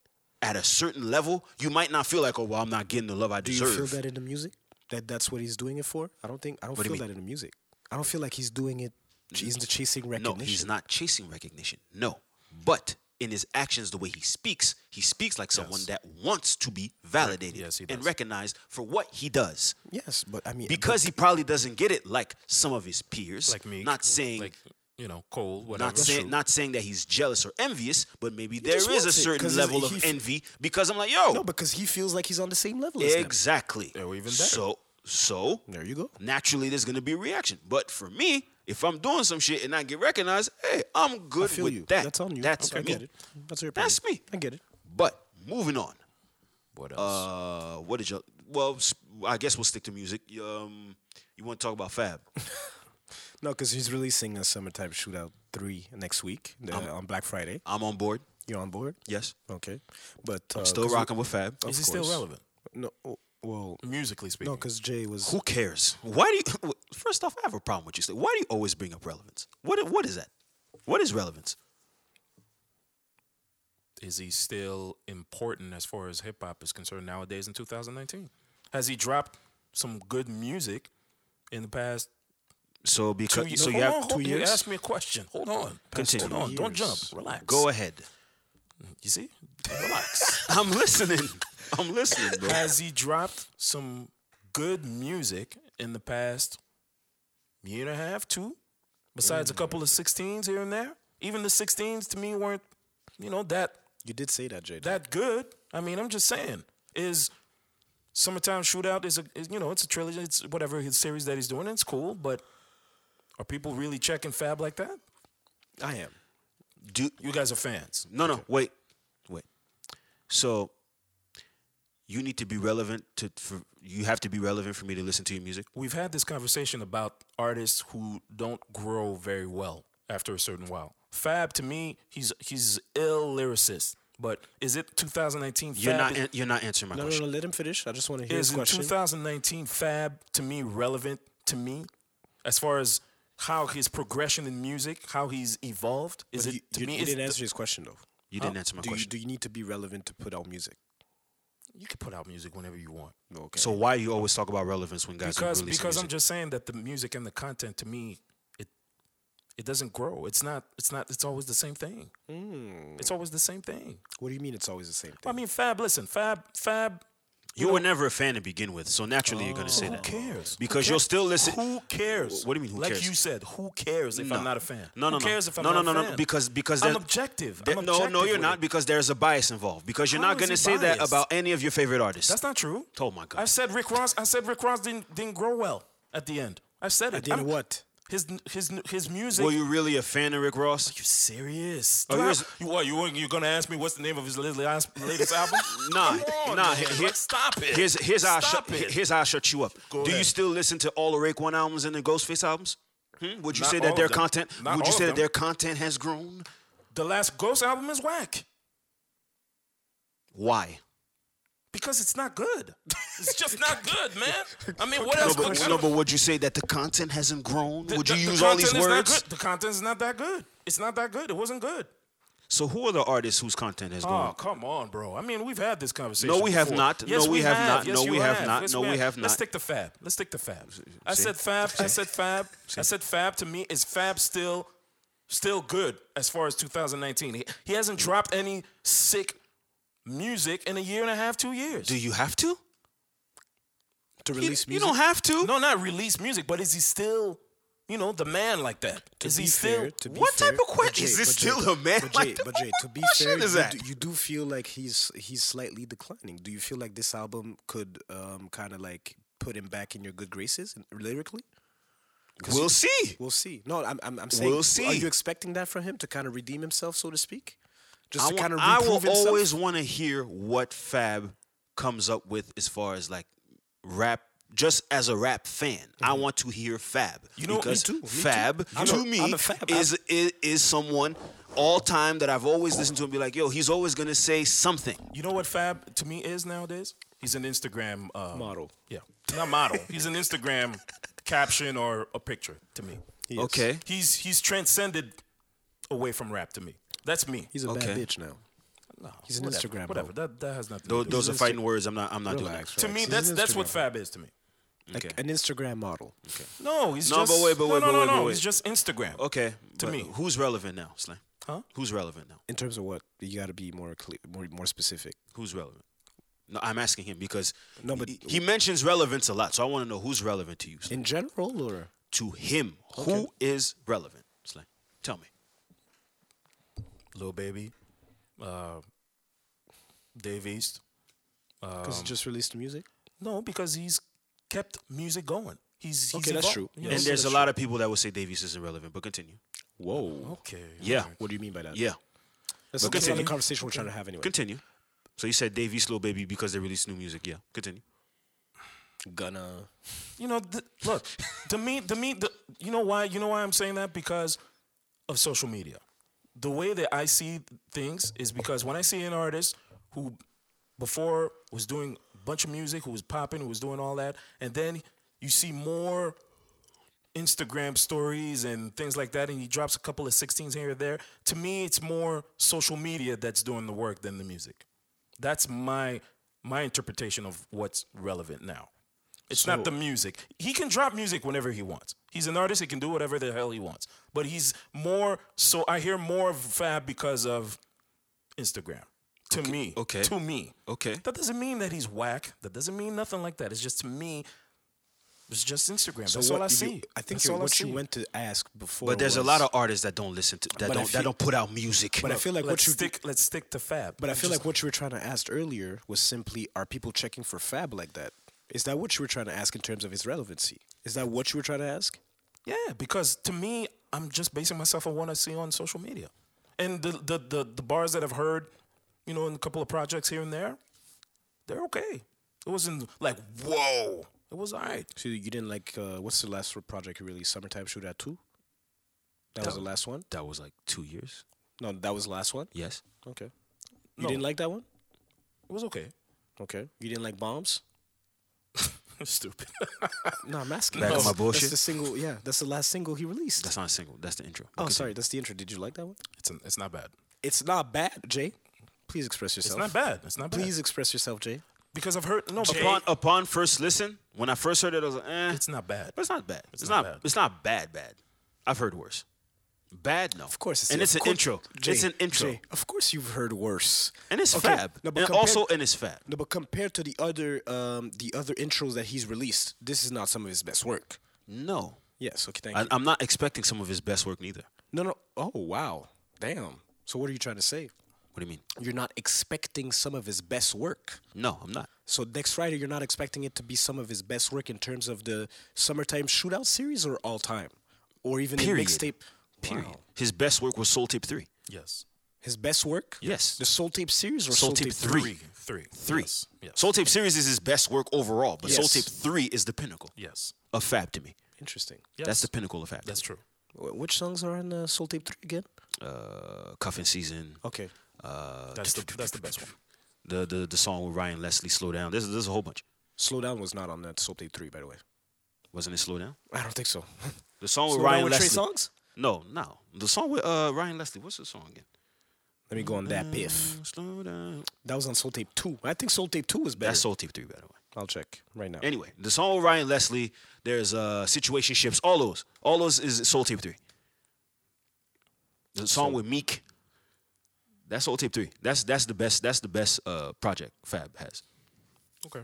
D: at a certain level, you might not feel like, oh, well, I'm not getting the love I
C: Do you
D: deserve.
C: feel that in the music? That that's what he's doing it for? I don't think I don't
D: do you
C: feel
D: mean?
C: that in the music. I don't feel like he's doing it. He's chasing
D: no,
C: recognition.
D: he's not chasing recognition. No, but in his actions, the way he speaks, he speaks like someone that wants to be validated
A: Yes, he
D: and
A: does.
D: recognized for what he does.
C: Yes, but I mean
D: Because he probably doesn't get it like some of his peers.
A: like me,
D: Not saying.
A: like you know, Cole, whatever.
D: not saying, not saying that he's jealous or envious, but maybe
C: just
D: there is
C: wants
D: a
C: it, 'cause
D: certain
C: he's-
D: level of
C: he f-
D: envy because I'm like, yo,
C: no, because he feels like he's on the same level as them.
D: exactly.
A: Or even better.
D: So, so
C: There you go.
D: naturally there's gonna be a reaction. But for me, if I'm doing some shit and I get recognized, hey, I'm good
C: I feel
D: with
C: you.
D: that.
C: That's on you.
D: That's
C: okay,
D: me.
C: I get it. That's your.
D: That's
C: opinion.
D: me.
C: I get it.
D: But moving on.
A: What else?
D: Uh, what did you? Well, s- I guess we'll stick to music. Um, you want to talk about Fab?
C: No, because he's releasing a summertime shootout three next week uh, on Black Friday.
D: I'm on board.
C: You're on board?
D: Yes,
C: Okay, but uh,
D: still
C: 'cause we-
D: rocking with Fab.
A: Is he
C: of
A: still
C: course.
A: relevant
C: No, oh, well,
A: musically speaking?
C: no, because Jay was.
D: Who cares? Why do you? First off, I have a problem with you. Still. Why do you always bring up relevance? What what is that? What is relevance?
A: is he still important as far as hip hop is concerned nowadays in 2019? Has he dropped some good music in the past
D: So
A: two
D: because
A: years?
D: so
A: Hold
D: you
A: on,
D: have
A: hold- You
C: years?
A: asked me a question. Hold on.
D: Continue.
A: Hold on. Don't
C: Years.
A: jump. Relax.
D: go ahead.
A: You see? Relax.
D: I'm listening. I'm listening, bro.
A: Has he dropped some good music in the past year and a half, two? Besides a couple of 16s here and there? Even the 16s to me weren't, you know, that
C: You did say that, Jay.
A: that good. I mean, I'm just saying. Is Summertime Shootout is a is, you know it's a trilogy. It's whatever his series that he's doing. It's cool, but are people really checking Fab like that?
C: I am.
D: Do
A: You guys are fans.
D: No, no, wait, wait. So you need to be relevant to. For, you have to be relevant for me to listen to your music.
A: We've had this conversation about artists who don't grow very well after a certain while. Fab to me, he's he's ill lyricist. But is it 2019?
D: You're
A: Fab
D: not.
A: is-
D: an- you're not answering my
C: No, no,
D: question.
C: no. Let him finish. I just want to hear
A: is
C: his
A: in
C: question.
A: 2019 Fab to me relevant to me as far as how his progression in music, how he's evolved? Is it
C: But you,
A: to
C: you-
A: me?
C: you
A: is
C: didn't
A: the-
C: answer his question though.
D: You didn't answer my
C: do you,
D: question.
C: do you need to be relevant to put out music?
A: you can put out music whenever you want.
C: Okay.
D: so why you always talk about relevance when guys
A: Because
D: are releasing
A: because I'm
D: music?
A: just saying that the music and the content to me it it doesn't grow. It's not it's not it's always the same thing.
D: Hmm.
A: It's always the same thing.
C: what do you mean? It's always the same thing.
A: I mean, Fab. Listen, Fab. Fab.
D: you were never a fan to begin with, so naturally you're gonna say
A: Oh, Who
D: that.
A: cares?
D: Because you'll still listen.
A: Who cares?
D: What do you mean, who
A: like
D: cares?
A: you said, who cares if
D: No.
A: I'm not a fan?
D: No, no,
A: who
D: no.
A: cares if I'm
D: no,
A: not
D: no,
A: a
D: no,
A: fan?
D: no. Because because
A: I'm
D: there-
A: objective.
D: there-
A: I'm
D: no, no,
A: objective
D: you're
A: with
D: not
A: it.
D: because there's a bias involved. Because you're
A: How is
D: not gonna
A: it
D: say that
A: biased?
D: about any of your favorite artists.
A: That's not true.
D: Oh my God.
A: I said Rick Ross. I said Rick Ross didn't didn't grow well at the end. I said it.
C: the end
A: I'm-
C: of what?
A: His his his music.
D: Were you really a fan of Rick Ross?
A: You serious?
D: Oh,
A: Do
D: you
A: I-
D: was-
A: you what? You weren't- you gonna ask me what's the name of his latest latest album?
D: Nah,
A: Come on,
D: nah.
A: man.
D: he- he-
A: Like, stop it.
D: Here's here's how I shut
A: Stop it.
D: here's how I shut you up.
A: Go
D: Do you
A: ahead.
D: still listen to all the Rake One albums and the Ghostface albums? Hmm? Would you
A: Not
D: say
A: all
D: that
A: of
D: their
A: them.
D: content?
A: Not
D: would you
A: all
D: say
A: of
D: that their content has grown?
A: the last Ghost album is whack
D: Why?
A: because it's not good. It's just not good, man. I mean, what
D: No
A: else?
D: but,
A: could-
D: no, but would you say that the content hasn't grown?
A: the-
D: would you
A: the- the
D: use all these
A: content is not
D: words?
A: good. The content is not that good. It's not that good. It wasn't good.
D: So who are the artists whose content has
A: Oh,
D: gone?
A: come on, bro. I mean, we've had this conversation.
D: No, we have
A: before.
D: not.
A: Yes,
D: No,
A: we
D: we have not.
A: Yes,
D: No,
A: you
D: we have not.
A: Yes,
D: No, we
A: Let's
D: have not.
A: stick to Fab. Let's stick to Fab. I
D: see?
A: said Fab. I said Fab. I said Fab. To me, is Fab still, still good as far as 2019? He, he hasn't dropped any sick music in a year and a half, two years.
D: Do you have to?
C: to
D: You,
C: release music.
D: you don't have to.
A: no, not release music, but is he still, you know, the man like that? Is
C: to
A: he
C: be
A: still?
C: fair, to be
D: what
C: fair,
D: type of question
C: but
D: is
C: Jay,
D: this
C: but Jay,
D: still a man
C: But
D: like
C: Jay,
D: that?
C: but Jay, to be
D: What
C: fair,
D: shit is
C: you,
D: that?
C: Do, you do feel like he's he's slightly declining. Do you feel like this album could um, kind of like put him back in your good graces lyrically?
D: We'll see.
C: We'll see. No, I'm I'm, I'm saying.
D: We'll
C: Are
D: see.
C: you expecting that from him to kind of redeem himself, so to speak? Just
D: I,
C: to
D: wa-
C: kind of
D: I
C: reprove
D: will
C: himself?
D: always want to hear what Fab comes up with as far as like rap. Just as a rap fan, I
C: Mm-hmm.
D: want to hear Fab. You
A: know, me
D: because
A: too, me too.
D: Fab
C: I'm
D: to
C: a-
D: me
C: I'm a Fab. I'm-
D: is, is is someone all time that I've always listened to and be like, yo, he's always gonna say something.
A: You know what Fab to me is nowadays? He's an Instagram uh,
C: Model.
A: Yeah, not model. He's an Instagram caption or a picture to me.
D: Okay,
A: He's he's transcended away from rap to me. That's me. Oh,
C: He's a bad
D: Okay.
C: bitch now. No, he's an Instagram. hoe.
A: Whatever. That that has nothing.
D: Tho-
A: to do. with
D: those are fighting words. I'm not. I'm not doing
C: Relax,
D: that.
A: it. To
C: relax.
A: me,
C: He's an
A: that's that's what
C: Instagram.
A: Fab is to me.
C: Like
D: Okay.
C: an Instagram model.
A: No, he's
D: No,
A: just
D: but wait, but wait,
A: no, no,
D: but
A: no,
D: wait, but
A: no.
D: wait.
A: He's just Instagram.
D: Okay,
A: To
D: but
A: me.
D: who's relevant now, Slam?
A: Huh?
D: Who's relevant now?
C: In terms of what, you got to be more clear, more more specific.
D: Who's relevant? No, I'm asking him because
C: No, but-
D: he, he mentions relevance a lot, so I want to know who's relevant to you. Slim.
C: In general, or
D: to him, who is relevant? Slim, tell me.
A: Little baby, uh, Dave East.
C: because
D: Um,
C: he just released the music.
A: No, because he's kept music going. He's, he's
C: Okay, that's
A: evol-
C: true.
A: you know?
D: and there's a lot of people that would say Davies isn't relevant, but continue.
C: Whoa.
A: Okay.
D: Yeah,
C: Oh. What do you mean by that?
D: yeah,
C: That's
A: Okay.
C: okay. the
A: Continue.
C: conversation we're trying to have anyway.
D: continue. So you said Davies, Slow Baby, because they released new music. Yeah, continue.
C: Gonna.
A: you know, th- look, to me, to me, the, you know why, you know why I'm saying that because of social media. The way that I see things is because when I see an artist who before was doing a bunch of music, who was popping, who was doing all that, and then you see more Instagram stories and things like that, and he drops a couple of 16s here or there. To me, it's more social media that's doing the work than the music. That's my my interpretation of what's relevant now. It's not the music. He can drop music whenever he wants. He's an artist. He can do whatever the hell he wants. But he's more so. I hear more of Fab because of Instagram. To me,
D: okay.
A: To me,
D: Okay.
A: That doesn't mean that he's whack. That doesn't mean nothing like that. It's just to me. It's just Instagram. That's all I
C: you-
A: see.
C: I think
A: That's
C: you're-
A: all I
C: what you
A: see.
C: went to ask before.
D: But there's a
C: was-
D: lot of artists that don't listen to that
C: But I
D: don't
C: feel-
D: that don't put out music.
C: But I feel like what
A: let's
C: you.
A: stick. let's stick to Fab.
C: but I feel like what you were trying to ask earlier was simply: Are people checking for Fab like that? Is that what you were trying to ask in terms of his relevancy? Is that what you were trying to ask?
A: yeah, because to me, I'm just basing myself on what I see on social media, and the the the, the bars that I've heard, you know, in a couple of projects here and there, they're okay. It wasn't like whoa. It was alright.
C: So you didn't like uh, what's the last project you released? Summertime Shoot at Two. That was the last one.
D: that was like two years.
C: No, that was the last one.
D: Yes.
C: Okay. You
A: No.
C: didn't like that one.
A: It was okay.
C: Okay. You didn't like bombs.
A: Stupid.
C: No, I'm asking.
D: Back on
C: That's-
D: my bullshit.
C: That's the single. Yeah, that's the last single he released.
D: That's not a single. That's the intro.
C: oh,
D: Continue.
C: sorry, that's the intro. Did you like that one?
A: it's an, it's not bad.
C: It's not bad, Jay. Please express
A: It's
C: yourself.
A: not bad. It's not bad.
C: Please express yourself, Jay.
A: because I've heard no. Jay,
D: Upon upon first listen, when I first heard it, I was like, eh.
A: it's not bad.
D: But it's not bad. It's,
A: not
D: not.
A: bad.
D: It's not bad. Bad. I've heard worse. Bad, no. Of
C: course, it's
D: and
C: of
D: it's an
C: course-
D: intro.
C: Jay,
D: it's an intro,
C: Jay, of course, you've heard worse.
D: and it's
C: Okay,
D: fab.
C: no, but
D: and
C: compared-
D: also, and it's fab.
C: No, but compared to the other, um, the other intros that he's released, this is not some of his best work.
D: No,
C: Yes. Okay. Thank
D: I,
C: you.
D: I'm not expecting some of his best work neither.
C: no, no. Oh, wow. Damn. So what are you trying to say?
D: What do you mean?
C: You're not expecting some of his best work.
D: No, I'm not.
C: So next Friday, you're not expecting it to be some of his best work in terms of the summertime shootout series or all time, or even the
D: Period.
C: mixtape.
D: Period.
C: Wow.
D: His best work was Soul Tape Three.
A: Yes.
C: His best work.
D: Yes.
C: The Soul Tape series or
D: Soul, Tape, Three.
A: Three. Three.
D: Three.
A: Yes. Yes.
D: Soul Tape series is his best work overall, but Soul
C: Yes.
D: Tape Three is the pinnacle
A: yes.
D: of fab to me.
C: Interesting.
A: Yes.
D: That's the pinnacle of fab.
A: That's true.
C: Wh- Which songs are on uh, Soul Tape Three again?
D: Uh, Cuffing season. uh,
C: Okay.
A: That's the that's the best one.
D: The, the the song with Ryan Leslie. Slow down. There's there's a whole bunch.
C: Slow Down was not on that Soul Tape Three, by the way.
D: Wasn't it Slow Down?
C: I don't think so.
D: The song
C: Slow
D: with
C: Down
D: Ryan
C: with Trey
D: Leslie.
C: Songz?
D: No, no. The song with uh, Ryan Leslie. What's the song again?
C: Let me go on that piff.
D: Slow down.
C: That was on Soul Tape 2. I think Soul Tape 2 is better.
D: That's Soul Tape 3, by the way.
C: I'll check right now.
D: Anyway, the song with Ryan Leslie, there's uh situationships, all those. All those is Soul Tape 3. The song with Meek. That's Soul Tape 3. That's that's the best that's the best uh project Fab has.
A: Okay.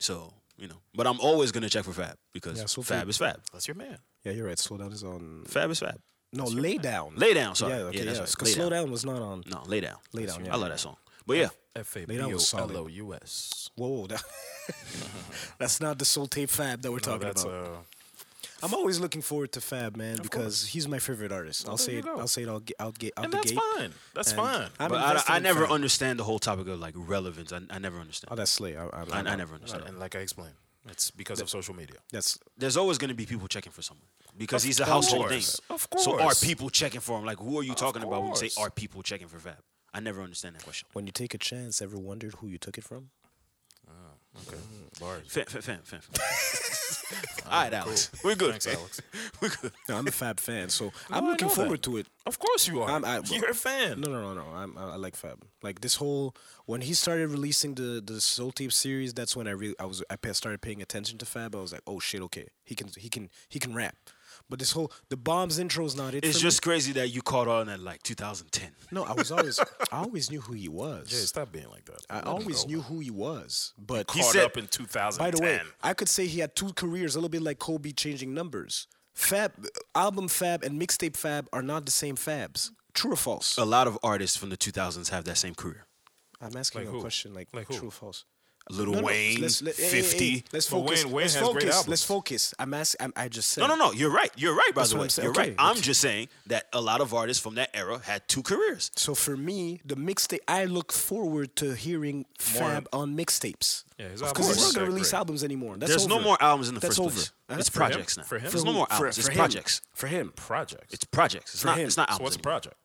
D: So, you know. But I'm always gonna check for Fab because
C: Yeah, Soul
D: Fab
C: Tape-
D: is Fab.
A: That's your man.
C: yeah, you're right. Slow Down is on.
D: Fab is Fab.
C: No, Lay Down.
D: Lay down, sorry.
C: Yeah, okay,
D: yeah,
C: yeah.
D: that's right.
C: 'cause
D: Lay
C: Slow
D: down.
C: down. was not on.
D: No, lay down.
C: Lay Down, yeah.
D: I love that song. But yeah,
A: F A B
C: They don't
A: O
C: was solid.
A: L O U S.
C: Whoa, whoa. That, that's not the Soul Tape Fab that we're
A: No,
C: talking
A: that's
C: about.
A: uh,
C: I'm always looking forward to Fab, man, because he's my favorite artist. I'll say
A: you
C: it.
A: go.
C: I'll say it. I'll get out. Get out
A: and
C: the
A: that's
C: gate.
A: fine. That's
C: And
A: fine.
C: I'm
D: but
C: invested
D: I, I
C: in
D: never
C: Fab.
D: understand the whole topic of like relevance. I, I never understand.
C: Oh, that's slay. I, I,
D: I, I never understand.
A: and like I explained, it's because of social media.
C: That's
D: There's always going to be people checking for someone because he's a
A: course,
D: household name.
A: of
D: So are
A: course.
D: people checking for him? Like, who are you talking about when you say
A: course.
D: are people checking for Fab? I never understand that question.
C: when you take a chance. Ever wondered who you took it from?
A: Okay. Bars.
D: Fam, fam, fam, fam. All right, Alex. We're good.
A: Thanks, Alex.
D: We're good.
C: No, I'm a Fab fan, so I'm
A: I
C: looking
A: know that.
C: forward to it.
A: Of course you are.
C: I'm- I-
A: You're a fan.
C: No, no, no, no. I'm, I I like Fab. Like this whole when he started releasing the the Soul Tape series, that's when I really I was I pa- started paying attention to Fab. I was like, oh shit, okay, he can he can he can rap. But this whole the bombs intro is not it.
D: It's
C: for me.
D: just crazy that you caught on at like 2010.
C: no. I was always I always knew who he was.
A: Jay, stop being like that.
C: I
A: Let him
C: always
A: go.
C: knew who he was. But
A: He
D: Caught
A: said
D: up
A: up in 2010.
C: by the way, I could say he had two careers, a little bit like Kobe changing numbers. Fab album Fab and mixtape Fab are not the same Fabs. True or false?
D: A lot of artists from the 2000s have that same career.
C: I'm asking
A: Like
C: you a
A: who?
C: question, like,
A: Like who?
C: true or false?
D: Little
C: No, no,
D: Wayne,
C: let's- let- hey, hey, hey,
D: 50.
C: let's
A: But Wayne-
C: focus.
A: Wayne
C: let's
A: has great
C: focus.
A: albums.
C: Let's focus. I'm asking. I'm, I just said.
D: No, no, no. You're right. You're right. By
C: That's
D: the
C: what
D: way,
C: I'm saying.
D: you're right.
C: Okay,
D: I'm
C: okay.
D: just saying that a lot of artists from that era had two careers.
C: So for me, the mixtape. I look forward to hearing Fab on mixtapes.
A: Yeah, his
C: because he's
A: albums
C: not
A: are
C: gonna release
A: great.
C: albums anymore. That's
D: There's no
C: over.
D: more albums in the
C: That's
D: first
C: over.
D: place.
C: That's
D: It's
C: for him.
D: projects now.
A: For him?
D: There's no
C: who-
D: more
C: for-
D: albums. it's
C: for him.
D: projects.
C: For him.
A: projects.
D: It's projects. It's not.
C: him.
D: It's not
C: So
D: albums.
A: so what's a
D: anymore.
A: project?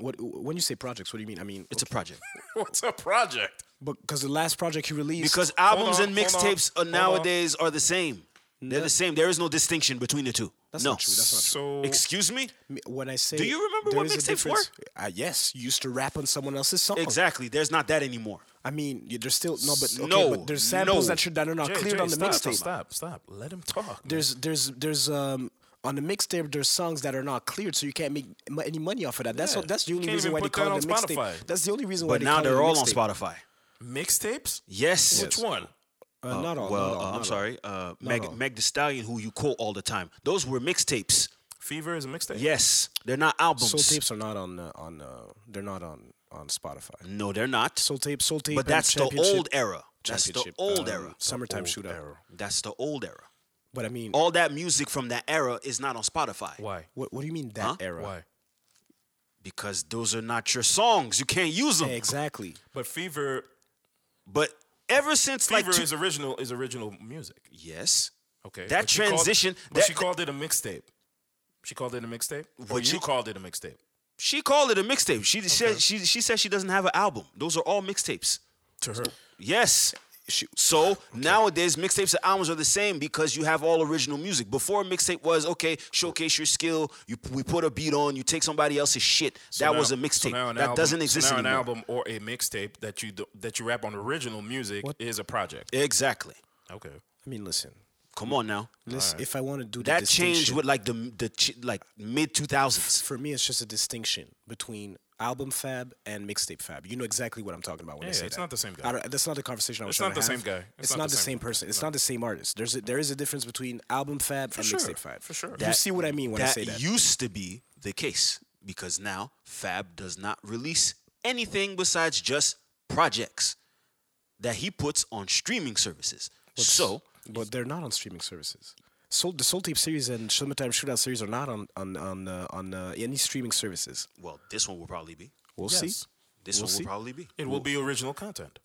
C: What when you say projects? What do you mean? I mean,
D: It's a project
A: What's a project?
C: because the last project he released.
D: because albums
A: on,
D: and
A: hold
D: mixtapes
A: on,
D: are
A: hold on.
D: nowadays are the same. They're the same. There is no distinction between the two.
C: that's
D: no.
C: not true. That's not
A: So
C: true.
D: Excuse me.
C: Me- When I say,
D: Do you remember
C: there
D: what
C: is a
D: mixtapes were?
C: difference- Uh, yes, you used to rap on someone else's song.
D: Exactly. There's not that anymore.
C: I mean, you- there's still no, but okay,
D: No,
C: but there's samples
D: no.
C: that should that are not
A: Jay,
C: cleared
A: Jay,
C: on the
A: stop,
C: mixtape.
A: Stop, stop. Let him talk. man.
C: there's there's there's um on the mixtape there's songs that are not cleared so you can't make m- any money off of that that's
A: Yeah.
C: all, that's the
A: You
C: only
A: can't
C: reason
A: even
C: why they
A: put
C: call
A: that
C: it a
A: on
C: mixtape
A: Spotify.
C: that's the only reason why
D: But
C: they
D: now
C: call
D: they're
C: it a
D: all on
C: mixtape.
D: Spotify.
A: mixtapes.
D: Yes.
A: Which one?
C: uh, not all
D: Well,
C: not all,
D: uh,
C: not
D: I'm
C: all.
D: sorry. Uh, Meg, Meg The Stallion, who you quote all the time. Those were mixtapes.
A: Fever is a mixtape.
D: Yes, they're not albums.
C: soul tapes are not on uh, on uh, they're not on on Spotify
D: No, they're not.
C: soul tape soul tape
D: but
C: and
D: that's the
C: Championship-
D: old era. That's the
C: Championship,
D: old
C: um,
D: era.
C: summertime shootout
D: That's the old era.
C: but I mean
D: All that music from that era is not on Spotify.
A: Why?
C: what, what do you mean that
D: Huh?
C: era
A: Why?
D: Because those are not your songs. You can't use them.
C: exactly
A: But Fever,
D: But ever since
A: Fever
D: like two-
A: is original is original music.
D: yes,
A: Okay.
D: That
A: but she called-
D: transition-
A: but
D: that-
A: she called it a mixtape. She called it a mixtape. Or
D: But she-
A: you called it a mixtape.
D: she called it a mixtape. She said she she said she doesn't have an album. Those are all mixtapes.
A: To her.
D: Yes. So nowadays, mixtapes and albums are the same because you have all original music. Before, mixtape was okay, showcase your skill. You we put a beat on, you take somebody else's shit.
A: So
D: that
A: now-
D: was a
A: so
D: mixtape.
A: now an
D: that
A: album-
D: doesn't
A: so
D: exist
A: now
D: anymore.
A: an album or a mixtape that you do, that you rap on original music is a project.
D: Exactly.
A: Okay.
C: I mean listen
D: Come on now.
C: listen if I want to do the
D: That changed
C: distinction-
D: with like the the ch- like mid two thousands.
C: for me, it's just a distinction between album fab and mixtape fab. You know exactly what I'm talking about when I
A: Yeah,
C: say
A: it's
C: that.
A: not the same guy.
C: I don't- that's not the conversation I was
A: It's
C: trying
A: not
C: to
A: the
C: have.
A: same guy.
C: It's, not, the same person. It's not the same artist. There's a, there is a difference between album fab and
A: sure,
C: mixtape fab.
A: for sure.
C: you see what I mean when I
D: that
C: say that?
D: used to be the case because now Fab does not release anything besides just projects that he puts on streaming services. so
C: but they're not on streaming services. Soul, the Soul Tape series and Summertime Shootout series are not on on on uh, on uh, any streaming services.
D: well, this one will probably be.
C: We'll
A: Yes.
C: see.
D: This
C: We'll
D: one
C: see.
D: will probably be.
A: It will be original content.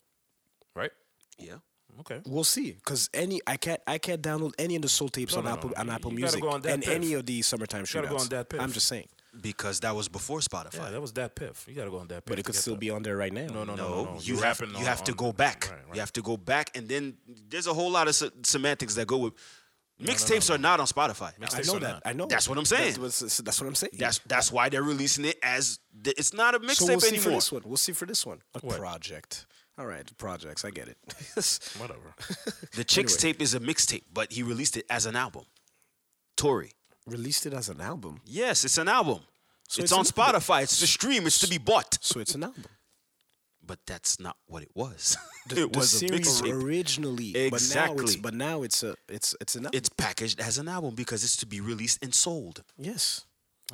A: Right?
D: Yeah.
A: Okay.
C: We'll see, cause any I can't I can't download any of the Soul tapes on
A: no,
C: Apple
A: no.
C: on
A: You-
C: Apple
A: you gotta
C: Music
A: go on that
C: and
A: piff.
C: any of the Summertime
A: gotta
C: Shootouts.
A: go on that piff.
C: I'm just saying.
D: Because that was before Spotify.
A: Yeah, that was that piff. You got to go on that piff.
C: but it
A: to
C: could
A: get
C: still
A: that.
C: be on there right now.
A: No, no, no, no.
D: No,
A: no.
D: you
A: You're
D: have
A: rapping
D: you have
A: on-
D: to
A: on-
D: go back.
A: Right, right.
D: You have to go back, and then there's a whole lot of se- semantics that go with. Mixtapes are not on Spotify.
C: I know that. I know.
D: That's what I'm saying.
C: That's, what's- that's what I'm saying.
D: That's that's why they're releasing it as th- it's not a
C: so
D: mixtape
C: we'll see for
D: anymore.
C: this one. We'll see for this one. A
A: What?
C: project. All right, projects. I get it.
A: Whatever.
D: The Chicks tape is a mixtape, but he released it as an album. Tory.
C: Released it as an album,
D: Yes, it's an album. it's,
C: it's
D: on
C: an album.
D: Spotify. It's to stream. It's to be bought.
C: so it's an album.
D: But that's not what it was.
C: The,
D: it
C: the
D: was a
C: series
D: mixtape.
C: originally, But now it's,
D: Exactly.
C: but now it's a it's it's an album.
D: It's packaged as an album because it's to be released and sold.
C: yes.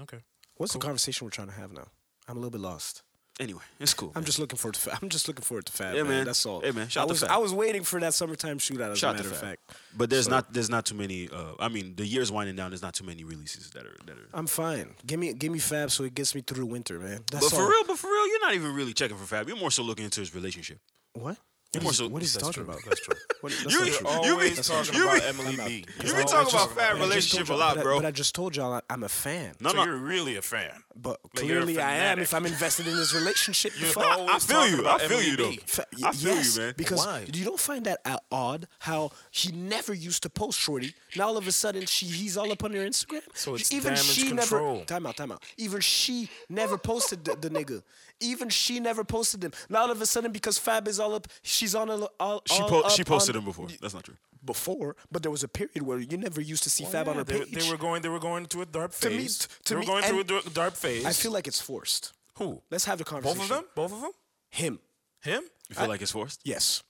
A: Okay.
C: What's the conversation we're trying to have now? I'm a little bit lost.
D: Anyway, it's cool.
C: I'm just looking forward to. Fa- I'm just looking forward to Fab.
D: Yeah,
C: man.
D: man.
C: That's all.
D: Hey, man, shout
C: I
D: out to
C: was
D: Fab.
C: I was waiting for that summertime shootout. As
D: Shout
C: a
D: out to
C: matter of
D: Fab.
C: fact,
D: But there's
C: So-
D: not there's not too many. Uh, I mean, the year's winding down. There's not too many releases that are that are.
C: I'm fine. Give me give me Fab so it gets me through the winter, man. That's
D: but for
C: all.
D: real, but for real, you're not even really checking for Fab. You're more so looking into his relationship.
C: what? What
D: You're more
C: is-
D: so-
C: what is he
D: that's
C: talking
A: true.
C: about?
A: That's true.
C: What, that's
D: You-
C: not true.
D: you-
A: Always talking
D: you be-
A: about Emily
C: I'm
A: B.
D: You
A: You're
D: been
A: always
D: talking about
A: her.
D: Fab
C: But I just
D: relationship
C: told
D: a
C: y'all-
D: lot,
C: but I-
D: bro.
C: But I just told y'all I, I'm a fan.
D: No,
A: So
D: no.
A: you're really a fan.
C: But
A: Like, you're a
C: clearly I am
A: fanatic.
C: if I'm invested in this relationship.
A: You're
C: Fuck.
A: always
D: I feel
A: talking
D: you.
A: about
D: I feel you,
A: Emily B.
D: though.
C: Fa-
D: I feel you,
C: yes,
D: man.
C: Because
A: Why?
C: you don't find that o- odd how he never used to post shorty. Now all of a sudden she he's all up on her Instagram.
A: So it's
C: even
A: damage
C: she
A: control.
C: never time out, time out. Even she never posted the, the nigga. Even she never posted him. Now all of a sudden because Fab is all up, she's on a l- all,
D: She
C: all
D: po-
C: up
D: she posted
C: on-
D: him before. That's not true.
C: before, but there was a period where you never used to see Fab
A: Yeah,
C: on her
A: they,
C: page.
A: they were going. They were going to a dark
C: To me-
A: phase.
C: to
A: they were
C: me,
A: going through a
C: and-
A: dar- dark phase.
C: I feel like it's forced.
A: who?
C: Let's have the
A: Both
C: conversation.
A: of them. Both of them.
C: Him.
A: Him.
D: You feel like it's forced?
C: Yes.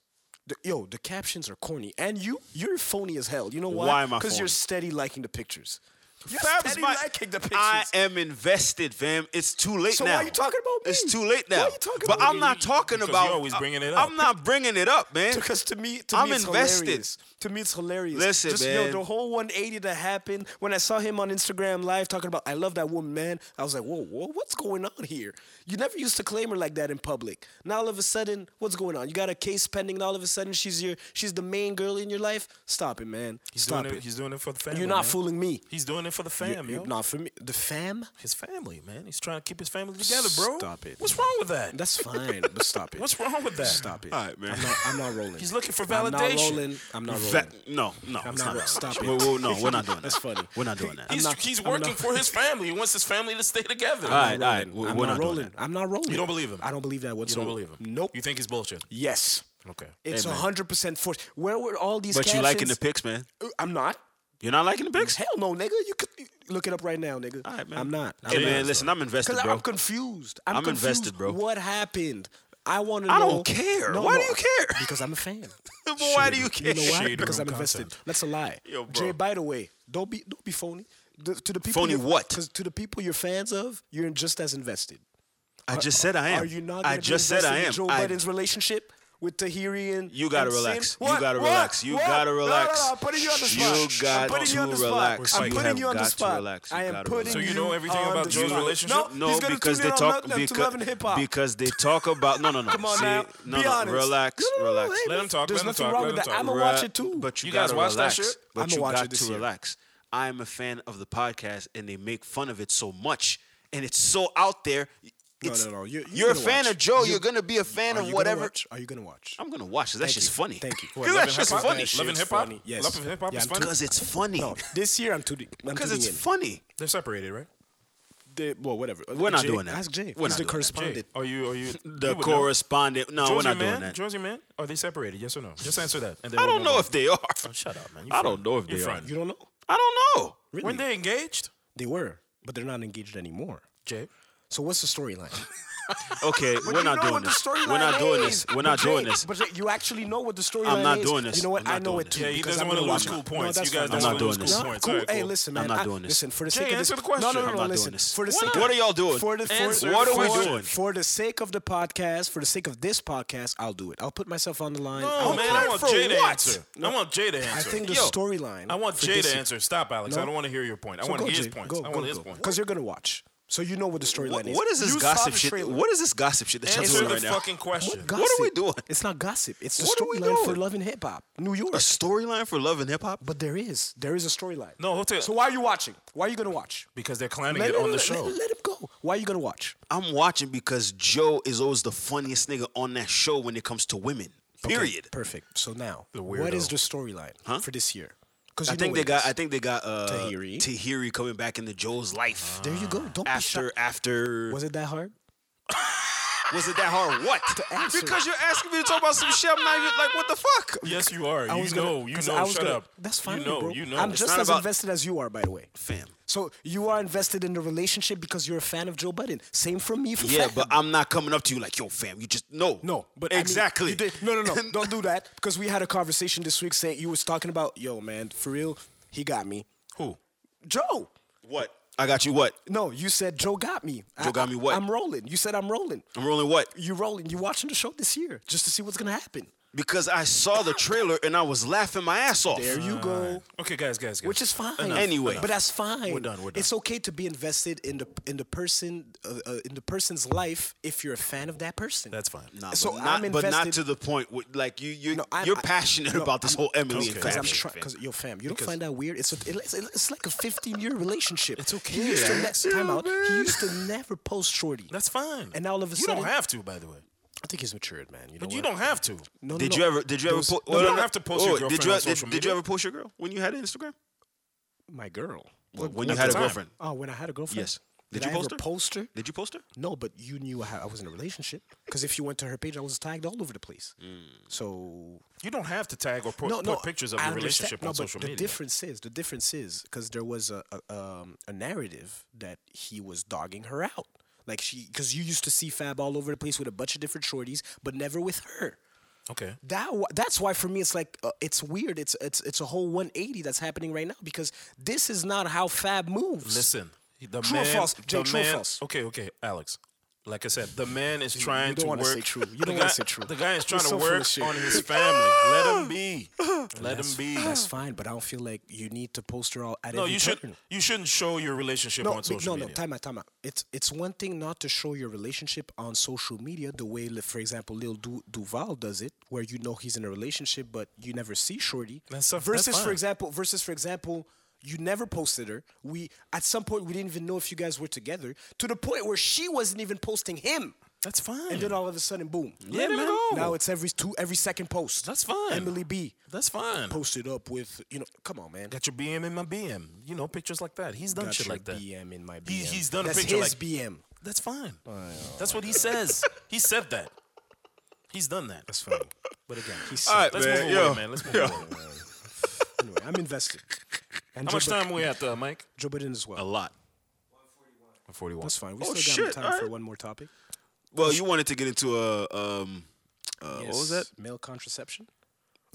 C: The, yo, the captions are corny, and you you're phony as hell. You know why?
D: Why am I
C: Because
D: phony?
C: you're steady liking the pictures. You're
D: Fab is
C: steady
D: my-
C: liking the pictures.
D: I am invested, fam. It's too late
C: So why
D: now.
C: you talking about me?
D: It's too late
C: Why
D: now.
C: you talking
D: but
C: about
D: I'm
C: me?
D: not talking
A: Because
D: about.
A: you're always bringing it
D: I'm
A: up.
D: not bringing it up, man.
C: because to me, to
D: I'm
C: me, it's
D: invested.
C: hilarious. To me, it's hilarious.
D: Listen,
C: Just,
D: man.
C: Yo, the whole 180 that happened when I saw him on Instagram Live talking about "I love that woman, man." I was like, "Whoa, whoa, what's going on here?" You never used to claim her like that in public. Now all of a sudden, what's going on? You got a case pending, and all of a sudden, she's your, she's the main girl in your life. Stop it, man.
A: He's
C: Stop
A: doing
C: it.
A: it. He's doing it for the family.
C: You're not
A: man.
C: fooling me.
A: He's doing it for the fam,
C: You're
A: yo.
C: not for me. The fam?
A: His family, man. He's trying to keep his family together, bro.
C: Stop it.
A: What's wrong with that?
C: That's fine, but stop it.
A: What's wrong with that?
C: Stop it.
D: All right, man.
C: I'm not, I'm not rolling.
A: He's looking for
C: I'm not
A: validation.
C: rolling. I'm not rolling.
D: Va- no, no,
C: I'm not
D: it's not.
C: gonna- stop it.
D: Whoa, whoa, no, we're not doing that.
C: That's funny.
D: We're not doing that.
A: He's,
C: not-
A: he's
C: I'm
A: working
C: not-
A: for his family. He wants his family to stay together.
D: All right, all right.
C: I'm
D: We're
C: not
D: we're not doing
C: rolling.
D: that.
C: I'm not rolling.
A: You don't believe him?
C: I don't believe that
A: You
C: whatsoever.
A: don't believe him.
C: Nope.
A: You think he's bullshit?
C: yes.
A: Okay.
C: It's
D: Amen.
C: 100% forced. Where were all these
D: But you liking the
C: captions?
D: pics, man?
C: Uh, I'm not.
D: You're not liking the pics?
C: Hell no, nigga. You could you- look it up right now, nigga.
D: All right, man.
C: I'm not.
D: Hey,
C: I'm
D: man,
C: not.
D: listen, I'm invested,
C: Cause
D: bro.
C: I'm confused. I'm,
D: I'm
C: confused.
D: invested, bro.
C: What happened? I want to.
D: I don't care. Why do you care?
C: Because I'm a fan.
D: But why do you care?
C: You know why?
A: Shade
C: Because
A: room
C: I'm invested.
A: content.
C: That's a lie.
D: Yo, bro.
C: Jay, by the way, don't be don't be phony. The- to the people
D: Phony
C: you're-
D: what?
C: 'cause to the people you're fans of, you're just as invested.
D: I just said I am.
C: Are you not?
D: I
C: gonna be
D: just said I
C: invested in
D: am.
C: Joe
D: I-
C: Biden's relationship with Tahiri and
D: You gotta
C: and Sim?
D: relax. You
C: What?
D: gotta
C: What?
D: relax. You
C: What?
D: gotta
C: No, no, no,
D: relax.
C: I'm putting you on the
D: You
C: spot.
D: got
C: I'm putting you on
D: to
C: the spot.
D: relax.
C: I'm
A: You
C: putting
A: have
C: you on the
D: got to
C: spot.
D: relax. You
C: I am
D: gotta
C: putting
D: relax. So
A: you know everything
C: on
A: about
C: the
A: Joe's
C: spot.
A: relationship?
C: No,
D: No,
C: he's gonna
D: because
C: tune
D: they
C: in on
D: talk
C: Love- Love to
D: because,
C: Love and Hip Hop.
D: because they talk about no no no
C: Come on
D: see,
C: now.
D: no
C: Be
D: no
C: honest.
D: relax
C: No, no, no,
D: relax
C: hey,
A: Let him talk, let
C: There's
A: him
C: nothing
A: talk,
C: wrong
A: let
C: with
A: him
C: that.
A: talk.
C: I'm
A: I'ma
C: gonna
D: Re-
C: watch it too.
D: but you,
A: You guys
D: gotta
A: watch that
D: relax
A: shit?
D: but
C: I'ma
D: you
C: watch
D: got
C: it this
D: to
C: year.
D: relax I am a fan of the podcast and they make fun of it so much and it's so out there it's,
C: no, no, you- you're
D: are a
C: gonna
D: fan
C: watch.
D: of Joe
C: You-
D: you're gonna be a fan
C: Are
D: of
C: you
D: whatever
C: Gonna watch? Are you gonna watch?
D: I'm gonna watch 'cause that
C: Thank
D: shit's
C: you.
D: funny
C: Thank you. What,
A: Love
D: 'Cause that
A: and
D: shit's
A: Hip Hop?
D: funny
A: Love and
C: shit's
A: Hip Hop?
C: funny. Yes.
A: Love and Hip Hop
C: Yeah,
A: is
C: I'm
A: funny?
D: because it's funny
C: No, this year I'm too. I'm
D: because
C: tuning
D: it's
C: in.
D: funny
A: They're separated, right?
C: They- well, whatever. Uh,
D: We're not
C: Jay-
D: doing that.
C: Ask Jay.
D: We're
C: He's the
D: not doing that.
A: Jay,
C: correspondent.
A: are you? Are you?
D: the
A: you would
D: correspondent no
A: Know.
D: we're
A: Joe's your
D: not
A: man?
D: doing that
A: Joe's your man? Are they separated? Yes or no? Just answer that. And then
D: I
A: we'll
D: don't
A: move
D: know
A: on.
D: if they are
A: Oh, shut up, man. You
D: I
A: front.
D: don't know if
A: You
D: they are
A: front.
C: You don't know?
D: I don't know
C: Really?
A: When they engaged,
C: They were, but they're not engaged anymore.
A: Jay.
C: So what's the storyline?
D: Okay, we're
C: you
D: not
C: know
D: doing
C: what the
D: this.
C: storyline
D: We're not doing
C: is.
D: this. We're not
C: But
D: doing
C: Jay-
D: this.
C: But Jay, you actually know what the storyline is.
D: I'm not doing this.
C: You know what?
D: I'm
C: I
D: not
C: know
D: doing
C: it
D: this.
C: too.
A: Yeah, he
C: because
A: doesn't
C: I'm
A: wanna
C: gonna
A: lose
C: watch
A: cool
C: it.
A: points.
C: No, that's
A: You guys
C: fine.
A: don't
D: I'm not wanna lose doing cool this.
C: No,
A: points.
C: cool.
A: Alright,
C: Hey,
A: cool.
C: listen,
D: I'm
C: man.
D: not
C: I-
D: doing this.
C: Listen, for the
A: Jay,
C: sake of
A: answer
C: this.
A: the question.
C: No, no,
A: I'm
C: no, no.
A: not
C: Listen,
A: doing this.
C: for the
A: Why
C: sake.
A: not?
D: What are y'all doing?
C: For the
A: Answer
C: for,
A: it. What are we
C: for-
D: doing?
C: For the sake of the podcast, for the sake of this podcast, I'll do it. I'll put myself on the line.
A: Oh
C: I'll
A: man,
C: do
A: I
C: it.
A: want
D: for
A: Jay to
D: what?
A: answer. I want Jay to answer.
C: I think the
D: Yo,
C: storyline.
A: I want
C: for
A: Jay
C: this
A: to
C: year-
A: answer. Stop, Alex.
C: No.
A: I don't want to hear your point. I
C: So
A: want
C: go,
A: his
C: Jay.
A: points.
C: Go,
A: I
C: go,
A: want his
C: go.
A: point.
C: Because you're gonna watch, so you know what the storyline is.
D: What is this
C: You saw
D: gossip
C: the
D: shit?
C: trailer.
D: What is this gossip shit that y'all
A: Answer
D: doing
A: the
D: right now?
A: fucking question.
C: Gossip.
D: What are we doing?
C: It's not gossip. It's the
D: What are we
C: storyline for
D: doing?
C: Love and Hip Hop, New York.
D: A storyline for love and hip hop?
C: But there is. There is a storyline.
A: No, what's it-
C: So why are you watching? Why are you gonna watch?
A: Because they're clowning
C: Let-
A: it
C: let-
A: on the
C: let-
A: show.
C: Let, let him go. Why are you gonna watch?
D: I'm watching because Joe is always the funniest nigga on that show when it comes to women.
C: Okay,
D: Period.
C: perfect. So now,
A: The
C: what is
A: weirdo.
C: the storyline for this year? Because
D: I think they got. I think they got uh,
C: Tahiri.
D: Tahiri coming back into Joe's life
C: there you go. Don't be
D: uh, after
C: shocked.
D: after.
C: Was it that hard?
D: Was it that hard? What?
C: answer.
D: Because you're asking me to talk about some shit. I'm not even like, what the fuck?
A: Yes, you are. you
C: gonna-
A: know. You know.
C: 'cause
A: Shut
C: gonna-
A: up.
C: That's fine,
A: You know.
C: bro.
A: You know.
C: I'm
A: It's
C: just
D: not
C: as
D: about-
C: invested as you are, by the way.
D: Fam.
C: So you are invested in the relationship because you're a fan of Joe Budden. Same from me for
D: Yeah,
C: Fab.
D: but I'm not coming up to you like, yo, fam. You just no.
C: No, but I mean,
D: exactly.
C: you did- no, no, no. don't do that because we had a conversation this week saying you was talking about, yo, man, for real, he got me.
A: Who?
C: Joe.
D: What? I got you. What?
C: No, you said Joe got me.
D: Joe
C: I-
D: got me what?
C: I'm rolling. You said I'm rolling.
D: I'm rolling what?
C: You rolling. You watching the show this year just to see what's gonna happen.
D: Because I saw the trailer and I was laughing my ass off.
C: There you go.
A: Okay, guys, guys, guys.
C: Which is fine.
D: Enough, Anyway. enough.
C: but that's fine.
A: We're done, we're done.
C: It's okay to be invested in the in the person uh, uh, in the person's life if you're a fan of that person.
A: That's fine.
D: Nah,
C: So
D: but not,
C: I'm
D: but not
C: invested-
D: to the point. Where, like you, you,
C: No, I'm-
D: you're
C: I-
D: passionate
C: no,
D: about this
C: I'm-
D: whole E Emily and
C: Because I'm
D: Fab shit,
C: trying.
D: fam.
C: Because yo, fam, you don't find that weird. It's a, it- it's, it's like a 15 year relationship.
A: It's okay,
C: He used to
A: man.
C: ne- time out. He used to never post shorty.
A: That's fine.
C: And now all of a
A: you don't
C: sudden-
A: have to, by the way.
C: I think he's matured, man. You know
A: But you
C: what?
A: don't have to.
C: No, no,
D: Did
C: no.
D: you ever? Did you ever?
C: Those-
D: po-
C: no,
A: you
D: no,
A: don't
D: no.
A: have to post your
D: Wait, did
A: girlfriend
D: you,
A: on
D: did,
A: social
D: did you
A: media?
D: ever post your girl when you had an Instagram?
C: my girl?
D: when
A: at
D: you had
A: the
D: a
A: time.
D: girlfriend?
C: Oh, when I had a girlfriend.
D: Yes.
C: Did,
D: Did you
C: I ever
D: post her?
C: post her?
D: Did you post her?
C: No, but you knew I I was in a relationship. Because if you went to her page, I was tagged all over the place.
D: Mm.
C: So
A: You don't have to tag or put,
C: no,
A: put
C: no,
A: pictures of
C: I
A: your
C: understand.
A: relationship
C: no,
A: on
C: but
A: social
C: the
A: media.
C: difference is the difference is because there was a, a um a narrative that he was dogging her out, like she because you used to see Fab all over the place with a bunch of different shorties, but never with her.
A: Okay.
C: That w- that's why for me it's like uh, it's weird. It's it's it's a whole 180 that's happening right now because this is not how Fab moves.
A: Listen, the
C: True or
A: man.
C: false? Jay,
A: the
C: true or
A: man-
C: false?
A: Okay, okay, Alex. Like I said, the man is trying to
C: don't
A: work.
C: wanna say true. You
A: the
C: don't wanna
A: guy-
C: say true.
A: The guy is
C: You're
A: trying to
C: so full of
A: work
C: shit.
A: on his family. Let him be. Let him be.
C: That's fine, but I don't feel like you need to post her all at
A: No,
C: every
A: you
C: turn.
A: should. You shouldn't show your relationship
C: no,
A: on
C: be-
A: social
C: no,
A: media.
C: no, time out, time out. It's it's one thing not to show your relationship on social media the way, li- for example, Lil du- Duval does it, where you know he's in a relationship but you never see Shorty.
A: That's so- that's
C: versus,
A: fine.
C: for example, versus for example, you never posted her. We at some point we didn't even know if you guys were together to the point where she wasn't even posting him.
A: That's fine.
C: And then all of a sudden, boom!
A: Let him go.
C: Now it's every two, every second post.
A: That's fine.
C: Emily B.
A: That's fine.
C: Posted up with you know. Come on, man.
A: Got your BM in my BM. You know, pictures like that. He's done
C: Got
A: shit
C: your
A: like that.
C: BM in my BM.
A: He- he's done a
C: That's
A: picture
C: his
A: like-
C: BM.
A: That's fine. That's what he says. he said that. He's done that.
C: That's funny. But again, he's
D: All right,
A: Let's
D: man.
A: move
D: yo.
A: on, man. Let's move on.
C: anyway, I'm invested. And
A: How
C: Joe
A: much
C: Bud-
A: time we at, uh, Mike?
C: Joe Budden as well.
A: lot. 141.
C: That's fine. We
D: Oh,
C: still got
D: shit,
C: time for
D: alright.
C: one more topic.
D: Well, you wanted to get into a um, uh,
C: Oh,
D: what was that?
C: Yes, Male contraception.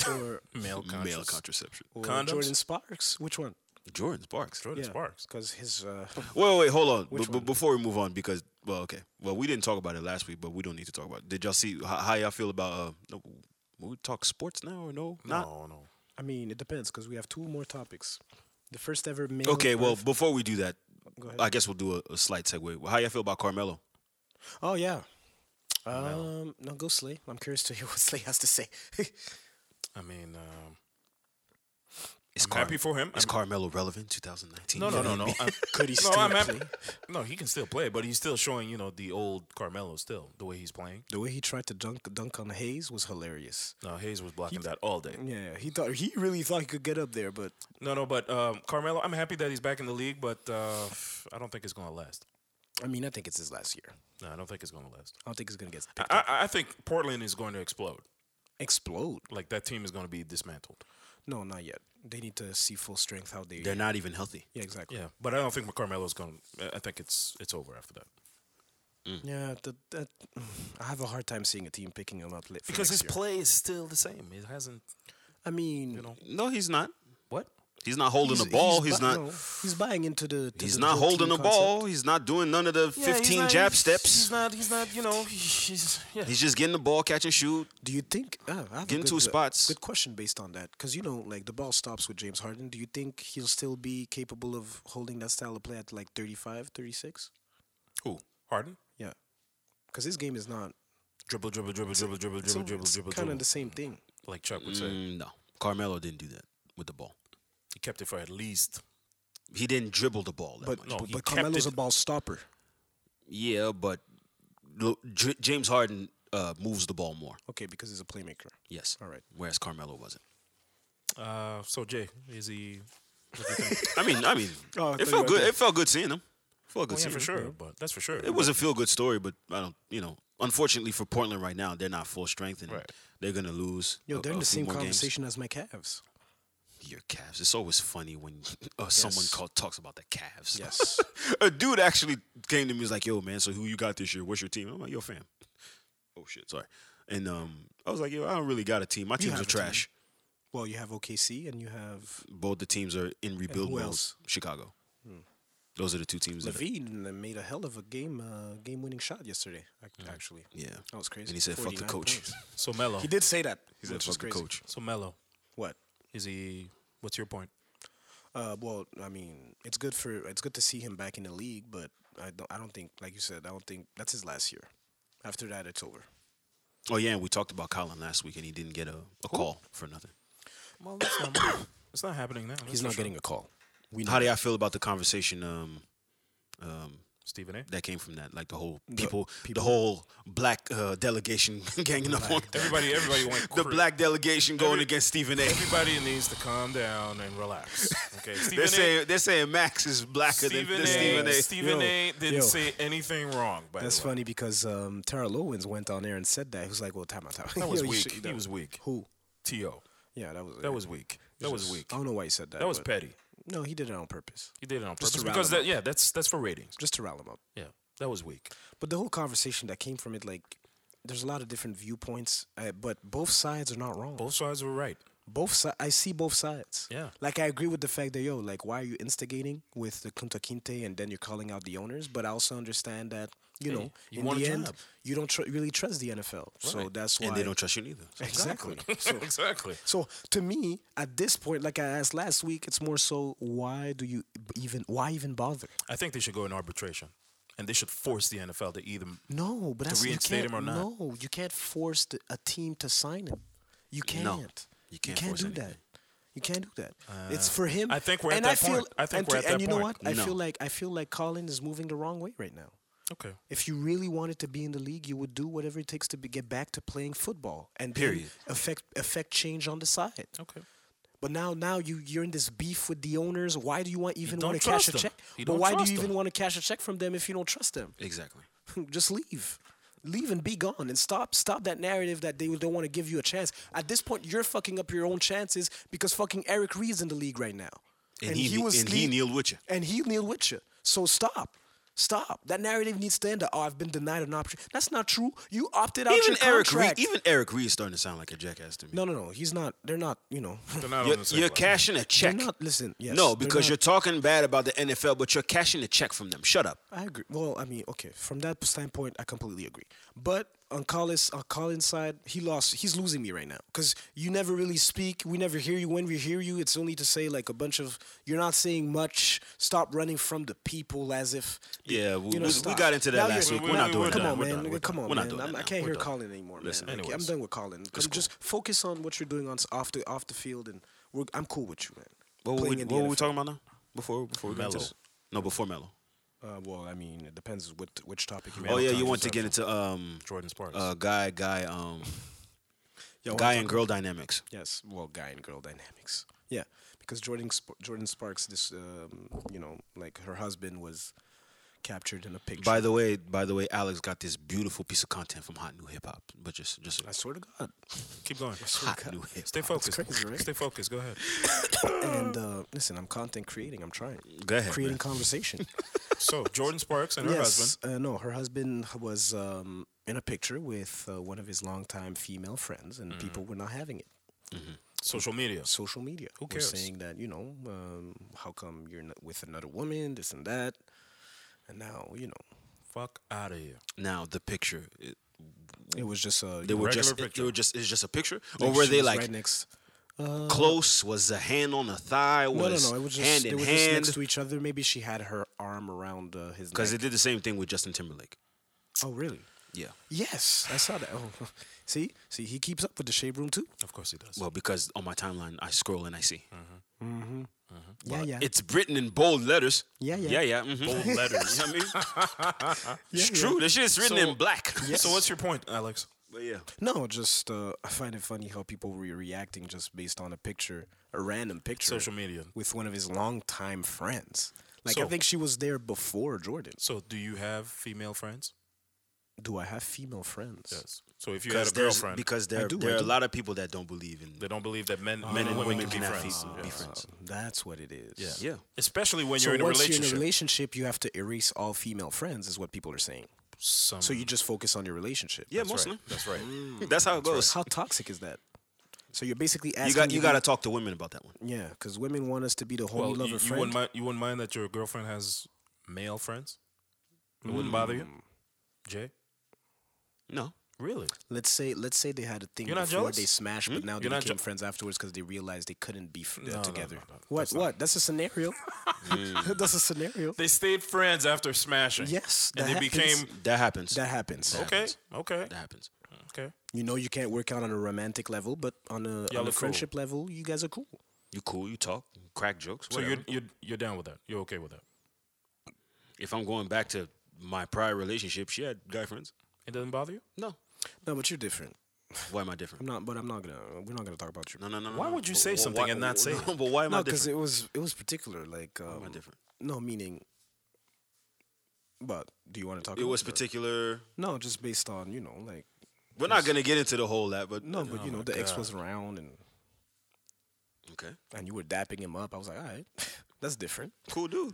C: Or,
A: Male contraception.
D: Male contraception.
C: or
A: Condoms?
C: Jordan Sparks? Which one?
D: Jordan Sparks.
A: Jordan Sparks.
C: Because his. Uh,
D: Wait, wait, hold on.
C: Which
D: But,
C: one?
D: before we move on, because well, okay, well, we didn't talk about it last week, but we don't need to talk about. it. Did y'all see how, how y'all feel about? Uh, no, will we talk sports now or no? Not?
A: No, Oh, no.
C: I mean, it depends because we have two more topics. The first ever male.
D: Okay, well,
C: birth-
D: before we do that,
C: Go ahead.
D: I guess we'll do a, a slight segue. How y'all feel about Carmelo?
C: Oh yeah. Um, no, go Slay. I'm curious to hear what Slay has to say.
A: I mean, um,
D: Is
A: I'm happy for him.
D: Is
A: I'm-
D: Carmelo relevant 2019?
A: no, no, no, no. I'm-
C: Could he
A: no,
C: still
A: I'm happy.
C: play?
A: No, he can still play, but he's still showing, you know, the old Carmelo still, the way he's playing.
C: The way he tried to dunk dunk on Hayes was hilarious.
A: No, Hayes was blocking that all day.
C: Yeah, he thought he really thought he could get up there, but
A: No, no, but um, Carmelo, I'm happy that he's back in the league, but uh, I don't think it's going to last.
C: I mean, I think it's his last year.
A: No, I don't think it's going to last.
C: I don't think he's gonna get
A: I,
C: picked up.
A: I, I think Portland is going to explode.
C: explode.
A: Like, that team is going to be dismantled.
C: No, not yet. They need to see full strength how they.
D: They're not even healthy.
C: yeah, exactly.
A: Yeah, but I don't think Carmelo's going to. I think it's it's over after that.
D: Mm.
C: Yeah, that, that, I have a hard time seeing a team picking him up late for
A: Because
C: next
A: his
C: year.
A: play is still the same. It hasn't.
C: I mean, you
A: know,
D: No, he's not.
A: What?
D: He's not holding the ball. He's,
C: bu-
D: not.
C: no, he's buying into the. to
D: He's
C: the
D: not
C: whole
D: holding
C: team
D: the
C: concept.
D: ball. He's not doing none of the 15 jab steps.
A: He's not. He's not. You know. He's. Yeah.
D: He's just getting the ball, catch and shoot.
C: Do you think? Uh, I have
D: Get
C: a
D: him
C: good,
D: two
C: uh,
D: spots.
C: Good question based on that, because you know, like the ball stops with James Harden. Do you think he'll still be capable of holding that style of play at like 35, 36?
A: Who? Harden.
C: Yeah, because his game is not.
A: Dribble, dribble, dribble, dribble, dribble, dribble, dribble, dribble,
C: kind
A: dribble.
C: of the same thing.
A: Like Chuck would say,
D: Mm, no, Carmelo didn't do that with the ball.
A: he kept it for at least.
D: He didn't dribble the ball. That
C: But
D: much.
A: no,
C: but,
A: he
C: but
A: kept
C: Carmelo's
A: it-
C: a ball stopper.
D: yeah, but Lo- J- James Harden uh, moves the ball more.
C: Okay, because he's a playmaker.
D: Yes.
C: All right.
D: Whereas Carmelo wasn't.
A: Uh, so Jay, is he? What do you think?
D: I mean, I mean,
C: Oh, I thought
D: it
C: you
D: felt
C: were Oh,
D: good.
C: there.
D: It felt good seeing him. Felt good
A: well, yeah,
D: seeing
A: for
D: him.
A: sure. But that's for sure.
D: It was a feel good story, but I don't, you know, unfortunately for Portland right now, they're not full strength and
A: Right.
D: they're gonna lose.
C: Yo,
D: a-
C: they're
D: a
C: in the
D: few
C: same
D: more games.
C: conversation as my Cavs.
D: Your Cavs. It's always funny when uh, someone
C: Yes.
D: call, talks about the Cavs.
C: Yes.
D: a dude actually came to me was like, "Yo, man, so who you got this year? What's your team?" I'm like, "Yo, fam." Oh shit, sorry. And um, I was like, "Yo, I don't really got a team. My teams
C: have
D: are
C: a team.
D: trash.
C: well, you have OKC and you have
D: Both the teams are in rebuild
C: who
D: mode.
C: else? Hmm.
D: Chicago. Those are the two teams. that-
C: Levine uh, made a hell of a game uh, game winning shot yesterday. ac- Actually,
D: yeah.
C: that was crazy.
D: And he said, "Fuck the
C: 49
D: coach."
C: points.
A: so mellow.
C: He did say that.
D: He said,
C: which was
D: "Fuck the
C: crazy.
D: coach."
A: So mellow.
C: What?
A: Is he? What's your point?
C: Uh, well, I mean, it's good for it's good to see him back in the league, but I don't I don't think like you said I don't think that's his last year. After that, it's over.
D: Oh yeah, and we talked about Colin last week, and he didn't get a, a call for nothing.
A: Well, that's not. it's not happening now.
C: He's not getting a call. We know
D: How do y'all feel about the conversation um, um,
A: Stephen A.
D: that came from that? Like the whole people, the whole black uh, delegation ganging up on
A: Everybody, everybody went.
D: the
A: cra-
D: black delegation going
A: Every-
D: against Stephen A.
A: Everybody needs to calm down and relax. Okay, Stephen
D: They're
A: A.
D: saying they're saying Max is blacker than,
A: Stephen
D: than
A: A.
D: Stephen A.
A: Stephen A.
C: Yo,
A: didn't
C: yo.
A: say anything wrong. By
C: That's
A: the way.
C: funny because um, Tara Lowens went on there and said that. He was like, "Well, time out, time out."
A: That was
C: Yo, you
A: weak.
C: should-
A: He
C: that-
A: was weak.
C: Who?
A: To
C: Yeah, that was
A: that was weak. That was weak.
C: I don't know why he said that.
A: That was
C: but-
A: petty.
C: No, he did it on purpose,
A: He did it on purpose
C: to
A: because
C: rattle
A: that, yeah, that's that's for ratings.
C: just to rile him up.
A: Yeah, that was weak.
C: But the whole conversation that came from it, like, there's a lot of different viewpoints, uh, but both sides are not wrong.
A: Both sides were right.
C: both sides I see both sides.
A: Yeah.
C: Like I agree with the fact that yo, like why are you instigating with the Kunta Kinte and then you're calling out the owners? But I also understand that you know
A: you
C: in
A: want a
C: the end
A: job.
C: you don't tr- really trust the NFL, so that's why
D: And they don't trust you neither. So
C: exactly. so,
A: exactly.
C: so to me, at this point, like I asked last week, it's more so why do you b- even why even bother?
A: I think they should go in arbitration, and they should force the NFL to either.
C: No, but that's, you
A: reinstate
C: can't.
A: him or not?
C: No, you can't force the, a team to sign him. You can't.
D: No, you can't force
C: do
D: anything.
C: that. You can't do that. it's for him.
A: Uh, I think we're at
C: and
A: that
C: I feel,
A: point. I think
C: and
A: we're
C: to-
A: at that
C: And you know
A: point.
C: what? I
D: No.
C: feel like I feel like Colin is moving the wrong way right now.
A: Okay.
C: If you really wanted to be in the league, you would do whatever it takes to be, get back to playing football and then
D: Period.
C: affect affect change on the side.
A: Okay.
C: But now, now you you're in this beef with the owners. Why do you want even
A: don't
C: want to cash
A: trust
C: a
A: them.
C: check?
A: You
C: but
A: don't
C: why do
A: trust
C: you even
A: them.
C: want to cash a check from them if you don't trust them?
D: exactly.
C: just leave leave and be gone and stop stop that narrative that they don't want to give you a chance at this point you're fucking up your own chances because fucking eric reed's in the league right now
D: And he kne- and he
C: lead-
D: kneeled with you.
C: and he kneeled with you so stop stop that narrative needs to end oh i've been denied an option that's not true you opted out
D: Even
C: your
D: Eric Reed,
C: contract.
D: even Eric Reed is starting to sound like a jackass to me.
C: no no no he's not they're not you know
A: They're not
D: You're,
A: on the same
D: you're
A: level.
D: cashing a check.
C: not- listen, yes,
D: no,
C: they're
D: because
C: not.
D: you're talking bad about the NFL, but you're cashing a check from them. Shut up.
C: I agree. Well, I mean, okay, from that standpoint, I completely agree. But on Collins, on Collins' side, he lost. He's losing me right now because you never really speak. We never hear you. When we hear you, it's only to say like a bunch of you're not saying much. Stop running from the people as if
D: Yeah, we,
C: you know,
D: we- we
C: stop.
D: got into that
C: Now you're-
D: last week. We're
A: we-
D: not
A: we-
D: doing
A: we're
D: that.
C: Come on,
D: We're
C: man.
D: done. We're
C: Come on,
D: not
C: man.
D: doing that
C: I'm- I
D: now.
C: can't
D: We're
C: hear
D: done.
C: Colin anymore, man.
D: Listen,
C: Like, I'm
D: anyways.
C: done with Colin. Come just focus on what you're doing on s- off the off the field, and we're, I'm cool with you, man.
D: What were
C: Playing
D: we,
C: in the
D: what were we
C: NFL.
D: talking about now? Before before we got into
A: Melo.
D: this? No, before Mello.
C: Uh, well, I mean, it depends what which topic you.
D: Oh
C: want.
D: yeah,
A: Melo
D: you want to
A: Tucker.
D: get into um
A: Jordan Sparks.
D: uh guy guy um
C: Yeah, I wanna
D: guy
C: talk
D: and girl dynamics.
C: Yes, well, guy and girl dynamics. Yeah, because Jordan Sp- Jordan Sparks, this um, you know, like her husband was captured in a picture.
D: By the way, by the way, Alex got this beautiful piece of content from Hot New Hip Hop. But just just
C: I swear to God.
A: Keep going.
D: Hot New Hip
A: Stay
D: Hop.
A: focused.
C: crazy, right?
A: Stay focused. Go ahead.
C: and uh, listen, I'm content creating. I'm trying.
D: Go ahead,
C: Creating
D: man.
C: conversation.
A: So Jordan Sparks and her husband.
C: yes. Uh, no, her husband was um, in a picture with uh, one of his longtime female friends, and people were not having it.
A: Social media.
C: Social media. Who
A: cares?
C: Were saying that you know, um, how come you're not with another woman? This and that. And now you know,
A: Fuck out of here.
D: Now the picture. It,
C: it was just a.
D: they were
A: Regular
D: just it,
A: picture.
D: they were just it's just a picture?
C: Like,
D: or were
C: she
D: they
C: was
D: like
C: right next?
D: close? Was a hand on a thigh?
C: No, no,
D: Was
C: no. It was just
D: hand
C: they
D: in
C: were just
D: hand?
C: next to each other. Maybe she had her arm around uh, his
D: Because
C: neck.
D: they did the same thing with Justin Timberlake.
C: oh, really?
D: Yeah.
C: Yes, I saw that. Oh, see, see, he keeps up with the shade room too.
A: Of course he does.
D: Well, because on my timeline I scroll and I see.
C: Uh-huh. Yeah, yeah,
D: It's written in bold letters.
C: Yeah, yeah.
D: Yeah, yeah. mhm.
A: Bold letters.
D: You know what I mean?
C: yeah,
D: It's true. This shit's written
A: So-
D: in black.
A: So what's your point, Alex?
D: But yeah.
C: No, just uh, I find it funny how people were reacting just based on a picture, a random picture,
A: Social media.
C: with one of his longtime friends. Like I
A: So-
C: think she was there before Jordan.
A: So, do you have female friends?
C: Do I have female friends?
A: Yes. So, if you had
D: Because
A: a
D: there's
A: girlfriend,
D: because there
C: I do,
D: there
C: I
D: are a
C: do.
D: lot of people that don't believe in
A: they don't believe that
C: Ah.
A: men,
D: men
A: men and women can be
D: cannot
A: friends.
D: be- be friends.
C: That's what it is.
A: Oh. Yeah.
D: Yeah.
A: Especially when
C: So
A: you're in a
C: once you're in a
A: relationship.
C: relationship, you have to erase all female friends, is what people are saying.
A: Some-
C: So you just focus on your relationship.
D: Yeah,
A: that's
D: mostly.
A: Right. That's right.
D: That's how it goes.
C: How toxic is that? So you're basically asking.
D: You got you got to
C: to
D: talk to women about that one.
C: Yeah, because women want us to be the homie
A: Well, you,
C: lover
A: you
C: friend.
A: wouldn't mind, you wouldn't mind that your girlfriend has male friends? It
C: Hmm.
A: wouldn't bother you? Jay?
D: No.
A: Really?
C: Let's say let's say they had a thing
A: You're not
C: before
A: jealous? Hmm?
C: they smashed, but now they
A: You're not
C: became
A: je-
C: friends afterwards because they realized they couldn't be f- uh,
A: no, no,
C: together.
A: no, Hmm.
C: What? what? That's a scenario. That's a scenario.
A: They stayed friends after smashing.
C: Yes,
A: And they
C: that happens.
A: became
D: That happens.
C: That happens.
A: okay, okay,
D: That happens.
A: okay.
C: You know you can't work out on a romantic level, but on a,
A: Y'all
C: on
A: are cool.
C: a friendship level, you guys are cool.
D: You cool, you talk, you crack jokes.
A: So
D: Whatever.
A: you're you're you're down with that? You're okay with that?
D: if I'm going back to my prior relationship, she had guy friends.
A: It doesn't bother you?
D: No.
C: No, but you're different.
D: Why am I
C: I'm
D: different?
C: not, but I'm not gonna. We're not gonna talk about you.
D: No, no, no. no
A: Why
D: no.
A: would you
D: But
A: say
D: wh-
A: something
D: why-
A: and not
D: wh-
A: say
D: no,
A: it?
D: But why am I
C: No, because it
D: different?
C: was it was particular. Like, um,
D: am I different?
C: No, meaning. But do you want to talk?
D: It
C: about
D: was particular.
C: No, just based on you know, like
D: We're not gonna get into the whole that, but
C: no, but you know, the ex was around and
D: okay,
C: and you were dapping him up. I was like, all right, that's different.
D: cool dude,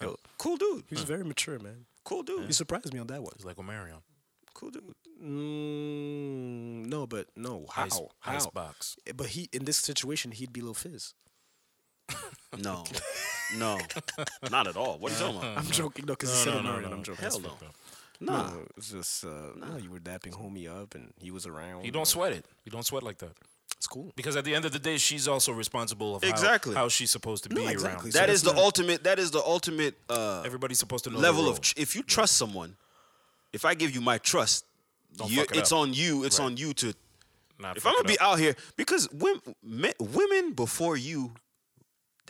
C: Yo,
D: cool dude,
C: he was very mature, man.
D: cool dude,
C: You surprised me on that one.
A: It's Hmm. like Omarion.
D: cool dude.
C: Mm, no, but no. How?
A: Ice,
C: how?
A: ice box.
C: Eh, But he in this situation, he'd be Lil Fizz.
D: No, no, not at all. What are you talking about?
C: I'm joking, no, because he said no, I'm joking.
D: Hell
C: That's
D: no.
C: fucked up.
D: Nah.
C: No, it's just uh, no. You were dapping homie up, and he was around.
A: You don't
C: and
A: sweat it. You don't sweat like that.
C: It's cool.
A: Because at the end of the day, she's also responsible of how-
D: Exactly.
A: how, she's supposed to be
C: exactly.
A: around.
D: That
C: So
D: is
C: that's
D: the
C: not-
D: ultimate. That is the ultimate uh,
A: Everybody's supposed to know their
D: level
A: role.
D: of. Tr- if you trust someone, if I give you my trust,
A: Don't
D: you-
A: fuck it
D: it's
A: up.
D: on you. It's on you to.
A: Not
D: If
A: fuck
D: I'm gonna
A: it
D: be
A: up.
D: out here, because women, men, women before you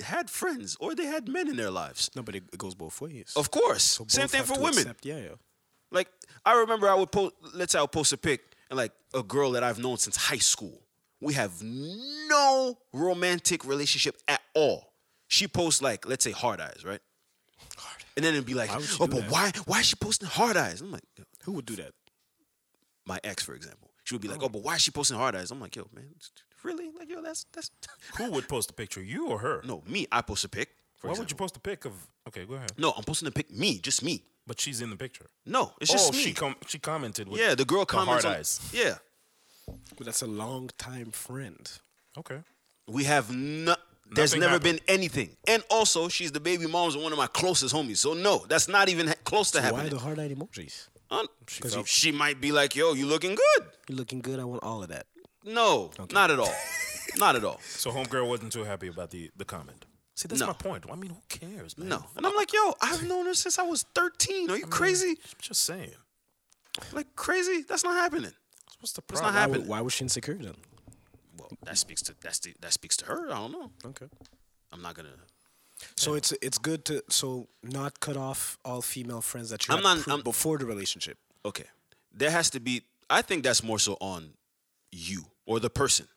D: had friends or they had men in their lives.
C: No, but it, it goes both ways.
D: Of course,
C: both
D: same thing
C: have
D: for
C: to
D: women.
C: accept- yeah, yeah.
D: Like I remember, I would post. Let's say I'll post a pic and like a girl that I've known since high school. We have no romantic relationship at all. She posts like let's say hard eyes, right? And then it'd be like,
C: would she
D: oh,
C: do
D: but
C: that?
D: why? Why is she posting hard eyes? I'm like, yo,
C: Who would do that?
D: my ex, for example, she would be like, oh, but why is she posting hard eyes? I'm like, yo, man, really? Like, yo, that's that's
A: Who would post a picture? You or her?
D: no me. I post a pic. For
A: Why
D: example.
A: would you post a pic of? Okay, go ahead.
D: No, I'm posting a pic. Me, just me.
A: But she's in the picture.
D: No, it's just
A: oh,
D: me.
A: she com- she commented. With
D: yeah, the girl comments.
A: hard
D: on-
A: eyes.
D: Yeah,
C: But that's a long time friend.
A: Okay.
D: We have not. There's
A: Nothing
D: never
A: happened.
D: been anything. And also, she's the baby mom's of one of my closest homies. So no, that's not even ha- close to
C: Why
D: happening.
C: the hard eyed emojis?
D: Un-
C: Because you-
D: she might be like, "Yo, you looking good?"
C: You're looking good. I want all of that.
D: No, not at all. not at all.
A: So homegirl wasn't too happy about the the comment. See, that's
D: No.
A: my point. I mean, who cares, man?
D: No. And I'm like, "Yo, I've known her since I was 13.
C: Mm.
D: Are you crazy?
A: Just saying.
D: Like crazy? That's not happening."
A: What's the
D: not
A: problem?
D: hap-
C: Why, would-
D: Happened.
C: why was she insecure then?
D: Well, that speaks to that's the, that speaks to her. I don't know.
C: Okay.
D: I'm not gonna.
C: So it's it's good to so not cut off all female friends that you
D: I'm
C: had
D: not-
C: pre-
D: I'm-
C: before the relationship.
D: Okay. There has to be I think that's more so on you or the person.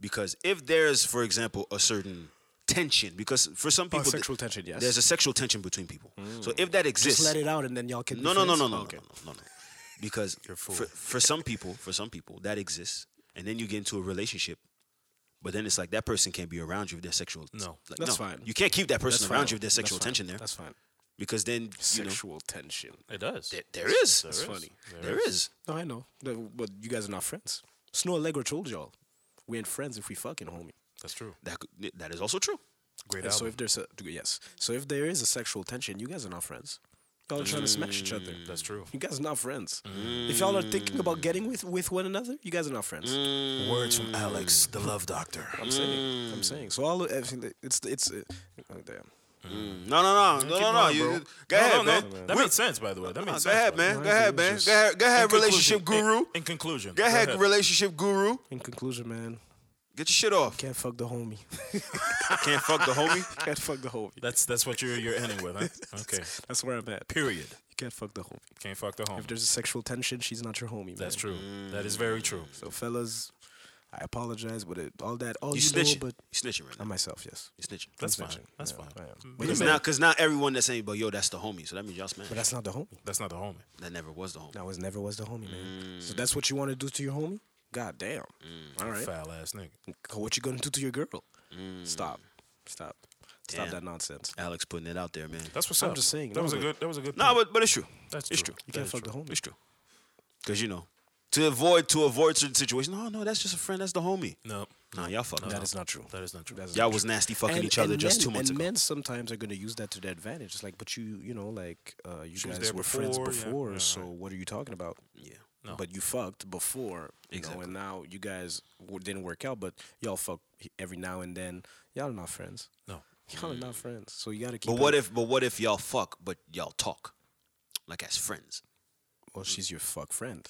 D: Because if there's, for example, a certain tension, because for some people th-
C: Oh, sexual tension, yes. Mm.
D: There's a sexual tension between people. So if that exists
C: Just let it out, and then y'all can. be
D: no, no, no,
C: friends? Oh,
D: no, no,
C: Okay.
D: no, no, no, no. Because for, for some people, for some people, that exists, and then you get into a relationship, but then it's like that person can't be around you if there's sexual.
A: No.
D: like,
C: That's fine.
D: You can't keep that person
C: That's
D: around
C: fine.
D: you if
C: That's
D: there's sexual
C: fine.
D: tension there,
C: That's fine.
D: because then you know
C: Sexual tension.
A: It does.
D: there, there is.
A: That's funny.
D: There is.
C: No, I know, The- but you guys are not friends. Snow Allegro told y'all, we ain't friends if we fucking homie.
A: That's true.
D: That could- that is also true.
A: Great
C: And so
A: album.
C: if there's a yes, so if there is a sexual tension, you guys are not friends. Y'all are trying to smash each other.
A: Mm. That's true. Mm.
C: You guys are not friends. If y'all are thinking about getting with with one another, you guys are not friends.
A: Words from Alex, the Love Doctor.
C: I'm saying. I'm saying. So all of everything. that- It's it's. Uh, oh, damn.
D: No, no, no, no, no, no.
A: going,
D: You,
A: bro.
D: go
A: no,
D: ahead,
A: no,
D: man.
A: No.
D: We-
A: That makes sense, by the way. That
D: no,
A: makes
D: go
A: sense. by
D: ahead,
A: the way.
D: man. Go ahead, man. Go ahead, go
A: In
D: ahead,
A: conclusion-
D: relationship
A: in-
D: guru.
A: In conclusion.
D: Go ahead, relationship guru.
C: In conclusion, man,
D: Get your shit off.
C: can't fuck the homie.
D: Can't fuck the homie.
C: can't fuck the homie.
A: That's that's what you're you're ending with, huh? Okay.
C: That's where I'm at.
A: Period.
C: You can't fuck the homie.
A: Can't fuck the home.
C: If there's a sexual tension, she's not your homie.
A: That's
C: man.
A: true. That is very true.
C: So fellas, I apologize, but it, all that, all
D: You
C: you,
D: snitching.
C: know, but
D: you snitching right
C: I'm
D: now.
C: myself, yes.
D: You snitching.
A: That's
C: I'm
A: fine.
C: snitching.
A: That's
C: Yeah,
A: fine.
C: I am.
A: Wait a
D: Because
A: minute.
D: not, cause not everyone that's saying, but yo, that's the homie. So that means y'all smash.
C: But that's not the homie.
A: That's not the homie.
D: That never was the homie.
C: That was never was the homie, man. So that's what you want to do to your homie? God damn.
D: Mm.
C: All right.
A: Foul ass nigga.
C: What you gonna do to your girl? Stop. Stop. Stop
D: Mm. Damn.
C: that nonsense.
D: Alex putting it out there, man.
A: That's what's
C: I'm
A: up.
C: just saying,
A: That
C: no,
A: was a
C: but-
A: good. That was a good.
D: No,
A: point.
D: but but it's true.
A: That's
D: it's
A: true.
D: true.
C: You
A: That
C: can't
A: is
C: fuck
A: true.
C: the homie.
D: It's true. Cause you know, to avoid to avoid certain situations. No, no, that's just a friend. That's the homie.
A: no,
D: Nah, y'all fucking.
C: That is not true.
A: that is not true.
C: That is
D: Y'all
C: not
D: was
C: true.
D: nasty fucking
C: And-
D: each other
C: and
D: just
C: men-
D: two months
C: and
D: ago.
C: men sometimes are gonna use that to their advantage. It's like, but you, you know, like uh, you
A: She was
C: guys
A: there
C: were friends
A: before, yeah,
C: before,
A: yeah,
C: so
A: right.
C: what are you talking about?
D: Yeah.
A: No.
C: But you fucked before, you know,
D: Exactly.
C: and now you guys w- didn't work out, but y'all fuck h- every now and then. Y'all are not friends.
A: No.
C: Y'all are not friends. So you gotta keep.
D: Mm. But what
C: it-
D: if but what if y'all fuck but y'all talk, like as friends?
C: Well, she's your fuck friend.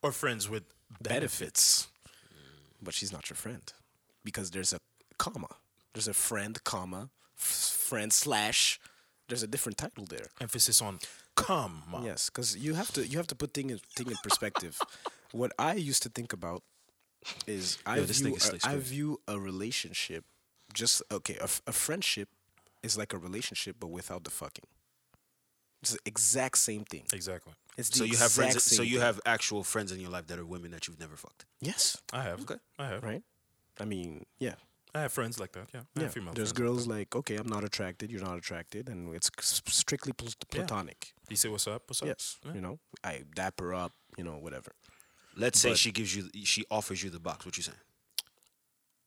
A: Or friends with
C: Benefits, but she's not your friend because there's a comma. There's a friend comma f- friend slash. There's a different title there.
A: emphasis on comma.
C: Yes, because you have to you have to put thing in, thing in perspective. what I used to think about is I
D: this
C: view
D: nigga Slay
C: a, I
D: Story.
C: view a relationship just okay. A, f- a friendship is like a relationship, but without the fucking. It's the exact same thing.
A: Exactly.
C: It's the
D: So you have friends.
C: exact
D: So
C: same
D: you
C: thing.
D: have actual friends in your life that are women that you've never fucked.
C: yes,
A: I have. I have.
C: right. I mean, yeah.
A: I have friends like that. Yeah. I
C: Yeah,
A: have female
C: there's
A: friends like
C: girls like, okay, I'm not attracted, you're not attracted, and it's s- strictly pl- platonic.
A: that. You say what's up? What's up?
C: Yes,
A: Yeah.
C: you know, I dap her up, you know, whatever.
D: Let's say she gives you, she offers you the box. What you saying?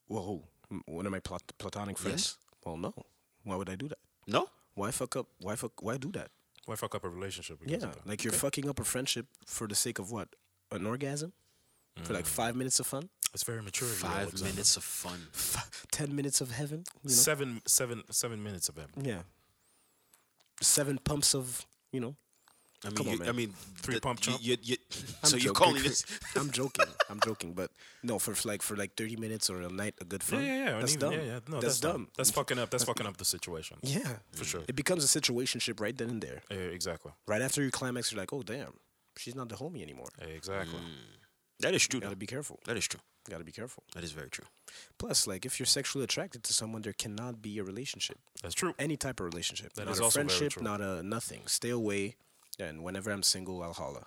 C: Well, who? M- one of my plat- platonic friends. Well, no. Why would I do that?
D: No.
C: Why fuck up? Why fuck? Why do that?
A: Why fuck up a relationship? because
C: Yeah,
A: of that?
C: like you're fucking up a friendship for the sake of what? An orgasm for like five minutes of fun,
A: It's very mature.
D: Five minutes of fun.
C: ten minutes of heaven. You know?
A: Seven, seven, seven minutes of that.
C: Yeah. Seven pumps of you know.
D: I mean,
C: Come on,
D: you, I
C: man.
D: mean,
A: Three
D: the-
A: pump
D: you-
A: chump?
D: you- you-
C: I'm
D: so you're
C: joking.
D: calling this?
C: I'm joking. I'm joking, but no, for like for like thirty minutes or a night, a good
A: Yeah,
C: fun.
A: yeah, yeah. and
C: That's
A: even-
C: dumb.
A: Yeah, yeah. No,
C: that's,
A: not-
C: dumb.
A: That's fucking up. That's fucking up the situation.
C: Yeah,
A: For sure.
C: It becomes a situationship right then and there.
A: Eh, exactly.
C: Right after you climax, you're like, oh damn, she's not the homie anymore.
A: Eh, exactly.
D: That is true.
C: Gotta
D: though.
C: be careful.
D: That is true.
C: Gotta be careful.
D: That is very true.
C: Plus, like if you're sexually attracted to someone, there cannot be a relationship,
A: That's true.
C: any type of relationship.
A: That
C: not
A: is
C: a
A: also very
C: friendship,
A: true.
C: not a nothing. Stay away. And whenever I'm single, I'll holla.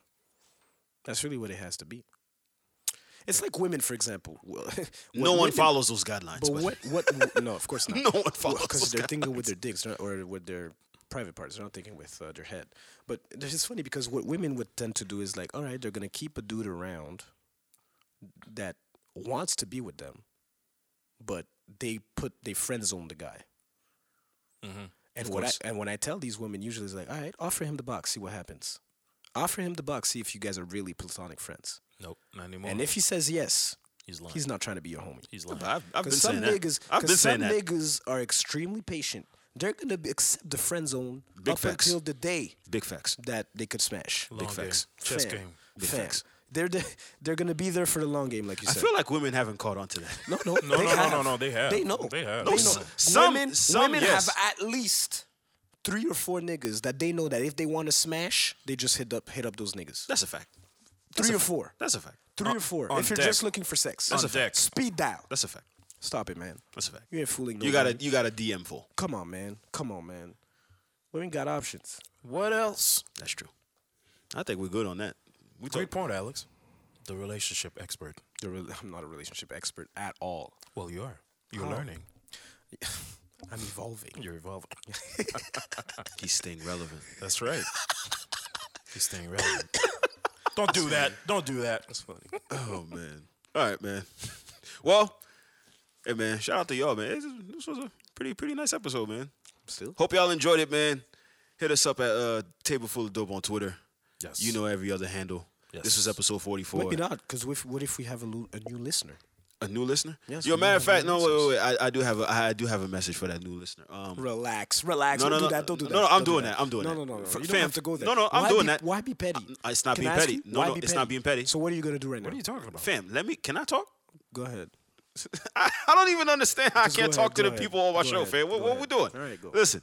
C: That's really what it has to be. It's like women, for example. Well, what
D: no one
C: women-
D: follows those guidelines.
C: But
D: but-
C: what? What? no, of course not.
D: No one follows
C: because
D: those
C: they're thinking with their dicks they're not- or with their private parts. They're not thinking with uh, their head. But this is funny because what women would tend to do is like, all right, they're gonna keep a dude around that wants to be with them, but they put they friend zone the guy. And what I,
D: Mm-hmm. course.
C: and when I tell these women, usually it's like, all right, offer him the box, see what happens. Offer him the box, see if you guys are really platonic friends.
A: Nope. Not anymore.
C: And if he says yes,
A: he's lying.
C: he's not trying to be your homie.
A: He's lying.
D: I've, I've been
C: Because some
D: saying that.
C: niggas,
D: I've
C: 'cause
D: been saying
C: some
D: that.
C: niggas are extremely patient. They're gonna be, accept the friend zone
D: Big
C: up
D: facts.
C: until the day
D: Big facts.
C: that they could smash.
A: Long
D: Big facts.
A: game. Chess
C: Fam.
A: game.
D: Big
C: Fam.
D: facts.
C: They're the- they're gonna be there for the long game, like you
D: I
C: said.
D: feel like women haven't caught on to that.
C: no, no,
A: No,
C: they
A: no, no, no,
C: have.
A: no, they have.
C: They know.
A: They have.
C: They know.
A: No,
D: some-
C: women,
D: some,
C: women
D: yes.
C: have at least three or four niggas that they know that if they want to smash, they just hit up hit up those niggas.
D: That's a fact. That's
C: Three
D: a
C: or
D: fact.
C: four.
D: That's a fact. Uh,
C: Three
A: On-
C: or four.
A: on
C: If you're
A: deck.
C: just looking for sex,
A: On deck.
C: Speed dial.
D: That's a fact.
C: Stop it, man.
D: That's a fact.
C: You ain't fooling.
D: You got
C: nobody.
D: a you got a DM full.
C: Come on, man. Come on, man. Women got options.
A: What else?
D: That's true. I think we're good on that. We
A: Great
D: talk,
A: point, Alex. The relationship expert.
C: They're really- I'm not a relationship expert at all.
A: Well, you are. You're learning.
C: I'm evolving.
A: You're evolving.
D: he's staying relevant.
A: That's right. He's staying relevant. Don't do that. Don't do that. That's funny.
D: Oh man. All right, man. Well, hey man, shout out to y'all, man. This, is- this was a pretty pretty nice episode, man.
C: Still?
D: Hope y'all enjoyed it, man. Hit us up at uh, Table Full of Dope on Twitter.
A: Yes.
D: You know every other handle. This was
A: Yes.
D: episode 44.
C: Maybe not, because what if we have a, lo- a new listener?
D: A new listener?
C: Yes,
D: Yo,
C: we
D: matter
C: have
D: of fact,
C: new
D: no, wait, wait, wait. I, I do have a I do have a message for that new listener. Um,
C: Relax, relax.
D: No,
C: don't
D: no,
C: do
D: no.
C: that. Don't do
D: No,
C: that.
D: no, I'm
C: Don't do
D: doing that. I'm doing
C: no,
D: that.
C: No, no, no.
D: F-
C: You don't
D: fam,
C: have to go there.
D: no, no, I'm
C: Why
D: doing
C: be-
D: that.
C: Why be petty?
D: Uh, it's not
C: Can
D: being
C: I ask
D: petty.
C: you,
D: No,
C: why
D: no,
C: be
D: it's not being petty.
C: So what are you gonna do right now?
A: What are you talking about?
D: fam, let me. Can I talk?
C: Go ahead.
D: I, I don't even understand how
C: Just
D: I can't
C: go ahead,
D: talk to
C: go
D: the
C: ahead.
D: people on my
C: Go
D: show,
C: ahead,
D: fam. What,
C: go
D: what we
C: ahead.
D: doing?
C: All right, go.
D: Listen,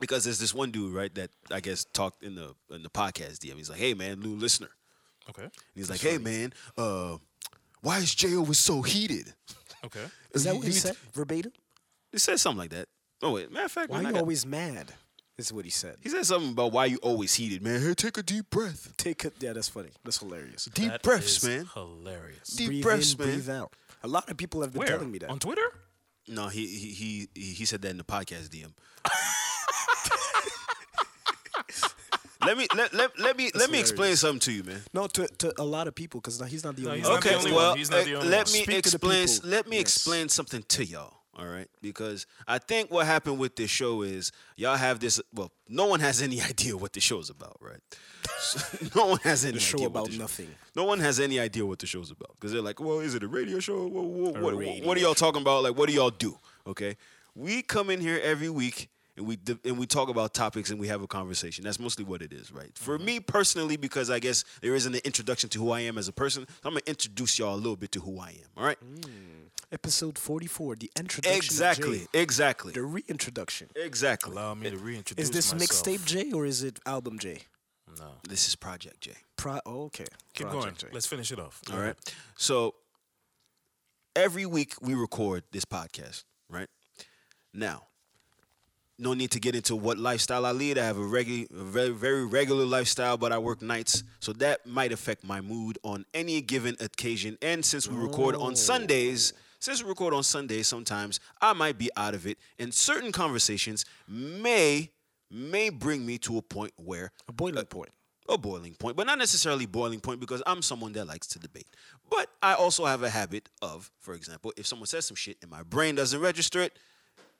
D: because there's this one dude right that I guess talked in the in the podcast DM. He's like, "Hey man, new listener."
A: Okay.
D: And he's like, "Hey man, uh, why is J.O. was so heated?"
A: Okay.
G: Is that
D: You-
G: what he
D: you-
G: said? Verbatim?
D: He said something like that. Oh wait, matter of fact,
C: Why are
D: man, I
C: you
D: got-
C: always mad? This is what he said.
D: he said something about why you always heated, man. Hey, take a deep breath.
C: Take a, yeah, that's funny. That's hilarious.
D: Deep
A: That
D: breaths,
A: is
D: man.
A: Hilarious.
D: Deep
C: breathe
D: breaths,
C: in,
D: man.
C: breathe out. A lot of people have been telling me that.
A: On Twitter?
D: No, he he he he- he said that in the podcast DM. let me let let, let me let me explain something to you, man.
C: no, to, to a lot of people, because he's not the only
A: he's
C: one.
A: not the
D: Okay,
A: only
D: well,
A: one. He's not the
D: eh,
A: only
D: let
A: one.
D: me
C: Speak to the
D: explain. s-
C: people.
D: Let me
C: Yes.
D: explain something to y'all. All right, because I think what happened with this show is y'all have this. Well, no one has any idea what the show's about, right? So, no one has any
C: The show
D: idea what
C: about
D: the show-
C: nothing.
D: No one has any idea what the show's about because they're like, well, is it a radio show? What, what, what,
C: radio
D: what are y'all talking about? Like, what do y'all do? Okay, we come in here every week and we di- and we talk about topics and we have a conversation. That's mostly what it is, right?
C: Mm-hmm.
D: For me personally, because I guess there isn't an introduction to who I am as a person, I'm gonna introduce y'all a little bit to who I am. All right?
C: Episode 44, the introduction. of
D: Exactly.
C: Jay.
D: Exactly.
C: The reintroduction.
D: Exactly.
A: Allow me to reintroduce
C: Is this
A: myself.
C: mixtape J or is it album J?
D: This is Project J.
C: Pro- oh, okay.
A: Keep going.
C: Project J.
A: Let's finish it off.
D: All right. So every week we record this podcast, right? Now, no need to get into what lifestyle I lead. I have a, regu- a very, very regular lifestyle, but I work nights. So that might affect my mood on any given occasion. And since we record on Sundays, since we record on Sundays, sometimes I might be out of it. And certain conversations may may bring me to a point where
C: A boiling point.
D: a boiling point, but not necessarily boiling point because I'm someone that likes to debate. But I also have a habit of, for example, if someone says some shit and my brain doesn't register it,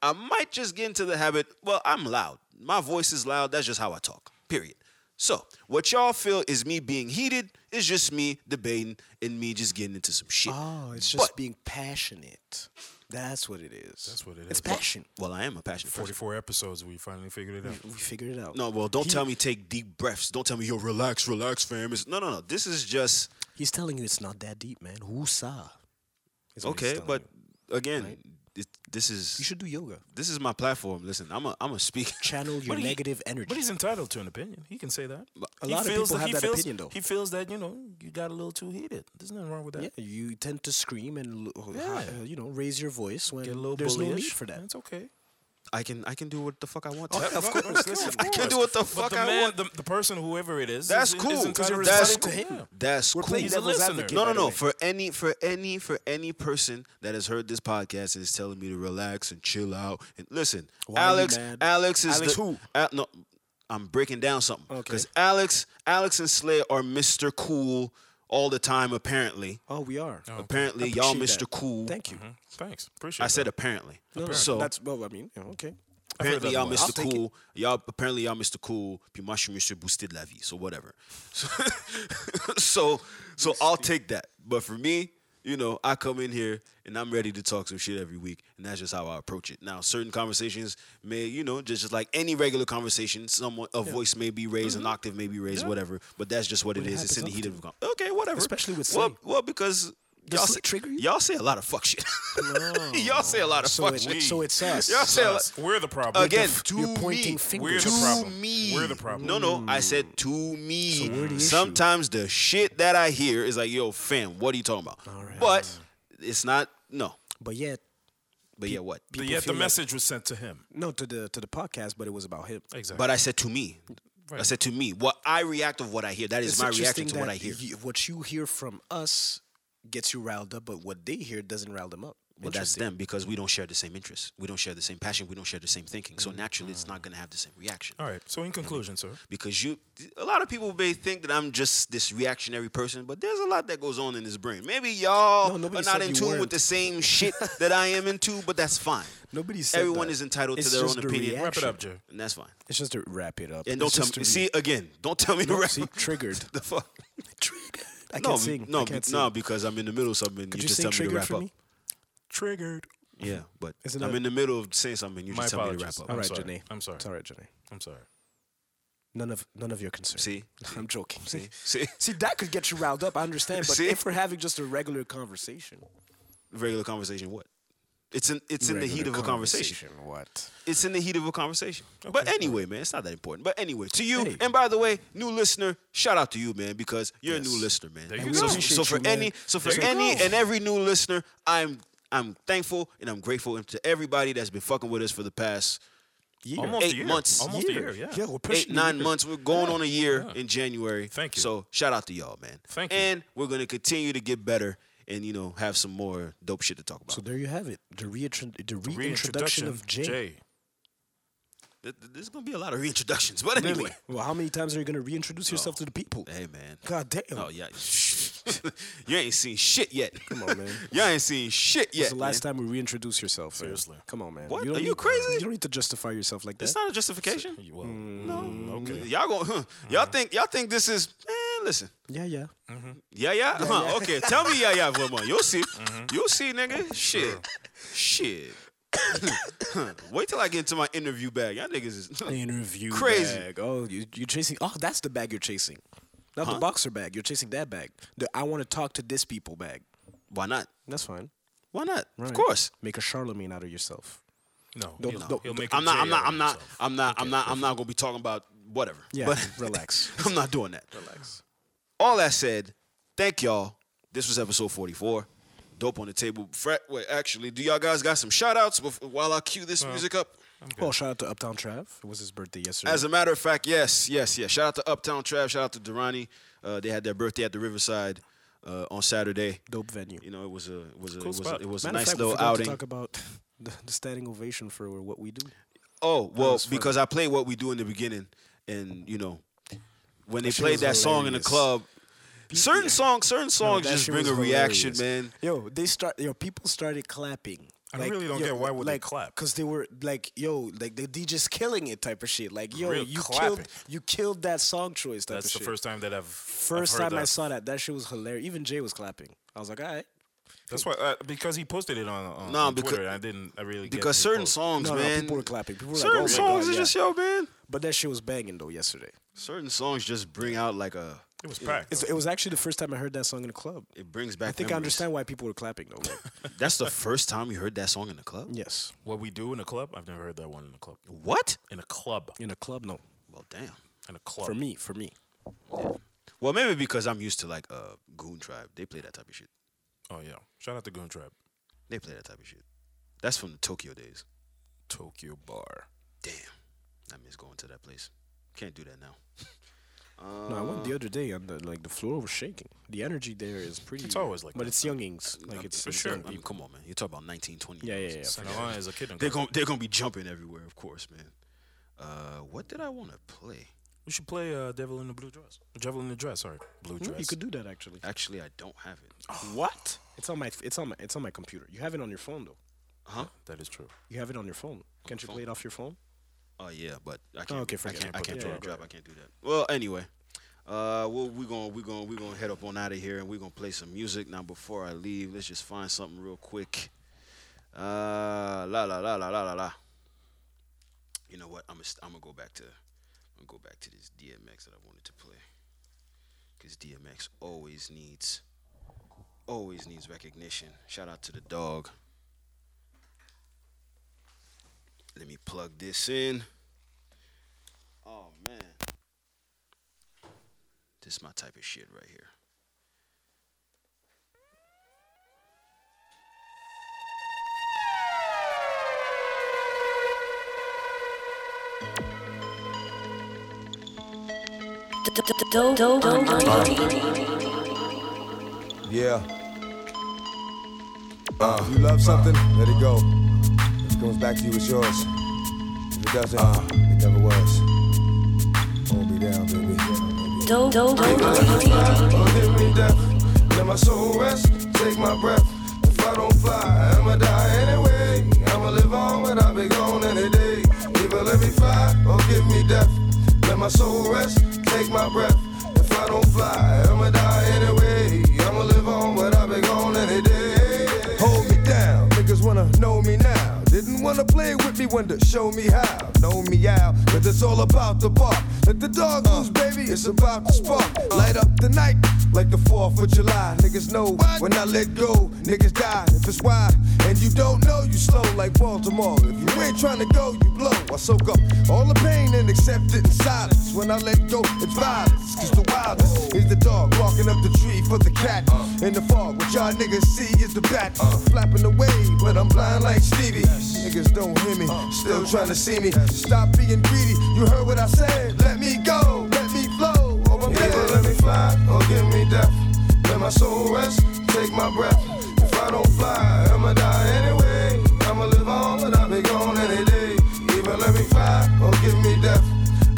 D: I might just get into the habit, well, I'm loud. My voice is loud. That's just how I talk, period. So, what y'all feel is me being heated is just me debating and me just getting into some shit.
C: Oh, it's just
D: But-
C: being passionate. That's what it is.
A: That's what it
C: It's
A: is.
C: passion.
D: well, I am a passionate person.
A: 44 episodes. We finally figured it out.
C: We figured it out.
D: No, well, don't
C: He-
D: tell me take deep breaths. Don't tell me, yo, relax, relax, fam. It's, no, no, no. This is just.
C: He's telling you it's not that deep, man. Woosa. is what he's
D: Okay,
C: telling
D: but
C: you.
D: again, it, this is
C: you should do yoga.
D: this is my platform. Listen, I'm a I'm a speaker.
C: Channel your
A: But he-
C: negative energy.
A: But he's entitled to an opinion. He can say that.
C: A
A: He
C: lot of
A: feels
C: people have
A: he
C: that
A: feels-
C: opinion, though.
A: He feels that you know you got a little too heated. There's nothing wrong with that.
C: yeah, you tend to scream and l- hi-
A: Yeah.
C: uh, you know raise your voice when
A: Get a little
C: there's
A: bullyish.
C: no need for that.
A: It's okay.
D: I can I can do what the fuck I
C: Oh,
D: want. To.
A: Of course, listen, of
D: I can
A: course.
D: do what the
A: But
D: fuck
A: the
D: I
A: man,
D: want.
A: The, the person, whoever it is,
D: That's
A: is- is
D: cool.
A: entitled to
D: That's
A: say
D: cool.
A: that. Yeah.
D: That's
C: We're
D: cool.
C: playing
A: He's a
C: devil's
A: listener.
C: advocate.
D: No,
C: by
D: no,
C: the
D: no.
C: way.
D: For any, for any, for any person that has heard this podcast and is telling me to relax and chill out and listen,
C: Why are you
D: Alex,
C: mad?
D: Alex is
C: Alex
D: the,
C: who?
D: Al- no, I'm breaking down something
C: Okay.
D: because Alex, Alex and Slay are Mr. Cool all the time. Apparently,
C: Oh, we are.
D: apparently, y'all
C: Appreciate
D: Mr.
C: that.
D: Cool.
C: Thank you.
A: Mm-hmm. Thanks. Appreciate.
D: I said
A: that.
D: apparently.
C: No, no,
D: So
C: that's well. I mean, yeah, okay.
A: I've heard
D: Apparently
A: that
D: y'all
A: before.
D: Mr. Cool. Y'all apparently y'all Mr. Cool. Puis moi je suis Monsieur Boosted la vie. So whatever. So so, so I'll take that. But for me, you know, I come in here and I'm ready to talk some shit every week, and that's just how I approach it. Now, certain conversations may, you know, just, just like any regular conversation, someone a voice may be raised,
A: Mm-hmm.
D: an octave may be raised, whatever. But that's just what it is. It's in the heat of the con- okay, whatever.
C: Especially with
D: well,
C: Slay.
D: well because
C: Does
D: y'all
C: Slay
D: say,
C: trigger you? Oh,
D: y'all say a lot of fuck shit. y'all say a lot of
C: So
D: fuck
C: it,
D: shit.
C: so it's us.
D: Y'all say a lot.
A: We're the problem.
D: Again,
A: What
D: to
C: you're pointing
D: me.
C: fingers.
A: We're the
D: to
A: problem.
D: me.
A: We're the problem.
D: No, no, I said to me.
C: we're the issue.
D: Sometimes the shit that I hear is like, yo, fam, what are you talking about? But it's not, no.
C: But yet,
D: But yeah, what?
A: the,
C: people
A: yet the
C: feel like-
A: message was sent to him.
C: no, to the to the podcast, but it was about him.
A: Exactly.
D: But I said to me. I said to me. What I react of what I hear. That is
C: It's
D: my
C: interesting
D: reaction to what
C: that
D: I hear.
C: you- what you hear from us gets you riled up, but what they hear doesn't rile them up.
D: Well, that's
C: Interesting.
D: them because we don't share the same interests. We don't share the same passion. We don't share the same thinking. So naturally, it's not going to have the same reaction.
A: All right. So in conclusion, sir,
D: because you a lot of people may think that I'm just this reactionary person, but there's a lot that goes on in his brain. Maybe y'all
C: No, nobody
D: are
C: said
D: not in
C: you
D: tune with
C: weren't.
D: the same shit that I am into, but that's fine.
C: Nobody said
D: Everyone
C: that.
D: is entitled
C: It's
D: to their
C: just
D: own
C: the
D: opinion.
A: wrap it
C: Action.
A: up, Jay.
D: And that's fine.
C: It's just to wrap it up.
D: And don't
C: It's
D: tell
C: just
D: me.
C: to
D: See again, don't tell me to
C: No,
D: wrap
C: see, triggered.
D: the fuck.
C: Triggered. I
D: no,
C: can't
D: be-
C: sing.
D: no,
C: I
D: be-
C: can't sing.
D: no, because I'm in the middle of something.
C: Could
D: you
C: you,
D: just
C: sing
D: tell me to
C: triggered
D: wrap
C: for
D: up.
C: me?
A: triggered.
D: Yeah, but
C: Isn't
D: I'm
C: that-
D: in the middle of saying something. You just
A: My
D: tell
A: apologies.
D: me to
A: I'm
C: All
D: wrap up.
C: right,
A: sorry.
C: Janae.
A: I'm sorry.
C: It's all right, Janae.
A: I'm sorry.
C: None of none of your concern.
D: See?
C: I'm joking. See,
D: See?
C: see, that could get you riled up. I understand, but
D: See?
C: if we're having just a regular conversation,
D: Regular conversation. What? It's in it's in the heat of a conversation.
C: What?
D: It's in the heat of a conversation. But anyway, man, it's not that important. But anyway, to you, and by the way, new listener, shout out to you, man, because you're a new listener, man.
A: you
D: so,
A: go.
D: so
C: Appreciate
D: for
C: you, man.
D: any so for
A: There you
D: any
A: go.
D: and every new listener, I'm I'm thankful and I'm grateful to everybody that's been fucking with us for the past
C: Year.
A: Almost
D: Eight
A: a year.
D: months.
A: Almost
C: Year.
A: a year. Yeah.
C: Yeah, we're
D: eight,
C: pushing the
D: nine
C: year.
D: months. We're going on a year in January.
A: Thank you.
D: So shout out to y'all, man.
A: Thank you.
D: And we're gonna continue to get better and you know have some more dope shit to talk about.
C: So there you have it. The, reintro- the
A: Reintroduction
C: reintroduction of Jay.
D: Th- th- there's gonna be a lot of reintroductions, but anyway.
C: Well, how many times are you going to reintroduce yourself to the people?
D: Hey man.
C: God damn.
D: Oh yeah. you ain't seen shit yet.
C: Come on, man.
D: you ain't seen shit yet.
C: It's the last
D: man.
C: time we reintroduce yourself. man.
A: Seriously.
C: Come on, man.
D: What?
C: don't
D: Are you
C: need-
D: crazy?
C: You don't need to justify yourself like that. Mm,
D: It's not a justification.
A: Well,
C: Hmm.
A: no. Okay.
D: Y'all going huh. Y'all think y'all think this is man, listen.
C: yeah, yeah.
D: Yeah, yeah. huh, Okay. Tell me yeah, yeah, Wilma. You'll see.
C: Mm-hmm.
D: You'll see, nigga. Shit. Shit. Huh. Wait till I get into my interview bag. Y'all niggas is
C: Interview
D: Crazy.
C: bag. Oh, you, you're chasing. Oh, that's the bag you're chasing. Not the boxer bag. You're chasing that bag. The I want to talk to this people bag.
D: Why not?
C: That's fine.
D: Why not?
C: Right.
D: Of course.
C: Make a Charlemagne out of yourself.
A: No.
C: Don't-
A: he'll-
C: don't-
A: he'll make a
D: I'm not,
A: Jay
D: I'm not,
A: out of
D: I'm not,
A: himself.
D: I'm not, I'm not, I'm not gonna be talking about whatever.
C: Yeah.
D: But
C: relax.
D: I'm not doing that. Relax. All that said, thank y'all. This was episode 44. Dope on the table. Frat, wait, actually, do y'all guys got some shout outs while I cue this music up?
C: Well, shout out to Uptown Trav. It was his birthday yesterday.
D: As a matter of fact, yes, yes, yes. Shout out to Uptown Trav. Shout out to Durrani. Uh, they had their birthday at the Riverside uh, on Saturday.
C: dope venue.
D: You know, it was a it was a
A: Cool
D: it was a,
A: spot.
D: it was a
C: Matter of
D: nice
C: fact, we
D: little
C: forgot to
D: outing.
C: talk about the, the standing ovation for what we do.
D: Oh well,
C: was fun.
D: because I played what we do in the beginning, and you know, when they
C: shit
D: played
C: was
D: that song in the
C: hilarious.
D: club, certain
C: yeah.
D: songs, certain songs
C: that
D: just
C: shit
D: bring a
C: was
D: reaction,
C: hilarious.
D: man.
C: Yo, they start. Yo, people started clapping.
A: I really don't get why would they
C: like,
A: clap.
C: Cause they were like, yo, like the DJ's killing it type of shit. Like, yo,
A: Real
C: you
A: clapping.
C: killed, you killed that song choice type
A: That's
C: of
A: the
C: shit.
A: first time that I've
C: First
A: I've heard
C: time I
A: that.
C: saw that, that shit was hilarious. Even Jay was clapping. I was like, all right.
A: That's why uh, because he posted it on, on,
D: No,
A: on
D: because-
A: Twitter. and I didn't. I really get
D: Because
A: his
D: certain
A: post.
D: songs,
C: No, no,
D: man,
C: people were clapping. People were like,
D: certain
C: oh my
D: songs
C: God,
D: is
C: yeah.
D: just yo, man.
C: But that shit was banging though yesterday.
D: Certain songs just bring out like a
A: It was packed.
C: It's, it was actually the first time I heard that song in a club.
D: it brings back.
C: I think I understand why people were clapping though. man.
D: That's the first time you heard that song in the club.
C: yes,
A: what we do in a club. I've never heard that one in a club.
D: What?
A: In a club.
C: in a club, no.
D: Well, damn.
A: In a club.
C: For me, for me.
D: Well, maybe because I'm used to like uh, Goon Tribe. They play that type of shit.
A: Oh yeah. Shout out to Goon Trap.
D: They play that type of shit. That's from the Tokyo days.
A: Tokyo Bar.
D: Damn. I miss going to that place. Can't do that now.
C: No, I went the other day and the, like the floor was shaking. The energy there is pretty.
A: It's always like
C: But
A: that. Uh,
C: it's youngings, like it's
A: for
C: it's
A: sure.
C: young
D: I mean,
C: people.
D: come on, man. You talk about 1920.
C: Yeah, yeah, yeah.
A: Santa Ana is a kid. in
D: They're
A: club.
D: gonna they're gonna be jumping everywhere, of course, man. Uh, what did I want to play?
A: We should play uh, Devil in the Blue Dress. Devil in the Dress. Sorry, Blue Dress.
C: Mm, You could do that actually.
D: Actually, I don't have it.
C: What? It's on my it's on my it's on my computer. You have it on your phone though.
A: that is true.
C: You have it on your phone. Can't you play it off your phone?
D: Oh yeah, but I can't.
C: okay,
D: I
C: forget
D: can't.
C: it.
D: I can't
C: Yeah,
D: drop,
C: yeah,
D: drop. I can't do that. Well, anyway, uh, well, we're gonna we're gonna we're gonna head up on out of here, and we're gonna play some music now. Before I leave, let's just find something real quick. Uh, la la la la la la la. You know what? I'm gonna I'm gonna go back to I'm gonna go back to this DMX that I wanted to play because DMX always needs always needs recognition. Shout out to the dog. Let me plug this in. Oh man. This is my type of shit right here.
E: Yeah. Uh, if you love something, let it go. If it comes back to you, it's yours. If it doesn't, it never was. Hold me down, baby. Don't hit me death. Let my soul rest. Take my breath. If I don't fly, I'ma die anyway. I'ma live on, but I'll be gone any day. Either let me fly or give me death. Let my soul rest. Take my breath. If I don't fly, I'ma die anyway. I'ma live on, but I'll be gone any day. Hold me down. Niggas wanna know me now. Didn't wanna play with me really wonder, show me how, know me out, cause it's all about the bark. Let the dog loose, baby, it's about the spark. Light up the night like the 4th of July. Niggas know when I let go, niggas die. If it's why, and you don't know, you slow like Baltimore. If you ain't trying to go, you blow. I soak up all the pain and accept it in silence. When I let go, it's violence, cause the wildest is the dog walking up the tree for the cat. In the fog, what y'all niggas see is the bat flapping away, but I'm blind like Stevie. Niggas don't hear me, still trying to see me. Stop being greedy, you heard what I said. Let me go, let me flow, or I'm
H: Either
E: dead.
H: let me fly or give me death. Let my soul rest, take my breath. If I don't fly, I'ma die anyway. I'ma live on, but I'll be gone any day. Either let me fly or give me death.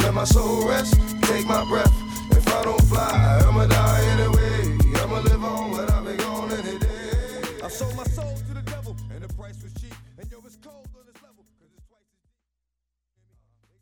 H: Let my soul rest, take my breath. If I don't fly, I'ma die anyway. I'ma live on, but I'll be gone any day.
E: I sold my soul to the devil, and the price was cheap. And yo, it's cold on this level, 'cause it's twice